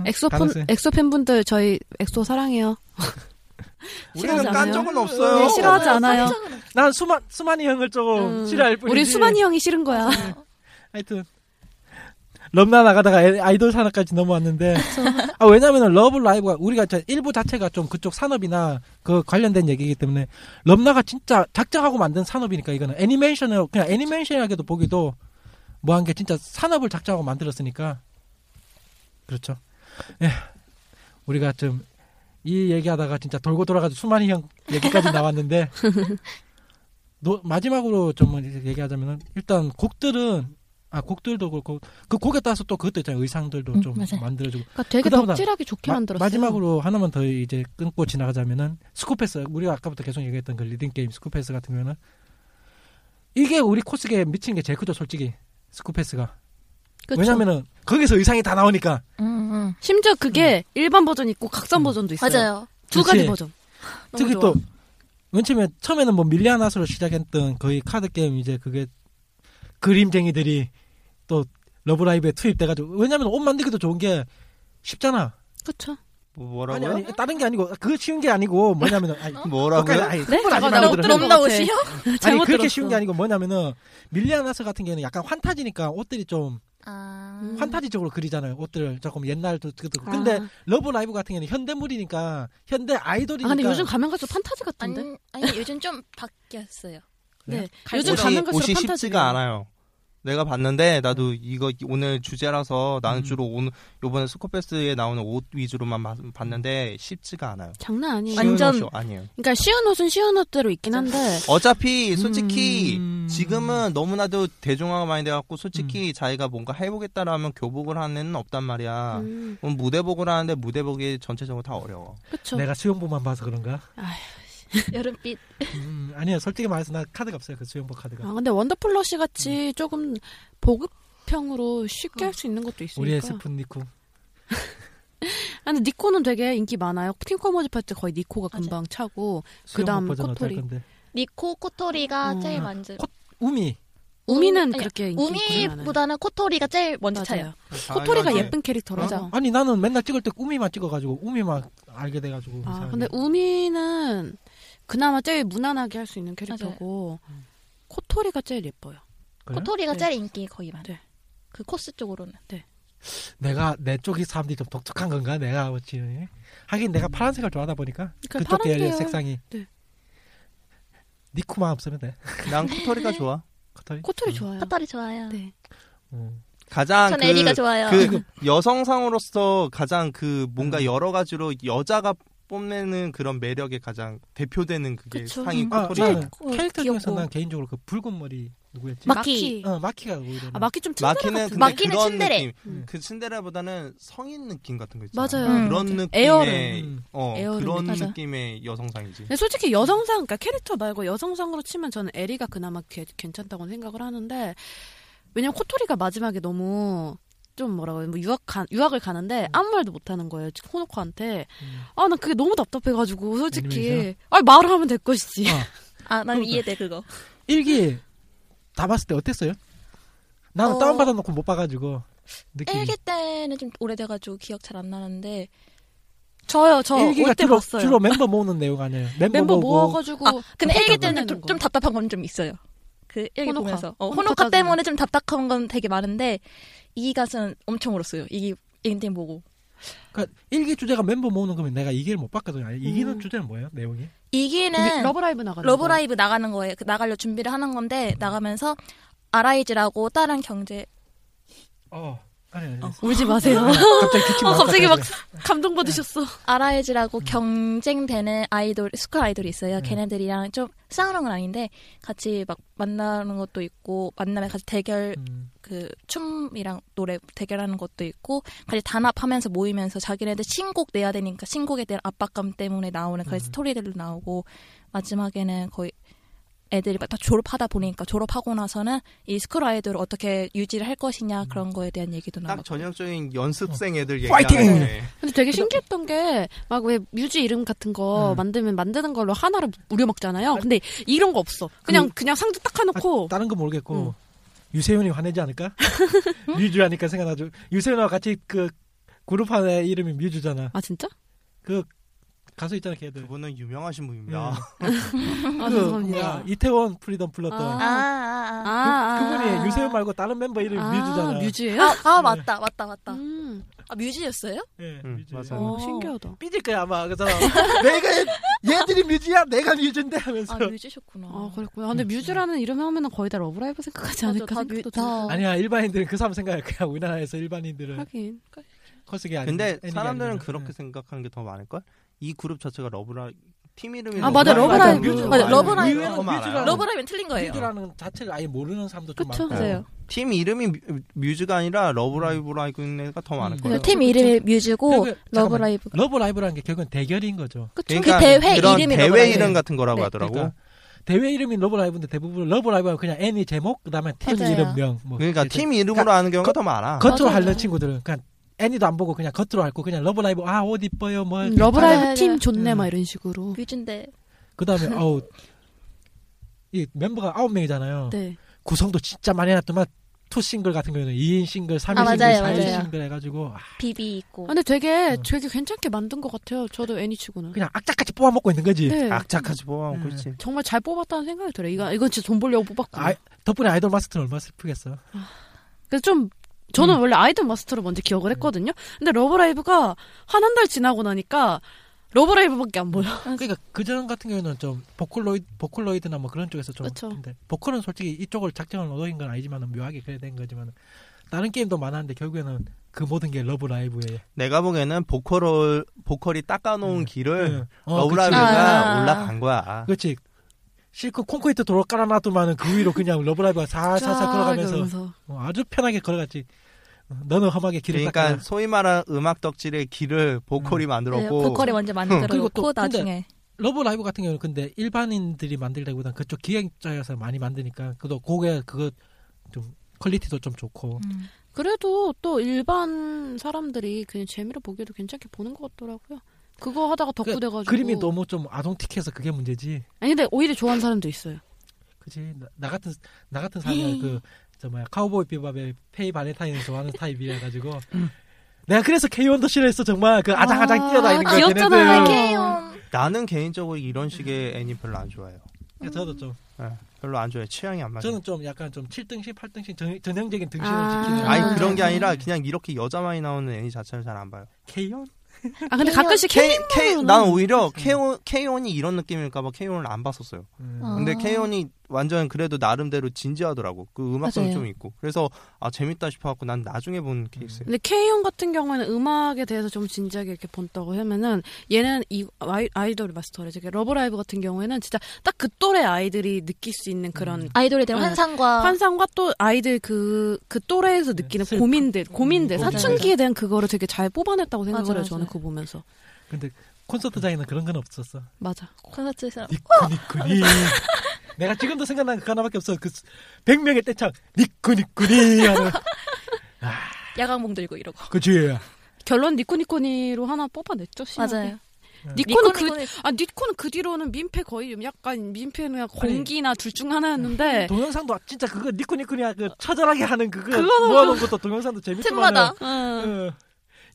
Speaker 6: 엑소 팬
Speaker 5: 가능성.
Speaker 6: 엑소 팬분들 저희 엑소 사랑해요.
Speaker 7: 우리는
Speaker 6: 싫어하지
Speaker 7: 깐
Speaker 6: 않아요?
Speaker 7: 적은
Speaker 6: 네,
Speaker 7: 없어요
Speaker 6: 싫어하지 않아요.
Speaker 5: 난 수만 수만이 형을 조금
Speaker 6: 음,
Speaker 5: 싫어할 뿐이지.
Speaker 6: 우리 수만이 형이 싫은 거야.
Speaker 5: 하여튼 럼나 나가다가 애- 아이돌 산업까지 넘어왔는데 아, 왜냐면은 러브 라이브가 우리가 저 일부 자체가 좀 그쪽 산업이나 그 관련된 얘기이기 때문에 럼나가 진짜 작정하고 만든 산업이니까 이거는 애니메이션을 그냥 애니메이션이라고도 보기도 뭐한 게 진짜 산업을 작정하고 만들었으니까 그렇죠. 예. 우리가 좀 이 얘기하다가 진짜 돌고 돌아가서 수만이 형 얘기까지 나왔는데 노- 마지막으로 좀 이제 얘기하자면은 일단 곡들은 아 곡들도 그렇고 그 곡에 따라서 또 그것도 있잖아요 의상들도
Speaker 8: 음,
Speaker 5: 좀
Speaker 8: 맞아요.
Speaker 5: 만들어주고
Speaker 6: 그러니까 되게
Speaker 5: 그다음에
Speaker 6: 덕질하기 좋게 만들었어요.
Speaker 5: 마지막으로 하나만 더 이제 끊고 지나가자면은 스쿠패스 우리가 아까부터 계속 얘기했던 그 리딩 게임 스쿠패스 같은 경우는 이게 우리 코스게 미친 게 제일 크죠 솔직히 스쿠패스가
Speaker 6: 그쵸?
Speaker 5: 왜냐면은 거기서 의상이 다 나오니까
Speaker 8: 음, 음.
Speaker 6: 심지어 그게 일반 버전 있고 각선
Speaker 5: 음.
Speaker 6: 버전도 있어요.
Speaker 8: 맞아요.
Speaker 6: 두
Speaker 5: 그치.
Speaker 6: 가지 버전.
Speaker 5: 특히
Speaker 6: 너무 좋아.
Speaker 5: 또 맨처음에 처음에는 뭐 밀리아나스로 시작했던 거의 카드 게임 이제 그게 그림쟁이들이 또 러브라이브에 투입돼가지고 왜냐면 옷 만들기도 좋은 게 쉽잖아
Speaker 6: 그쵸.
Speaker 5: 아니,
Speaker 7: 어, 뭐라고요?
Speaker 5: 아니 다른 게 아니고 그거 쉬운 게 아니고 뭐냐면은 아니,
Speaker 7: 뭐라고요?
Speaker 5: 아니,
Speaker 6: 어? 네?
Speaker 5: 흥분하지 말고
Speaker 6: 잠깐만, 나
Speaker 5: 들어.
Speaker 6: 들은 것 같아.
Speaker 9: 넘나 오시요?
Speaker 5: 아니
Speaker 6: 잘못
Speaker 5: 그렇게
Speaker 6: 들었어.
Speaker 5: 쉬운 게 아니고 뭐냐면은 밀리아나스 같은 경우는 약간 환타지니까 옷들이 좀
Speaker 8: 아,
Speaker 6: 음.
Speaker 5: 환타지적으로 그리잖아요 옷들을 조금 옛날도 그렇고 근데
Speaker 6: 아.
Speaker 5: 러브 라이브 같은 경우는 현대물이니까 현대 아이돌이니까
Speaker 6: 아, 근데 요즘 가면 갈수록 판타지 같은데?
Speaker 9: 아니, 아니 요즘 좀 바뀌었어요.
Speaker 6: 네. 요즘
Speaker 7: 옷이,
Speaker 6: 가면 갈수록
Speaker 7: 옷이
Speaker 6: 판타지.
Speaker 7: 쉽지가 않아요. 내가 봤는데 나도 이거 오늘 주제라서 나는
Speaker 5: 음.
Speaker 7: 주로 오늘 요번에 스코패스에 나오는 옷 위주로만 마- 봤는데 쉽지가 않아요.
Speaker 6: 장난 아니에요.
Speaker 7: 쉬운
Speaker 6: 완전.
Speaker 7: 옷이 아니에요.
Speaker 6: 그러니까 쉬운 옷은 쉬운 옷대로 있긴 한데.
Speaker 7: 어차피 솔직히
Speaker 5: 음.
Speaker 7: 지금은 너무나도 대중화가 많이 돼갖고 솔직히 자기가 뭔가 해보겠다라면 교복을 하는 애는 없단
Speaker 5: 아,
Speaker 7: 말이야.
Speaker 6: 음,
Speaker 7: 그럼 무대복을 하는데 무대복이 전체적으로 다 어려워.
Speaker 6: 그쵸.
Speaker 5: 내가 수영복만 봐서 그런가
Speaker 8: 여름빛.
Speaker 5: 음, 아니요 솔직히 말해서 나 카드가 없어요 그 수영복 카드가
Speaker 6: 아, 근데 원더플러시
Speaker 5: 음.
Speaker 6: 같이 조금 보급형으로 쉽게 할 수 있는 것도 있으니까.
Speaker 5: 우리의 스푼 니코
Speaker 6: 아, 근데 니코는 되게 인기 많아요. 팀커머지 파트 거의 니코가 금방 차고. 그다음
Speaker 5: 수영복 버전 어떨
Speaker 6: 코토리.
Speaker 5: 건데
Speaker 8: 니코 코토리가
Speaker 5: 음.
Speaker 8: 제일 먼저.
Speaker 5: 코- 우미
Speaker 6: 우미는
Speaker 8: 아니,
Speaker 6: 그렇게 인기 많아요.
Speaker 8: 우미보다는 코토리가 제일 먼저 차요.
Speaker 6: 맞아요. 코토리가 예쁜 캐릭터라서.
Speaker 8: 맞아.
Speaker 5: 어? 아니 나는 맨날 찍을 때 우미만 찍어가지고 우미만 알게 돼가지고
Speaker 6: 아,
Speaker 5: 이상하게.
Speaker 6: 근데 우미는 그나마 제일 무난하게 할 수 있는 캐릭터고
Speaker 5: 음.
Speaker 6: 코토리가 제일 예뻐요.
Speaker 5: 그래요?
Speaker 8: 코토리가
Speaker 6: 네.
Speaker 8: 제일 인기 거의 많아요.
Speaker 6: 네.
Speaker 8: 그 코스 쪽으로는.
Speaker 5: 내가 내 쪽이 사람들이 좀 독특한 건가 내가 어찌 하긴 내가 파란색을 좋아하다 보니까
Speaker 6: 그러니까
Speaker 5: 그쪽
Speaker 6: 파란
Speaker 5: 계열의
Speaker 6: 계열.
Speaker 5: 색상이
Speaker 6: 네.
Speaker 5: 니코만 없으면 돼
Speaker 7: 난 코토리가 좋아.
Speaker 5: 커터리
Speaker 6: 코토리
Speaker 5: 음.
Speaker 6: 좋아요.
Speaker 8: 코토리 좋아요.
Speaker 6: 네.
Speaker 5: 음.
Speaker 7: 가장
Speaker 8: 전
Speaker 7: 그
Speaker 8: 에리가 좋아요.
Speaker 7: 그 여성상으로서 가장 그
Speaker 5: 음.
Speaker 7: 뭔가 여러 가지로 여자가 뽐내는 그런 매력에 가장 대표되는 그게
Speaker 6: 그쵸.
Speaker 7: 상이
Speaker 6: 음.
Speaker 5: 아,
Speaker 7: 코토리가
Speaker 5: 나는 캐릭터 중에서 난 개인적으로 그 붉은 머리 누구였지?
Speaker 8: 마키.
Speaker 5: 어, 마키가 오히려
Speaker 6: 아 마키 좀 튼튼한
Speaker 7: 마키는
Speaker 6: 같은데.
Speaker 7: 근데
Speaker 8: 마키는
Speaker 7: 그런
Speaker 8: 츤데레.
Speaker 7: 느낌.
Speaker 6: 음.
Speaker 7: 그 츤데레보다는 성인 느낌 같은 거 있잖아.
Speaker 6: 맞아요.
Speaker 8: 음.
Speaker 7: 그런
Speaker 6: 맞아요.
Speaker 7: 느낌의
Speaker 6: 에어를.
Speaker 5: 음.
Speaker 7: 어
Speaker 6: 에어를
Speaker 7: 그런
Speaker 6: 맞아.
Speaker 7: 느낌의 여성상이지.
Speaker 6: 근데 솔직히 여성상, 그러니까 캐릭터 말고 여성상으로 치면 저는 에리가 그나마 개- 괜찮다고 생각을 하는데 왜냐면 코토리가 마지막에 너무 좀 뭐라고 해야 되나, 뭐 유학 가, 유학을 가는데 아무 말도 못하는 거예요 지금 호노코한테
Speaker 5: 음.
Speaker 6: 아 난 그게 너무 답답해가지고 솔직히
Speaker 5: 애니메이션?
Speaker 6: 아 말을 하면 될 것이지
Speaker 5: 어.
Speaker 9: 아, 난 이해돼 그거.
Speaker 5: 일기 다 봤을 때 어땠어요? 나는
Speaker 8: 어.
Speaker 5: 다운 받아놓고 못 봐가지고 느낌이
Speaker 8: 일기 때는 좀 오래돼가지고 기억 잘 안 나는데
Speaker 6: 저요 저
Speaker 5: 일기가
Speaker 6: 올 때
Speaker 5: 주로,
Speaker 6: 봤어요
Speaker 5: 주로 멤버 모으는 내용 아니에요? 멤버,
Speaker 6: 멤버
Speaker 5: 모으고
Speaker 6: 모아가지고
Speaker 8: 아, 근데
Speaker 6: 답답한
Speaker 8: 일기 때는
Speaker 6: 내는
Speaker 8: 좀,
Speaker 6: 거.
Speaker 8: 좀 답답한 건 좀 있어요. 그 일기
Speaker 6: 호노카.
Speaker 8: 보면서 어,
Speaker 6: 호노카
Speaker 8: 호노카,
Speaker 6: 짜증나.
Speaker 8: 때문에 좀 답답한 건 되게 많은데 이 가수는 엄청 울었어요. 이기 엔딩 보고
Speaker 5: 그러니까 일기 주제가 멤버 모으는 거면 내가 이기를 못 봤거든요. 아니, 이기는
Speaker 6: 음.
Speaker 5: 주제는 뭐예요? 내용이?
Speaker 8: 이기는
Speaker 6: 러브라이브 나가는
Speaker 8: 러브라이브 나가는 거예요. 그 나가려 준비를 하는 건데 나가면서 아라이즈라고 다른 경제
Speaker 5: 어. 아니, 아니,
Speaker 6: 거. 울지 마세요
Speaker 5: 갑자기 기침
Speaker 6: 어,
Speaker 5: 나왔다,
Speaker 6: 갑자기 음. 막
Speaker 5: 그래.
Speaker 6: 감동 받으셨어
Speaker 8: 아라이즈라고 경쟁되는 아이돌 스쿨 아이돌이 있어요.
Speaker 5: 음.
Speaker 8: 걔네들이랑 좀 싸우는 건 아닌데 같이 막 만나는 것도 있고 만나면 같이 대결
Speaker 5: 음.
Speaker 8: 그 춤이랑 노래 대결하는 것도 있고 같이 단합하면서 모이면서 자기네들 신곡 내야 되니까 신곡에 대한 압박감 때문에 나오는 그런
Speaker 5: 음.
Speaker 8: 스토리들도 나오고 마지막에는 거의 애들이 다 졸업하다 보니까 졸업하고 나서는 이 스쿨 아이돌을 어떻게 유지를 할 것이냐 그런 거에 대한 얘기도 나오고
Speaker 7: 딱 전형적인 연습생 애들
Speaker 5: 어. 파이팅!
Speaker 7: 얘기하는데 네.
Speaker 6: 근데 되게 신기했던 게 막 왜 뮤지 이름 같은 거
Speaker 5: 음.
Speaker 6: 만들면 만드는 걸로 하나를 무려 먹잖아요. 근데 이런 거 없어.
Speaker 5: 음.
Speaker 6: 그냥 그냥 상자 딱 해놓고
Speaker 5: 다른 거 모르겠고
Speaker 6: 음.
Speaker 5: 유세윤이 화내지 않을까? 뮤즈 하니까 생각나죠. 유세윤하고 같이 그 그룹 하나의 이름이 뮤즈잖아.
Speaker 6: 아 진짜?
Speaker 5: 그 가수 있잖아 걔들.
Speaker 7: 그분은 유명하신
Speaker 5: 음.
Speaker 7: 분입니다.
Speaker 6: 아,
Speaker 5: 그
Speaker 6: 죄송합니다.
Speaker 5: 뭐야, 이태원 프리덤 불렀던
Speaker 6: 아.
Speaker 9: 아, 아, 아.
Speaker 5: 그분이 유세윤 말고 다른 멤버 이름
Speaker 6: 아,
Speaker 5: 뮤즈잖아.
Speaker 6: 뮤즈예요?
Speaker 9: 아, 아, 맞다, 맞다, 맞다.
Speaker 6: 음.
Speaker 9: 아, 뮤지였어요?
Speaker 5: 예,
Speaker 7: 응,
Speaker 5: 뮤즈.
Speaker 7: 맞아요.
Speaker 6: 어,
Speaker 9: 어.
Speaker 6: 신기하다.
Speaker 5: 삐질 거야 아마 그 사람. 내가 얘들이 뮤즈야, 내가 뮤즈인데 하면서.
Speaker 8: 아, 뮤지셨구나.
Speaker 6: 아, 그랬구나. 근데
Speaker 5: 네,
Speaker 6: 뮤즈라는 이름 하면은 거의 다 러브라이브 생각하지
Speaker 8: 맞아,
Speaker 6: 않을까
Speaker 8: 다
Speaker 6: 생각도
Speaker 8: 뮤- 다-
Speaker 6: 들고.
Speaker 5: 아니, 야 일반인들은 그 사람 생각할 거야. 우리나라에서 일반인들은
Speaker 6: 하긴.
Speaker 5: 커스게 아니. 예.
Speaker 7: 근데 사람들은 그렇게 생각하는 게 더 많을 걸? 이 그룹 자체가 러브라 팀 이름이
Speaker 6: 아, 맞아, 러브라이브. 맞아,
Speaker 9: 러브라이브.
Speaker 5: 아.
Speaker 9: 러브라이브는 틀린 거예요.
Speaker 5: 뮤즈라는 자체를 아예 모르는 사람도 좀
Speaker 6: 그쵸.
Speaker 5: 많고.
Speaker 8: 맞아요.
Speaker 7: 네. 팀 이름이 뮤- 뮤즈가 아니라 러브라이브라고 있는 애가 더 많을
Speaker 5: 음.
Speaker 7: 거예요.
Speaker 8: 그 팀 이름이 뮤지고
Speaker 5: 그리고-
Speaker 8: 러브라이브.
Speaker 5: 러브라이브라는 게 결국은 대결인 거죠.
Speaker 7: 그러니까
Speaker 8: 그 대회
Speaker 7: 그런
Speaker 8: 이름이
Speaker 7: 대회
Speaker 8: 러브라이브.
Speaker 7: 이름 같은 거라고
Speaker 8: 네,
Speaker 7: 하더라고.
Speaker 5: 그러니까 대회 이름이 러브라이브인데 대부분 러브라이브는 그냥 애니 제목 그다음에 팀
Speaker 9: 맞아요.
Speaker 5: 이름명 뭐
Speaker 7: 그러니까
Speaker 5: 이렇게
Speaker 7: 팀 이름으로 하는 경우가 더 많아.
Speaker 5: 겉으로
Speaker 9: 맞아요.
Speaker 5: 하는 친구들은 그냥 애니도 안 보고 그냥 겉으로 앓고 그냥 러브라이브 아 옷 이뻐요 뭐
Speaker 6: 음, 러브라이브
Speaker 9: 맞아,
Speaker 6: 팀
Speaker 9: 맞아.
Speaker 6: 좋네
Speaker 5: 음.
Speaker 6: 막 이런 식으로.
Speaker 9: 뮤지인데.
Speaker 5: 그다음에 아우 이 멤버가 아홉 명이잖아요.
Speaker 6: 네.
Speaker 5: 구성도 진짜 많이 해놨더만 투 싱글 같은 경우는 2인 싱글, 3인
Speaker 9: 아,
Speaker 5: 싱글,
Speaker 9: 맞아요,
Speaker 5: 4인
Speaker 9: 맞아요.
Speaker 5: 싱글 해가지고 아,
Speaker 9: 비비 있고.
Speaker 8: 어.
Speaker 6: 아, 근데 되게
Speaker 5: 음.
Speaker 6: 되게 괜찮게 만든 것 같아요. 저도 애니치고는.
Speaker 5: 그냥 악착같이 뽑아 먹고 있는 거지.
Speaker 6: 네.
Speaker 7: 악착같이 뽑아
Speaker 5: 음.
Speaker 7: 먹고 있지.
Speaker 6: 정말 잘 뽑았다는 생각이 들어요. 이거 이건 진짜 돈 벌려고 뽑았고.
Speaker 5: 아, 덕분에 아이돌 마스터는 얼마나 슬프겠어.
Speaker 6: 그래서 좀 저는
Speaker 5: 음.
Speaker 6: 원래 아이돌 마스터를 먼저 기억을 했거든요. 근데 러브라이브가 한 한 달 지나고 나니까 러브라이브밖에 안 보여.
Speaker 5: 그러니까 그전 같은 경우는 좀 보컬로이드, 보컬로이드나 뭐 그런 쪽에서 좀
Speaker 6: 그쵸.
Speaker 5: 근데 보컬은 솔직히 이쪽을 작정을 얻어인 건 아니지만 묘하게 그래 된 거지만 다른 게임도 많았는데 결국에는 그 모든 게 러브라이브에
Speaker 7: 내가 보기에는 보컬을 보컬이 닦아놓은
Speaker 5: 음.
Speaker 7: 길을
Speaker 5: 어,
Speaker 7: 네. 러브라이브가
Speaker 9: 그치.
Speaker 7: 올라간 거야.
Speaker 5: 그렇지. 실컷 콘크리트 도로 깔아놔도만은 그 위로 그냥 러브라이브가 살살살 걸어가면서
Speaker 6: 그러면서.
Speaker 5: 어, 아주 편하게 걸어갔지. 어, 너는 험하게 길을
Speaker 7: 그러니까
Speaker 5: 닦아.
Speaker 7: 소위 말하는 음악 덕질의 길을 보컬이
Speaker 5: 음.
Speaker 8: 네,
Speaker 7: 만들었고
Speaker 8: 보컬이 먼저 만들어
Speaker 5: 그리고
Speaker 8: 놓고
Speaker 5: 또 근데-
Speaker 8: 나중에
Speaker 5: 러브라이브 같은 경우는 근데 일반인들이 만들다기보다는 그쪽 기획자여서 많이 만드니까 그도 곡에 그거 좀 퀄리티도 좀 좋고
Speaker 8: 음.
Speaker 6: 그래도 또 일반 사람들이 그냥 재미로 보기에도 괜찮게 보는 것 같더라고요. 그거 하다가 덕후돼가지고.
Speaker 5: 그림이 너무 좀 아동틱해서 그게 문제지.
Speaker 6: 아니 근데 오히려 좋아하는 사람도 있어요.
Speaker 5: 그지 나, 나 같은 나 같은
Speaker 6: 음.
Speaker 5: 사람이 그저 뭐야 카우보이 비밥의 페이 발렌타인을 좋아하는 타입이라 가지고 내가 그래서 K1도 싫어했어 정말 그 아장아장 뛰어다니는 거
Speaker 6: 귀엽잖아요.
Speaker 5: 걔네들.
Speaker 7: 나는 개인적으로 이런 식의 애니 별로 안 좋아해요.
Speaker 5: 그러니까 저도 좀
Speaker 7: 예, 별로 안 좋아해. 취향이 안 맞아.
Speaker 5: 저는 좀 약간 좀 7등신 8등신 전, 전형적인 등신을
Speaker 6: 아.
Speaker 5: 지키는
Speaker 7: 아니 그런 게 아니라 그냥 이렇게 여자만이 나오는 애니 자체를 잘 안 봐요.
Speaker 5: K1
Speaker 6: 아 근데 가끔씩
Speaker 7: K K
Speaker 6: 케이몬은-
Speaker 7: 난 오히려 K1 K1이 이런 느낌일까봐 K1을 안 봤었어요.
Speaker 5: 음.
Speaker 7: 근데
Speaker 9: 아.
Speaker 7: K1이 완전 그래도 나름대로 진지하더라고. 그 음악성
Speaker 8: 맞아요.
Speaker 7: 좀 있고. 그래서 아 재밌다 싶어갖고 난 나중에 본 케이스예요.
Speaker 6: 근데 K형 같은 경우에는 음악에 대해서 좀 진지하게 이렇게 본다고 하면은 얘는 이 아이, 아이돌 마스터래. 저게 러브라이브 같은 경우에는 진짜 딱 그 또래 아이들이 느낄 수 있는 그런
Speaker 9: 아이돌에 대한
Speaker 6: 네.
Speaker 9: 환상과
Speaker 6: 환상과 또 아이들 그, 그 또래에서 느끼는
Speaker 5: 슬픔.
Speaker 6: 고민들, 고민들,
Speaker 5: 음,
Speaker 6: 사춘기에 대한 그거를 되게 잘 뽑아냈다고 생각을
Speaker 8: 맞아,
Speaker 6: 해요, 저는
Speaker 8: 맞아.
Speaker 6: 그거 보면서.
Speaker 5: 근데 콘서트장에는 그런 건 없었어
Speaker 6: 맞아.
Speaker 9: 콘서트에서
Speaker 5: 니꾸니꾸니 내가 지금도 생각나는 그 하나밖에 없어 그 100명의 떼창 니꾸니꾸니 하는
Speaker 9: 야광봉 들고 이러고.
Speaker 5: 그치
Speaker 6: 결론 니코니코니로 하나 뽑아냈죠, 심하게.
Speaker 9: 맞아요.
Speaker 6: 니코는 그, 아, 니코는 그 뒤로는 민폐 거의 좀 약간 민폐는 공기나 둘 중 하나였는데.
Speaker 5: 동영상도 진짜 그거 니꾸니꾸니야 그 처절하게 하는 그거
Speaker 6: 네. 그거는
Speaker 5: 모아놓은 것도 동영상도
Speaker 9: 틈마다.
Speaker 5: 재밌더만
Speaker 6: 응.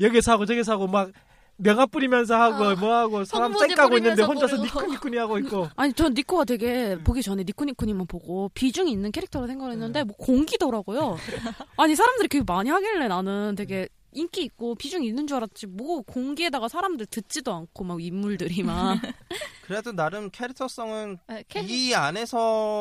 Speaker 5: 여기서 하고 저기서 하고 막 명함 뿌리면서 하고
Speaker 9: 아,
Speaker 5: 뭐하고 사람
Speaker 9: 성모지
Speaker 5: 쌩 까고
Speaker 9: 뿌리면서
Speaker 5: 있는데 혼자서
Speaker 9: 부르고.
Speaker 5: 니꾸니꾸니 하고 있고
Speaker 6: 아니, 전 니코가 되게 보기 전에 니코니코니만 보고 비중이 있는 캐릭터라 생각을 했는데, 뭐 공기더라고요. 아니, 사람들이 그렇게 많이 하길래 나는 되게 인기 있고 비중이 있는 줄 알았지, 뭐 공기에다가 사람들 듣지도 않고 막 인물들이 막.
Speaker 7: 그래도 나름 캐릭터성은
Speaker 9: 아, 캐-
Speaker 7: 이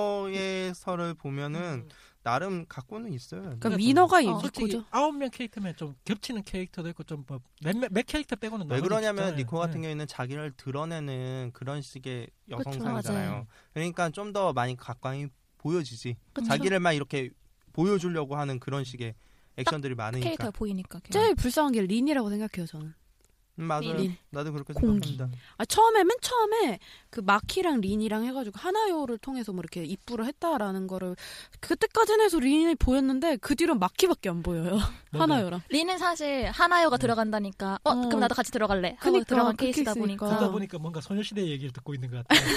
Speaker 7: 안에서의서를
Speaker 5: 음.
Speaker 7: 보면은 나름 갖고는 있어요.
Speaker 6: 그러니까 위너가
Speaker 5: 어, 솔직히
Speaker 6: 니코죠.
Speaker 5: 아홉 명 캐릭터면 좀 겹치는 캐릭터도 있고 좀몇몇 몇 캐릭터
Speaker 6: 음,
Speaker 5: 빼고는
Speaker 6: 아,
Speaker 7: 왜
Speaker 5: 나머지
Speaker 7: 그러냐면
Speaker 5: 진짜,
Speaker 7: 니코 같은
Speaker 6: 네.
Speaker 5: 예.
Speaker 7: 경우에는 자기를 드러내는 그런 식의
Speaker 8: 맞아요.
Speaker 7: 여성상이잖아요. 그러니까 좀 더 많이 가까이 보여지지. 자기를 막 이렇게 보여주려고 하는 그런 식의 액션들이 많으니까.
Speaker 8: 캐릭터가 보이니까. 걔는.
Speaker 6: 제일 불쌍한 게 린이라고 생각해요, 저는.
Speaker 7: 음, 맞아요.
Speaker 6: 린.
Speaker 7: 나도 그렇게
Speaker 6: 공기.
Speaker 7: 생각합니다.
Speaker 6: 아, 처음에, 맨 처음에 그 마키랑 린이랑 해가지고 하나요를 통해서 뭐 이렇게 입부를 했다라는 거를 그때까지는 해서 린이 보였는데 그 뒤로 마키밖에 안 보여요.
Speaker 5: 뭔가
Speaker 6: 하나요랑.
Speaker 9: 리는 사실
Speaker 7: 네.
Speaker 9: 하나요가 들어간다니까. 어,
Speaker 6: 어.
Speaker 9: 그럼 나도 같이 들어갈래. 하고
Speaker 6: 그니까,
Speaker 9: 들어간
Speaker 6: 그렇게
Speaker 9: 케이스다 보니까.
Speaker 6: 있으니까.
Speaker 8: 아.
Speaker 5: 듣다 보니까 뭔가 소녀시대 얘기를 듣고 있는 것 같아요.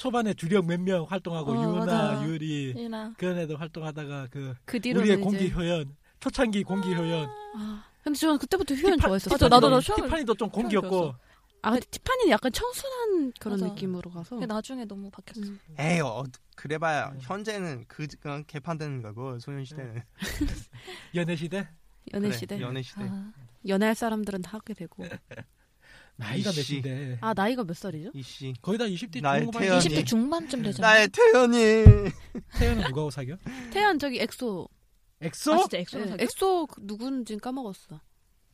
Speaker 5: 초반에 주력 몇 명 활동하고
Speaker 6: 어,
Speaker 5: 유나,
Speaker 6: 맞아.
Speaker 8: 예.
Speaker 5: 유리
Speaker 7: 어.
Speaker 9: 리나.
Speaker 5: 그런 애들 활동하다가 그
Speaker 6: 그 뒤로는
Speaker 5: 우리의
Speaker 6: 이제-
Speaker 5: 공기 효연 초창기 공기 효연
Speaker 6: 아, 근데 저는 그때부터 휴연
Speaker 5: 티파-
Speaker 6: 좋아했었어요.
Speaker 9: 맞아, 나도- 나도
Speaker 5: 티파니도 좀 공기였고
Speaker 9: 좋아했어.
Speaker 6: 아 근데 티파니는 약간 청순한 그런
Speaker 8: 맞아.
Speaker 6: 느낌으로 가서
Speaker 8: 근데 나중에 너무 바뀌었어.
Speaker 6: 음.
Speaker 7: 에이 어, 그래봐야
Speaker 6: 네.
Speaker 7: 현재는 그 그냥 개판되는 거고 소년시대는
Speaker 5: 연애 시대
Speaker 6: 연애
Speaker 7: 그래,
Speaker 6: 시대
Speaker 7: 연애 시대
Speaker 8: 아,
Speaker 6: 연애할 사람들은 다 하게 되고
Speaker 5: 나이가
Speaker 7: 이씨.
Speaker 5: 몇인데
Speaker 6: 아 나이가 몇 살이죠?
Speaker 7: 이씨
Speaker 5: 거의 다 20대
Speaker 7: 나의
Speaker 5: 중후반
Speaker 7: 태연이.
Speaker 8: 20대 중반쯤 되잖아.
Speaker 7: 네. 나의 태연이
Speaker 5: 태연은 누구하고 사겨?
Speaker 6: 음. 태연 저기 엑소
Speaker 5: 엑소?
Speaker 9: 아, 진짜 엑소로
Speaker 6: 예,
Speaker 9: 사귀어?
Speaker 6: 엑소 그 누군지 까먹었어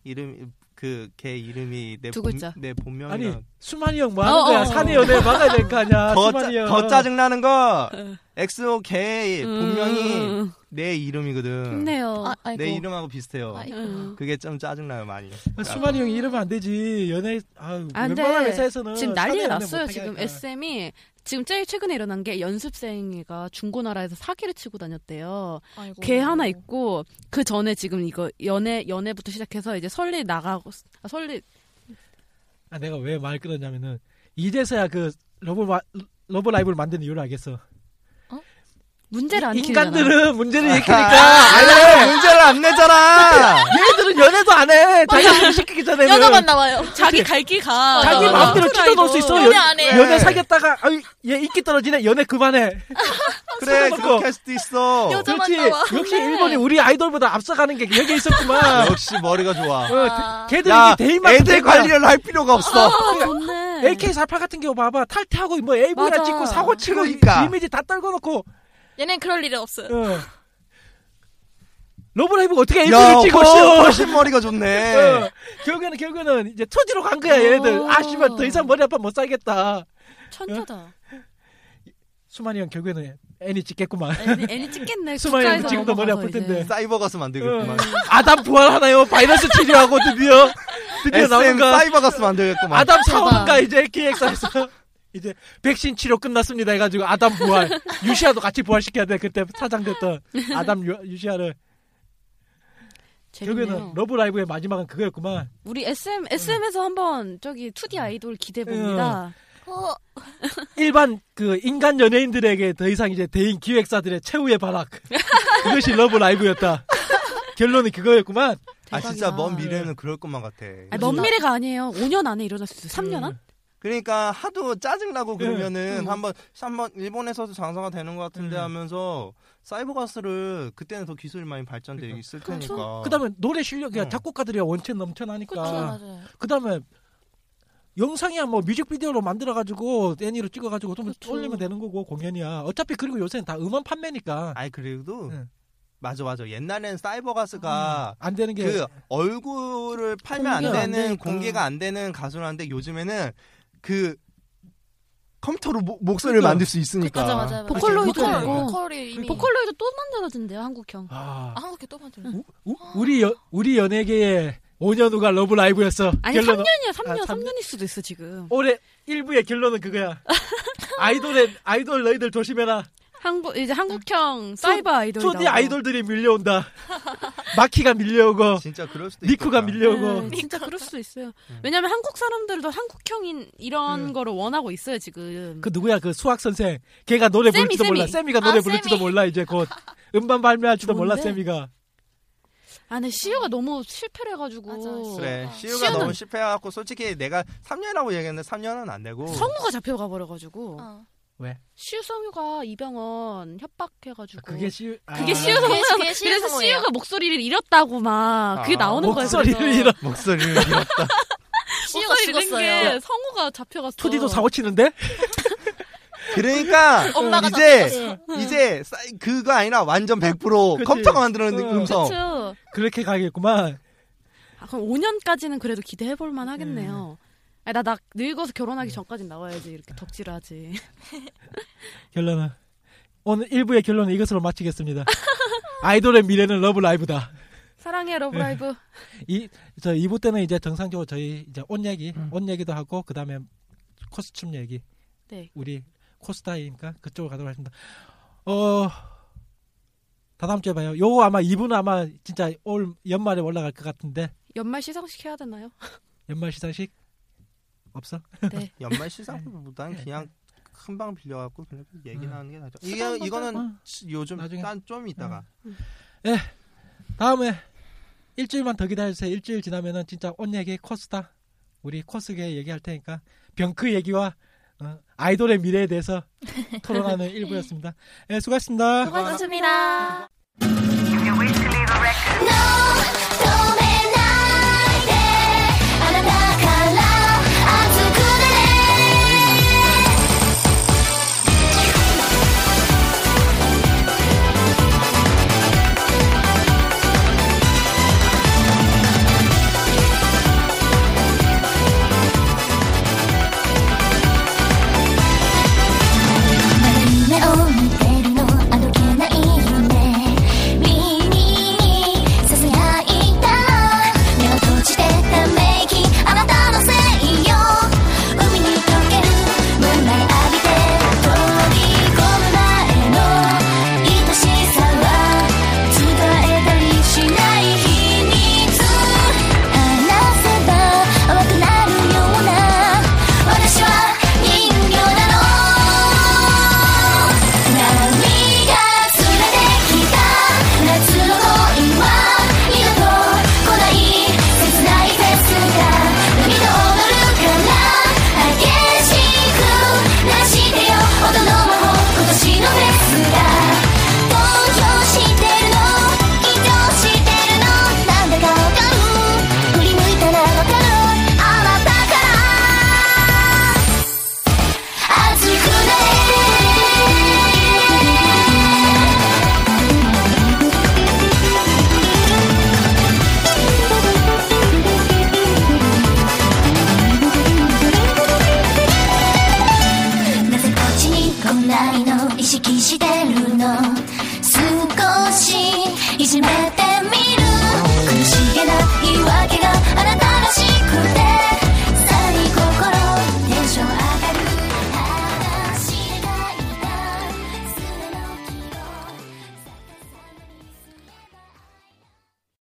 Speaker 7: 이름 그 걔 이름이 내,
Speaker 6: 두
Speaker 7: 본,
Speaker 6: 글자.
Speaker 7: 내
Speaker 5: 아니
Speaker 7: 본명이랑
Speaker 5: 수만이 형 뭐 하는
Speaker 6: 어,
Speaker 5: 거야?
Speaker 6: 어, 어.
Speaker 5: 사내 연애 막아야 될 거 아니야?
Speaker 7: 더, 짜,
Speaker 5: 수만이 형.
Speaker 7: 더 짜증나는 거 엑소 걔 본명이
Speaker 6: 음,
Speaker 7: 내 이름이거든
Speaker 6: 힘내요
Speaker 8: 아, 아이고.
Speaker 7: 내 이름하고 비슷해요
Speaker 8: 아이고.
Speaker 6: 음.
Speaker 7: 그게 좀 짜증나요 많이
Speaker 5: 아, 수만이 형 이러면 안 되지. 연애 아유,
Speaker 6: 안 돼.
Speaker 5: 웬만한 회사에서는
Speaker 6: 지금
Speaker 5: 사내
Speaker 6: 난리가
Speaker 5: 연애
Speaker 6: 났어요.
Speaker 5: 못하게
Speaker 6: 지금
Speaker 5: 하니까.
Speaker 6: SM이 지금 제일 최근에 일어난 게 연습생이가 중고나라에서 사기를 치고 다녔대요.
Speaker 8: 아이고.
Speaker 6: 걔 하나 있고 그 전에 지금 이거 연애 연애부터 시작해서 이제 설리 나가고 아, 설리
Speaker 5: 아, 내가 왜 말 끊었냐면은 이제서야 그 러브 마, 러브 라이브를 만든 이유를 알겠어.
Speaker 6: 문제를 안 풀잖아.
Speaker 5: 인간들은 문제를
Speaker 7: 그러니까 아니 문제를 안 내잖아
Speaker 5: 얘들은 연애도 안 해. 자기 일 시키기 전에
Speaker 9: 여자 만나봐요.
Speaker 5: 자기
Speaker 9: 갈 길 가.
Speaker 5: 자기
Speaker 7: 맞아.
Speaker 5: 마음대로 찢어 놓을 수 있어.
Speaker 9: 연애 안 해.
Speaker 5: 연애 사귀었다가 아유 얘 인기 떨어지네. 연애 그만해.
Speaker 7: 그래
Speaker 5: 먹고.
Speaker 7: 그렇게 할 수도 있어
Speaker 9: 여자- 혼자만
Speaker 5: 그렇지.
Speaker 9: 나와.
Speaker 5: 역시 일본이 우리 아이돌보다 앞서가는 게 여기 있었구만.
Speaker 7: 아, 역시 머리가 좋아
Speaker 5: 어, 걔들이
Speaker 7: 야
Speaker 5: 대입만
Speaker 7: 애들 관리를 할 필요가 없어
Speaker 6: 좋네.
Speaker 5: AK48 같은 경우 봐봐 탈퇴하고 뭐 AV나
Speaker 9: 맞아.
Speaker 5: 찍고 사고 치고
Speaker 7: 그러니까.
Speaker 5: 이미지 다 떨궈놓고
Speaker 9: 얘는 그럴 일은 없어.
Speaker 5: 어. 러브라이브가 어떻게
Speaker 7: 야
Speaker 5: AV를 찍어
Speaker 7: 훨씬, 훨씬 머리가 좋네
Speaker 5: 어, 결국에는 결국에는 이제 토지로 간 거야 얘네들 아
Speaker 6: 어.
Speaker 5: 씨발 더 이상 머리 아파 못 살겠다
Speaker 6: 천재다.
Speaker 5: 수만이 형 결국에는 애니 찍겠구만
Speaker 6: 애니, 애니 찍겠네.
Speaker 5: 수만이 형
Speaker 6: 국가에서
Speaker 5: 지금도 머리 아플
Speaker 6: 넘어가서
Speaker 5: 텐데
Speaker 6: 이제.
Speaker 7: 사이버 가수 만들겠구만
Speaker 5: 어. 아담 부활하나요 바이러스 치료하고 드디어 드디어
Speaker 7: SM
Speaker 5: 나온가
Speaker 7: 사이버 가수 만들겠구만
Speaker 5: 아담 사오는가 이제 기획사에서 이제 백신 치료 끝났습니다 해가지고 아담 부활 유시아도 같이 부활시켜야 돼 그때 사장됐던 아담 유, 유시아를 결국에는
Speaker 6: 재밌네요.
Speaker 5: 러브라이브의 마지막은 그거였구만
Speaker 6: 우리 SM SM에서 한번 저기 2D 아이돌 기대
Speaker 5: 예.
Speaker 6: 봅니다.
Speaker 7: 아.
Speaker 9: 어,
Speaker 5: 일반 그 인간 연예인들에게 더 이상 이제 대인 기획사들의 최후의 발악 그것이 러브 라이브였다. 결론이 그거였구만.
Speaker 7: 아 진짜
Speaker 6: 대박이다.
Speaker 7: 먼 미래는 그럴 것만 같아
Speaker 6: 아니, 먼 미래가 아니에요. 5년 안에 일어날 수 있어요. 3년 안?
Speaker 7: 그러니까 하도 짜증나고 그러면은
Speaker 6: 음.
Speaker 7: 한번 한번 일본에서도 장사가 되는 것 같은데
Speaker 5: 음.
Speaker 7: 하면서 사이버 가스를 그때는 더 기술이 많이 발전돼 있을 테니까
Speaker 5: 그다음에 노래 실력이
Speaker 7: 어.
Speaker 5: 작곡가들이 원체
Speaker 8: 그쵸,
Speaker 5: 넘쳐나니까.
Speaker 8: 맞아요.
Speaker 5: 그다음에 영상이야 뭐 뮤직비디오로 만들어가지고 애니로 찍어가지고 좀
Speaker 6: 그쵸.
Speaker 5: 올리면 되는 거고 공연이야. 어차피 그리고 요새는 다 음원 판매니까
Speaker 7: 아니 그래도
Speaker 5: 응.
Speaker 7: 맞아 맞아 옛날엔 사이버 가스가
Speaker 5: 안 되는 게
Speaker 7: 그 얼굴을 팔면 안
Speaker 5: 음. 공개가 안
Speaker 7: 되는
Speaker 5: 되니까.
Speaker 7: 공개가 안 되는 가수라는데 요즘에는 그 컴퓨터로 모- 목소리를
Speaker 5: 그러니까.
Speaker 7: 만들 수 있으니까
Speaker 8: 맞아, 맞아. 맞아.
Speaker 6: 보컬로이드
Speaker 5: 보컬,
Speaker 6: 있고.
Speaker 8: 보컬이
Speaker 5: 예.
Speaker 8: 이미
Speaker 6: 보컬로이드 또 만들어진대요. 한국형.
Speaker 5: 아,
Speaker 8: 아, 한국에 또 만들어.
Speaker 5: 우, 우, 우리 여, 우리 연예계의 5년 후가 러브 라이브였어.
Speaker 6: 아니
Speaker 5: 결론은-
Speaker 6: 3년이야. 3년.
Speaker 5: 아, 삼
Speaker 6: 3년일 수도 있어 지금.
Speaker 5: 올해 1부의 결론은 그거야. 아이돌의 아이돌 너희들 조심해라.
Speaker 6: 한국 이제 한국형 사이버 아이돌이
Speaker 5: 2D
Speaker 6: 나오고.
Speaker 5: 아이돌들이 밀려온다. 마키가 밀려오고
Speaker 7: 진짜 그럴 수도
Speaker 5: 니코가
Speaker 7: 있겠다.
Speaker 5: 밀려오고.
Speaker 6: 네, 진짜 그럴 수도 있어요.
Speaker 7: 음.
Speaker 6: 왜냐면 한국 사람들도 한국형인 이런
Speaker 5: 음.
Speaker 6: 거를 원하고 있어요 지금.
Speaker 5: 그 누구야 그 수학 선생. 걔가 노래
Speaker 6: 세미,
Speaker 5: 부를지도
Speaker 6: 세미.
Speaker 5: 몰라. 세미가 노래
Speaker 9: 아,
Speaker 5: 부를지도
Speaker 9: 세미.
Speaker 5: 몰라 이제 곧. 음반 발매할지도 몰라
Speaker 6: 좋은데?
Speaker 5: 세미가.
Speaker 6: 아, 근데 시우가 너무 실패를 해가지고.
Speaker 8: 맞아,
Speaker 7: 그래
Speaker 8: 어.
Speaker 7: 시우가
Speaker 6: 시우는-
Speaker 7: 너무 실패해갖고 솔직히 내가 3년이라고 얘기했는데 3년은 안 되고
Speaker 5: 어.
Speaker 6: 성우가 잡혀가 버려가지고.
Speaker 8: 어.
Speaker 6: 시우 성우가 이병헌 협박해가지고.
Speaker 5: 그게 시 아,
Speaker 6: 그게 시우 성우.
Speaker 9: 그게- 그게 시우
Speaker 6: 그래서
Speaker 9: 성우예요.
Speaker 6: 시우가 목소리를 잃었다고 막 그게
Speaker 7: 아,
Speaker 6: 나오는 거예요.
Speaker 5: 목소리를
Speaker 6: 그래서.
Speaker 5: 잃어.
Speaker 7: 목소리를 잃었다
Speaker 9: 시우가
Speaker 6: 목소리 잃은
Speaker 9: 죽었어요.
Speaker 6: 게 성우가 잡혀갔어.
Speaker 5: 2D도 사고 치는데?
Speaker 7: 그러니까
Speaker 9: 엄마가
Speaker 7: 이제 이제 사이- 그거 아니라 완전 100%
Speaker 5: 그치.
Speaker 7: 컴퓨터가 만들어낸
Speaker 5: 어.
Speaker 7: 음성
Speaker 6: 그쵸?
Speaker 5: 그렇게 가겠구만.
Speaker 6: 아, 그럼 5년까지는 그래도 기대해볼만 하겠네요. 아, 나, 나 늙어서 결혼하기
Speaker 5: 네.
Speaker 6: 전까지 나와야지 이렇게 덕질을 하지.
Speaker 5: 결론은 오늘 1부의 결론은 이것으로 마치겠습니다. 아이돌의 미래는 러브 라이브다.
Speaker 6: 사랑해
Speaker 5: 네.
Speaker 6: 러브라이브.
Speaker 5: 이 저 2부 때는 이제 정상적으로 저희 이제 옷 얘기, 옷 얘기도 하고 그다음에 코스튬 얘기.
Speaker 6: 네.
Speaker 5: 우리 코스타이니까 그쪽으로 가도록 하겠습니다. 어. 다 다음 주에 봐요. 요거 아마 2부는 아마 진짜 올 연말에 올라갈 것 같은데.
Speaker 6: 연말 시상식 해야 되나요?
Speaker 5: 연말 시상식 없어?
Speaker 6: 네.
Speaker 7: 연말 시상보다는 그냥 금방 빌려갖고 그냥 얘기나 하는 게 낫죠. 이게
Speaker 5: 거죠.
Speaker 7: 이거는
Speaker 5: 어.
Speaker 7: 치- 요즘
Speaker 5: 나중에.
Speaker 7: 딴좀 있다가
Speaker 5: 다음에 일주일만 더 기다려 주세요. 일주일 지나면은 진짜 옷 얘기 코스타 우리 코스게 얘기할 테니까 병크 얘기와 어, 아이돌의 미래에 대해서 토론하는 일부였습니다. 예, 수고하셨습니다.
Speaker 9: 수고하셨습니다.
Speaker 4: No,